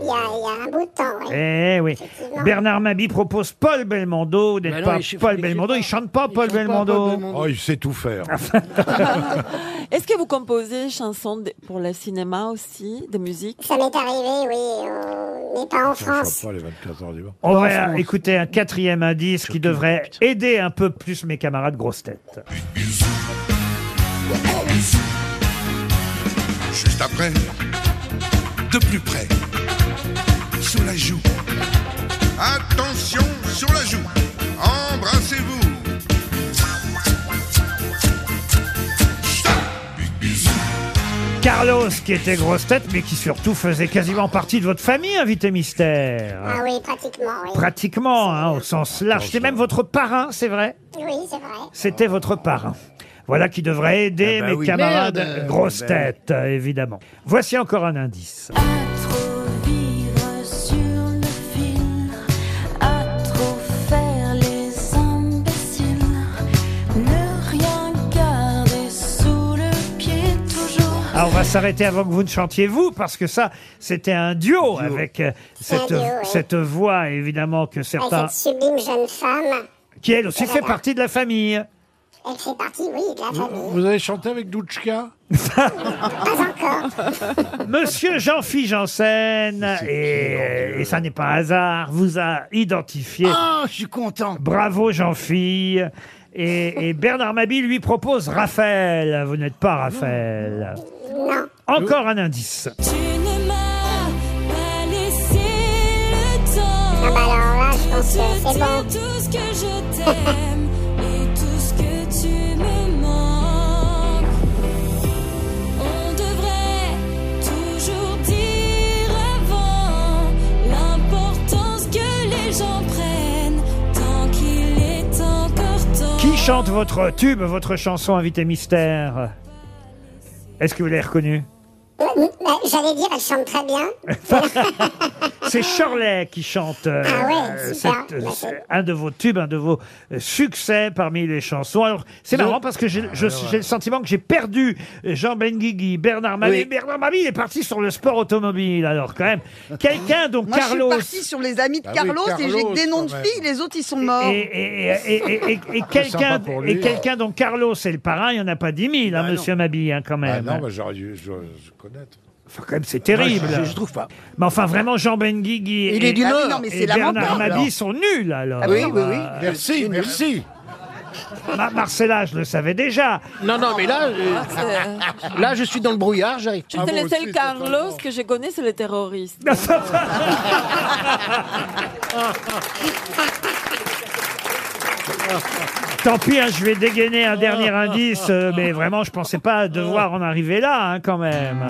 Oui, il y, a- il y a un bout de temps, oui. Eh oui. Bernard Mabi propose Paul Belmondo. Vous n'êtes Bah non, pas il chante- Paul il Belmondo. Il chante pas Paul Belmondo. Oh, il sait tout faire. Est-ce que vous composez chansons de- pour le cinéma aussi, de musique Ça m'est arrivé, oui, euh, mais pas en France. Oh, les 24 heures du Mans. On va écouter un quatrième indice qui devrait aider un peu plus mes camarades grosses têtes. Juste après, de plus près, sur la joue. Attention sur la joue. Embrassez-vous. Carlos, qui était grosse tête, mais qui surtout faisait quasiment partie de votre famille, invité mystère. Ah oui, pratiquement, oui. Pratiquement, hein, au sens large. C'était même votre parrain, c'est vrai Oui, c'est vrai. C'était votre parrain. Voilà qui devrait aider Ah bah mes oui. camarades Merde. grosses Bah oui. têtes, euh, évidemment. Voici encore un indice. Vivre sur le fil, à trop faire les imbéciles, ne rien garder sous le pied toujours. Alors, Ah, on va s'arrêter avant que vous ne chantiez vous, parce que ça, c'était un duo, avec euh, un cette, duo, ouais. cette voix, évidemment, que certains... Avec cette sublime jeune femme. Qui, elle aussi, fait Voilà. partie de la famille. Elle fait partie, oui, Mm. de la famille. Vous avez chanté avec Douchka Monsieur Jean-Philippe Janssen, et, et ça n'est pas un hasard, vous a identifié. Oh, je suis content. Bravo Jean-Philippe. Et, et Bernard Mabille lui propose Raphaël. Vous n'êtes pas Raphaël. Encore un indice. Tu ne m'as pas laissé le temps. Ah bah alors là, je pense que de c'est bon. dire tout ce que je t'aime et tout ce que tu me manques. On devrait toujours dire avant l'importance que les gens prennent tant qu'il est encore temps. Qui chante votre tube, votre chanson Invité Mystère Est-ce que vous l'avez reconnu Euh, euh, J'allais dire, elle chante très bien. C'est Shirley qui chante euh, Ah ouais, euh, super. cette, bah, euh, c'est un de vos tubes, un de vos euh, succès parmi les chansons. Alors, c'est Je- marrant parce que j'ai je- ouais, ouais. j'ai le sentiment que j'ai perdu euh, Jean Benguigui, Bernard Mabille. Oui. Bernard Mabille il est parti sur le sport automobile. Alors, quand même, quelqu'un, donc Moi, Carlos. je suis partie sur les amis de Bah oui, Carlos, et Carlos, j'ai que des noms de quand même. filles, les autres, ils sont morts. Et, et- et- et- et- et quelqu'un, sympa pour lui. hein. et quelqu'un dont Carlos est le parrain, il n'y en a pas 10 000, hein, monsieur Mabille, hein, quand Ah même. non, bah, j'aurais dû je, je connaître. Enfin, quand même, c'est terrible. Moi, je- je- je trouve pas. Mais enfin, vraiment, Jean Benguigui Il et, est du et Nord. Ah oui, non, mais c'est Bernard lamentable, alors. Mabille sont nuls, alors. Ah oui, oui, oui. Euh, Merci, merci. Ma- Marcella, je le savais déjà. Non, non, mais là, Ah, c'est- je, là, je suis dans le brouillard, j'arrive. Ah, Ah, Je te le seul Carlos que je connais, c'est le terroriste. Tant pis, hein, je vais dégainer un dernier indice, euh, mais vraiment, je pensais pas devoir en arriver là, hein, quand même.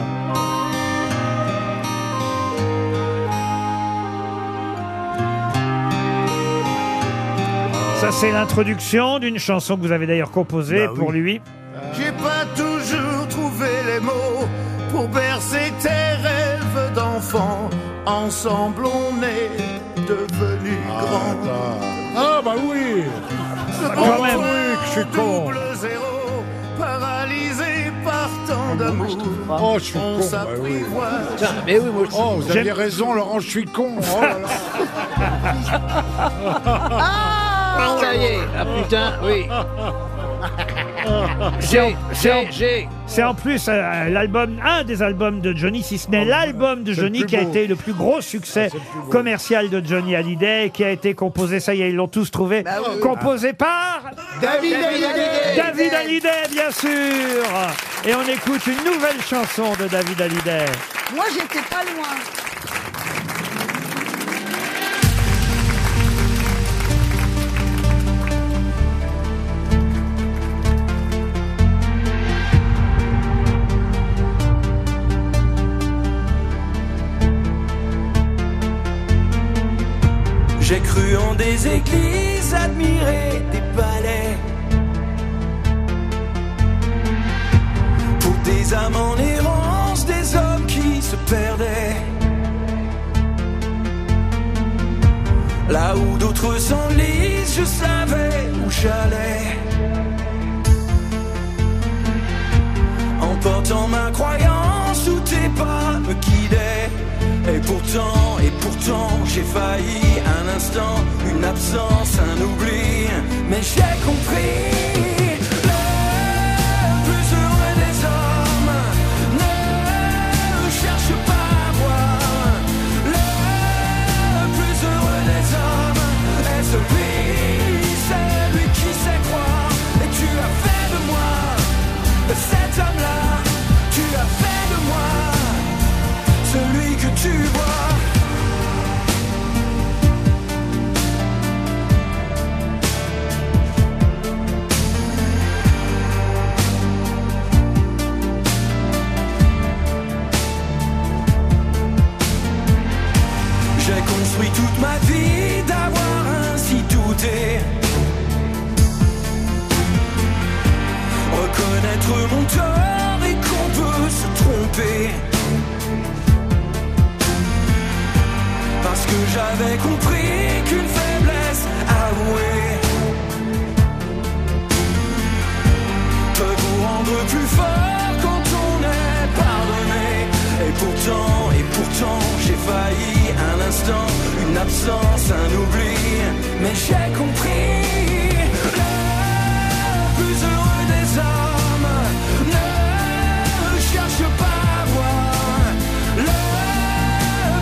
Ça, c'est l'introduction d'une chanson que vous avez d'ailleurs composée Bah oui. pour lui. J'ai pas toujours trouvé les mots pour bercer tes rêves d'enfant. Ensemble, on est devenus grands. Ah bah oui Ah, Ce Quand même. truc, je suis con. double zéro, paralysé par tant d'amour. Oh, je suis on con, bah oui. s'apprivoise. Mais oui, moi aussi. Oh, vous aviez J'aime- raison, Laurent, je suis con. Oh là là. Ah, ça y est, ah putain, oui. C'est en- c'est en- j'ai. c'est en plus euh, l'album, un des albums de Johnny, si ce n'est l'album de Oh, c'est le Johnny plus qui a beau. Ah, été le plus gros succès commercial de Johnny Hallyday, et qui a été composé, ça y est, ils l'ont tous trouvé, Bah oui. Ah. composé par David Hallyday. David Hallyday, bien sûr. Et on écoute une nouvelle chanson de David Hallyday. Moi, j'étais pas loin. J'ai cru en des églises, admiré des palais. Pour des âmes en errance, des hommes qui se perdaient. Là où d'autres s'enlisent, je savais où j'allais. En portant ma croyance où tes pas me guidaient. Et pourtant, et pourtant, j'ai failli un instant, une absence, un oubli. Mais j'ai compris. Le plus heureux des hommes ne cherche pas à voir. Le plus heureux des hommes est celui, celui qui sait croire. Et tu as fait de moi cet homme-là. Tu as fait de moi celui que tu vois. J'ai construit toute ma vie d'avoir ainsi douté. Reconnaître mon tort et qu'on peut se tromper. Parce que j'avais compris qu'une faiblesse avouée peut vous rendre plus fort quand on est pardonné. Et pourtant, et pourtant, j'ai failli un instant, une absence, un oubli. Mais j'ai compris. Le plus heureux des hommes ne cherche pas à voir. Le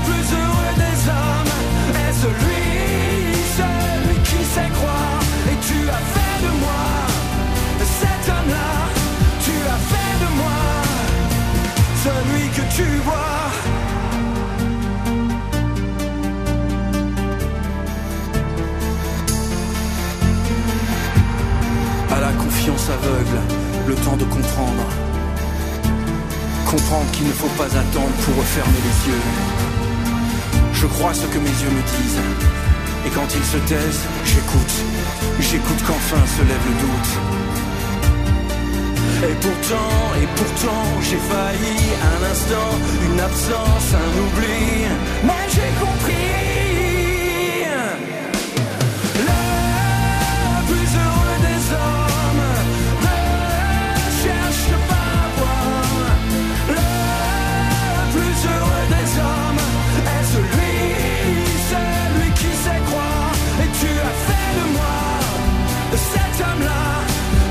plus heureux des hommes est celui, celui qui sait croire. Et tu as fait de moi cet homme-là, tu as fait de moi celui que tu vois. À la confiance aveugle, le temps de comprendre. Comprendre qu'il ne faut pas attendre pour refermer les yeux. Je crois ce que mes yeux me disent. Et quand ils se taisent, j'écoute. J'écoute qu'enfin se lève le doute. Et pourtant, et pourtant, j'ai failli un instant, une absence, un oubli. Mais j'ai compris. Le plus heureux des hommes ne cherche pas à voir. Le plus heureux des hommes est celui, celui qui sait croire. Et tu as fait de moi cet homme-là.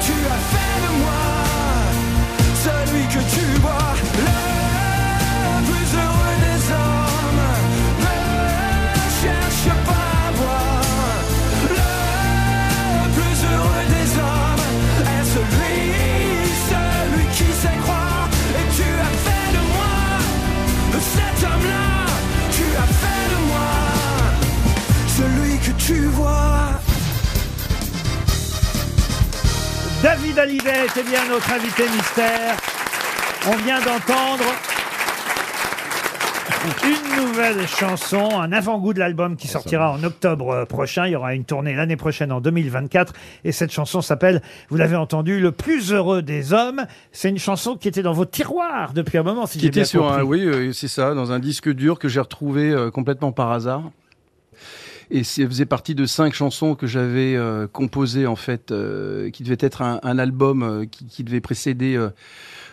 Tu as fait de moi celui que tu vois, le plus heureux des hommes, ne cherche pas à voir. Le plus heureux des hommes est celui, celui qui sait croire. Et tu as fait de moi, de cet homme-là, tu as fait de moi, celui que tu vois. David Hallyday était bien notre invité mystère. On vient d'entendre Une nouvelle chanson, un avant-goût de l'album Ah, qui sortira en octobre euh, prochain. Il y aura une tournée l'année prochaine en 2024. Et cette chanson s'appelle, vous l'avez entendu, Le plus heureux des hommes. C'est une chanson qui était dans vos tiroirs depuis un moment, si Qui j'ai bien était sur compris. un, oui, euh, c'est ça, dans un disque dur que j'ai retrouvé euh, complètement par hasard. Et ça faisait partie de cinq chansons que j'avais euh, composées, en fait, euh, qui devait être un, un album euh, qui, qui devait précéder euh,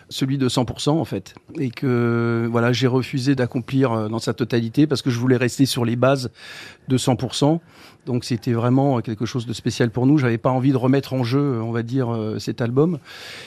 celui de 100%, en fait. Et que, voilà, j'ai refusé d'accomplir euh, dans sa totalité parce que je voulais rester sur les bases de 100%. Donc c'était vraiment euh, quelque chose de spécial pour nous. J'avais pas envie de remettre en jeu, euh, on va dire, euh, cet album.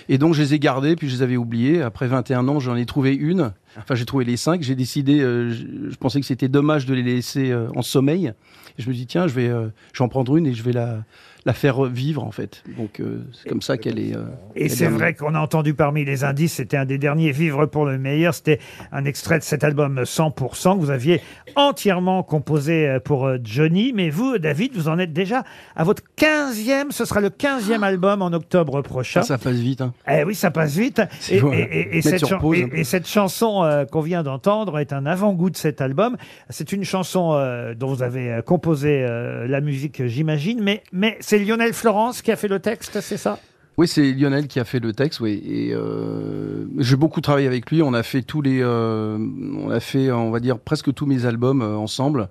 Et donc je les ai gardés, puis je les avais oubliés. Après 21 ans, j'en ai trouvé une. Enfin, j'ai trouvé les cinq. J'ai décidé, euh, je, je pensais que c'était dommage de les laisser euh, en sommeil. Et je me dis tiens, je vais, euh, j'en prendre une et je vais la la faire vivre en fait. Donc euh, c'est comme ça qu'elle est. euh, Et la c'est dernière. vrai qu'on a entendu parmi les indices, c'était un des derniers, Vivre pour le meilleur. C'était un extrait de cet album 100% que vous aviez entièrement composé euh, pour euh, Johnny. Mais vous, David, vous en êtes déjà à votre 15e. Ce sera le 15e album en octobre prochain. Ah, ça passe vite. hein. Eh oui, ça passe vite. C'est Et, vrai. et- et- et Mettre cette, sur chan- pause hein. et- un peu. et cette chanson euh, qu'on vient d'entendre est un avant-goût de cet album. C'est une chanson euh, dont vous avez euh, composé euh, la musique, j'imagine. Mais, mais c'est Lionel Florence qui a fait le texte, c'est ça Oui, c'est Lionel qui a fait le texte, oui. Et euh, j'ai beaucoup travaillé avec lui. On a fait tous les, euh, on a fait, on va dire presque tous mes albums euh, ensemble.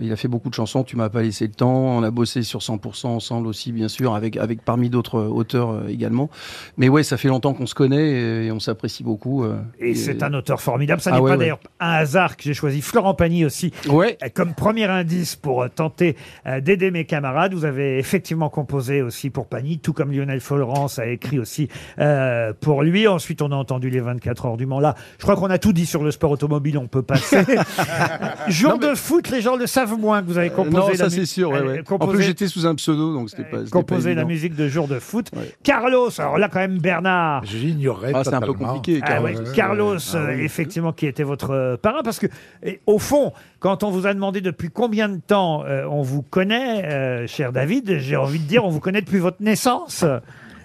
Il a fait beaucoup de chansons. Tu m'as pas laissé le temps. On a bossé sur 100% ensemble aussi, bien sûr, avec avec parmi d'autres euh, auteurs euh, également. Mais ouais, ça fait longtemps qu'on se connaît et, et on s'apprécie beaucoup. euh, Et c'est un auteur formidable. Ça Ah n'est ouais, pas ouais. d'ailleurs un hasard que j'ai choisi Florent Pagny aussi euh, comme premier indice pour euh, tenter euh, d'aider mes camarades. Vous avez effectivement composé aussi pour Pagny, tout comme Lionel Florence a écrit aussi euh, pour lui. Ensuite, on a entendu les 24 heures du Mans. Là, je crois qu'on a tout dit sur le sport automobile. On peut passer. Jour de foot, les gens le savent moins que vous avez composé. Euh, non, la ça mu- c'est sûr. ouais, euh, ouais. En plus, composé- j'étais sous un pseudo, donc c'était pas. c'était pas composer la évident. musique de jour de foot. Carlos, alors là quand même Bernard. Je l'ignorais Ah, c'est un peu totalement. compliqué, Ah ouais, Carlos. Carlos, Ah euh, oui. effectivement, qui était votre euh, parrain, parce que et, au fond, quand on vous a demandé depuis combien de temps euh, on vous connaît, euh, cher David, j'ai envie de dire on vous connaît depuis votre naissance.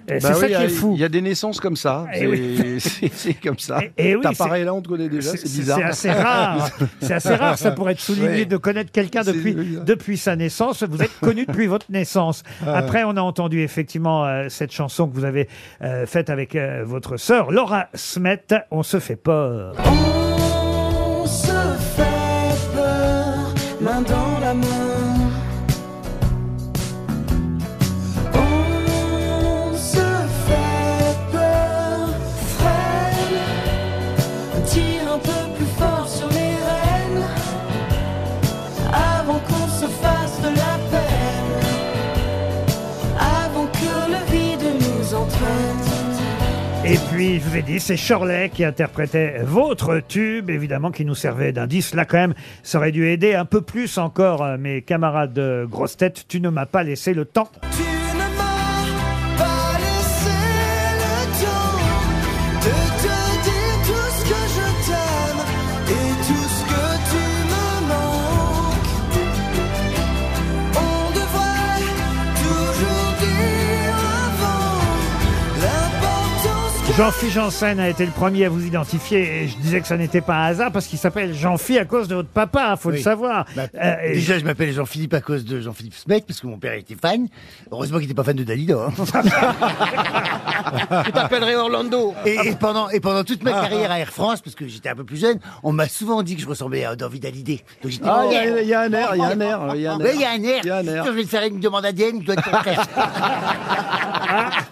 Et Bah c'est ça oui, il qui y a- est fou. Il y a des naissances comme ça. Eh C'est oui. c'est- c'est comme ça. Eh oui, T'apparais c'est- là, on te connaît déjà. C'est bizarre. C'est assez rare. C'est assez rare, ça pourrait être souligné Ouais. hein. de connaître quelqu'un depuis, depuis sa naissance. Vous êtes connu depuis votre naissance. Ah. Après, on a entendu effectivement euh, cette chanson que vous avez euh, faite avec euh, votre sœur, Laura Smet. On se fait peur. On se fait peur, main dans la main. On se fait peur, freine. Tire un peu plus fort sur les rênes. Avant qu'on se fasse de la peine. Avant que le vide nous entraîne. Et puis, je vous ai dit, c'est Shirley qui interprétait votre tube, évidemment, qui nous servait d'indice. Là, quand même, ça aurait dû aider un peu plus encore euh, mes camarades de grosse tête. Tu ne m'as pas laissé le temps. Tu ne m'as pas laissé le temps de te dire tout ce que je t'aime et tout ce que tu me manques. On devrait toujours dire avant l'importance que Jean-Philippe Janssen a été le premier à vous identifier et je disais que ça n'était pas un hasard parce qu'il s'appelle Jean-Philippe à cause de votre papa, hein, faut le Oui. savoir. Bah, Euh, et- déjà, je m'appelle Jean-Philippe à cause de Jean-Philippe Smet, parce que mon père était fan. Heureusement qu'il n'était pas fan de Dalida. hein. Tu t'appellerais Orlando. Et, et pendant, et pendant toute ma Ah. carrière à Air France, parce que j'étais un peu plus jeune, on m'a souvent dit que je ressemblais à David Hallyday. Donc j'étais Ah, il y a- fier. il y a un air, il y a un euh, air, il y a un air. Oui, il y a un air. Il y a un air. Je vais te faire une demande ADN, tu dois être ton frère.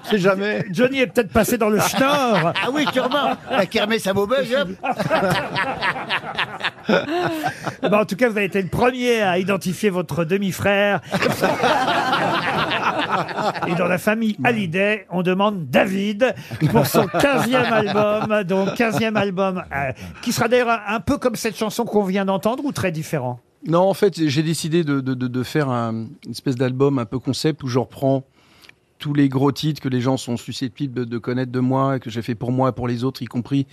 C'est jamais. Johnny est peut-être passé dans le schnorr. Ah oui, sûrement. La kermesse à Maubeuge, hop. Eh ben, en tout cas, vous avez été le premier à identifier votre demi-frère. Et dans la famille Hallyday, on demande David pour son 15e album. Donc, 15e album, euh, qui sera d'ailleurs un- un peu comme cette chanson qu'on vient d'entendre ou très différent Non, en fait, j'ai décidé de, de- de- de faire un- une espèce d'album un peu concept où je reprends tous les gros titres que les gens sont susceptibles de, de connaître de moi, que j'ai fait pour moi, pour les autres, y compris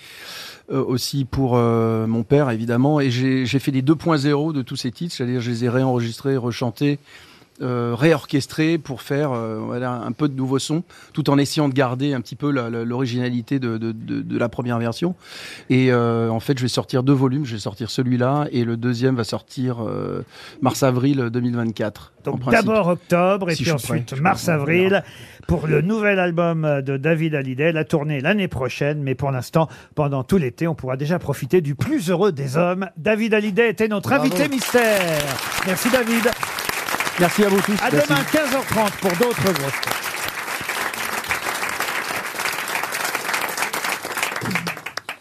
euh, aussi pour euh, mon père, évidemment. Et j'ai j'ai fait les 2.0 de tous ces titres, c'est-à-dire je les ai réenregistrés, rechantés, euh, réorchestré pour faire euh, voilà, un peu de nouveaux sons, tout en essayant de garder un petit peu la- la- l'originalité de, de- de- de la première version. Et euh, en fait, je vais sortir deux volumes. Je vais sortir celui-là et le deuxième va sortir euh, mars-avril 2024. en principe. D'abord octobre et Si puis je suis prêt. ensuite mars-avril pour le nouvel album de David Hallyday, la tournée l'année prochaine. Mais pour l'instant, pendant tout l'été, on pourra déjà profiter du plus heureux des hommes. David Hallyday était notre Bravo. invité mystère. Merci David. Merci à vous tous. À Merci. demain 15h30 pour d'autres grosses têtes.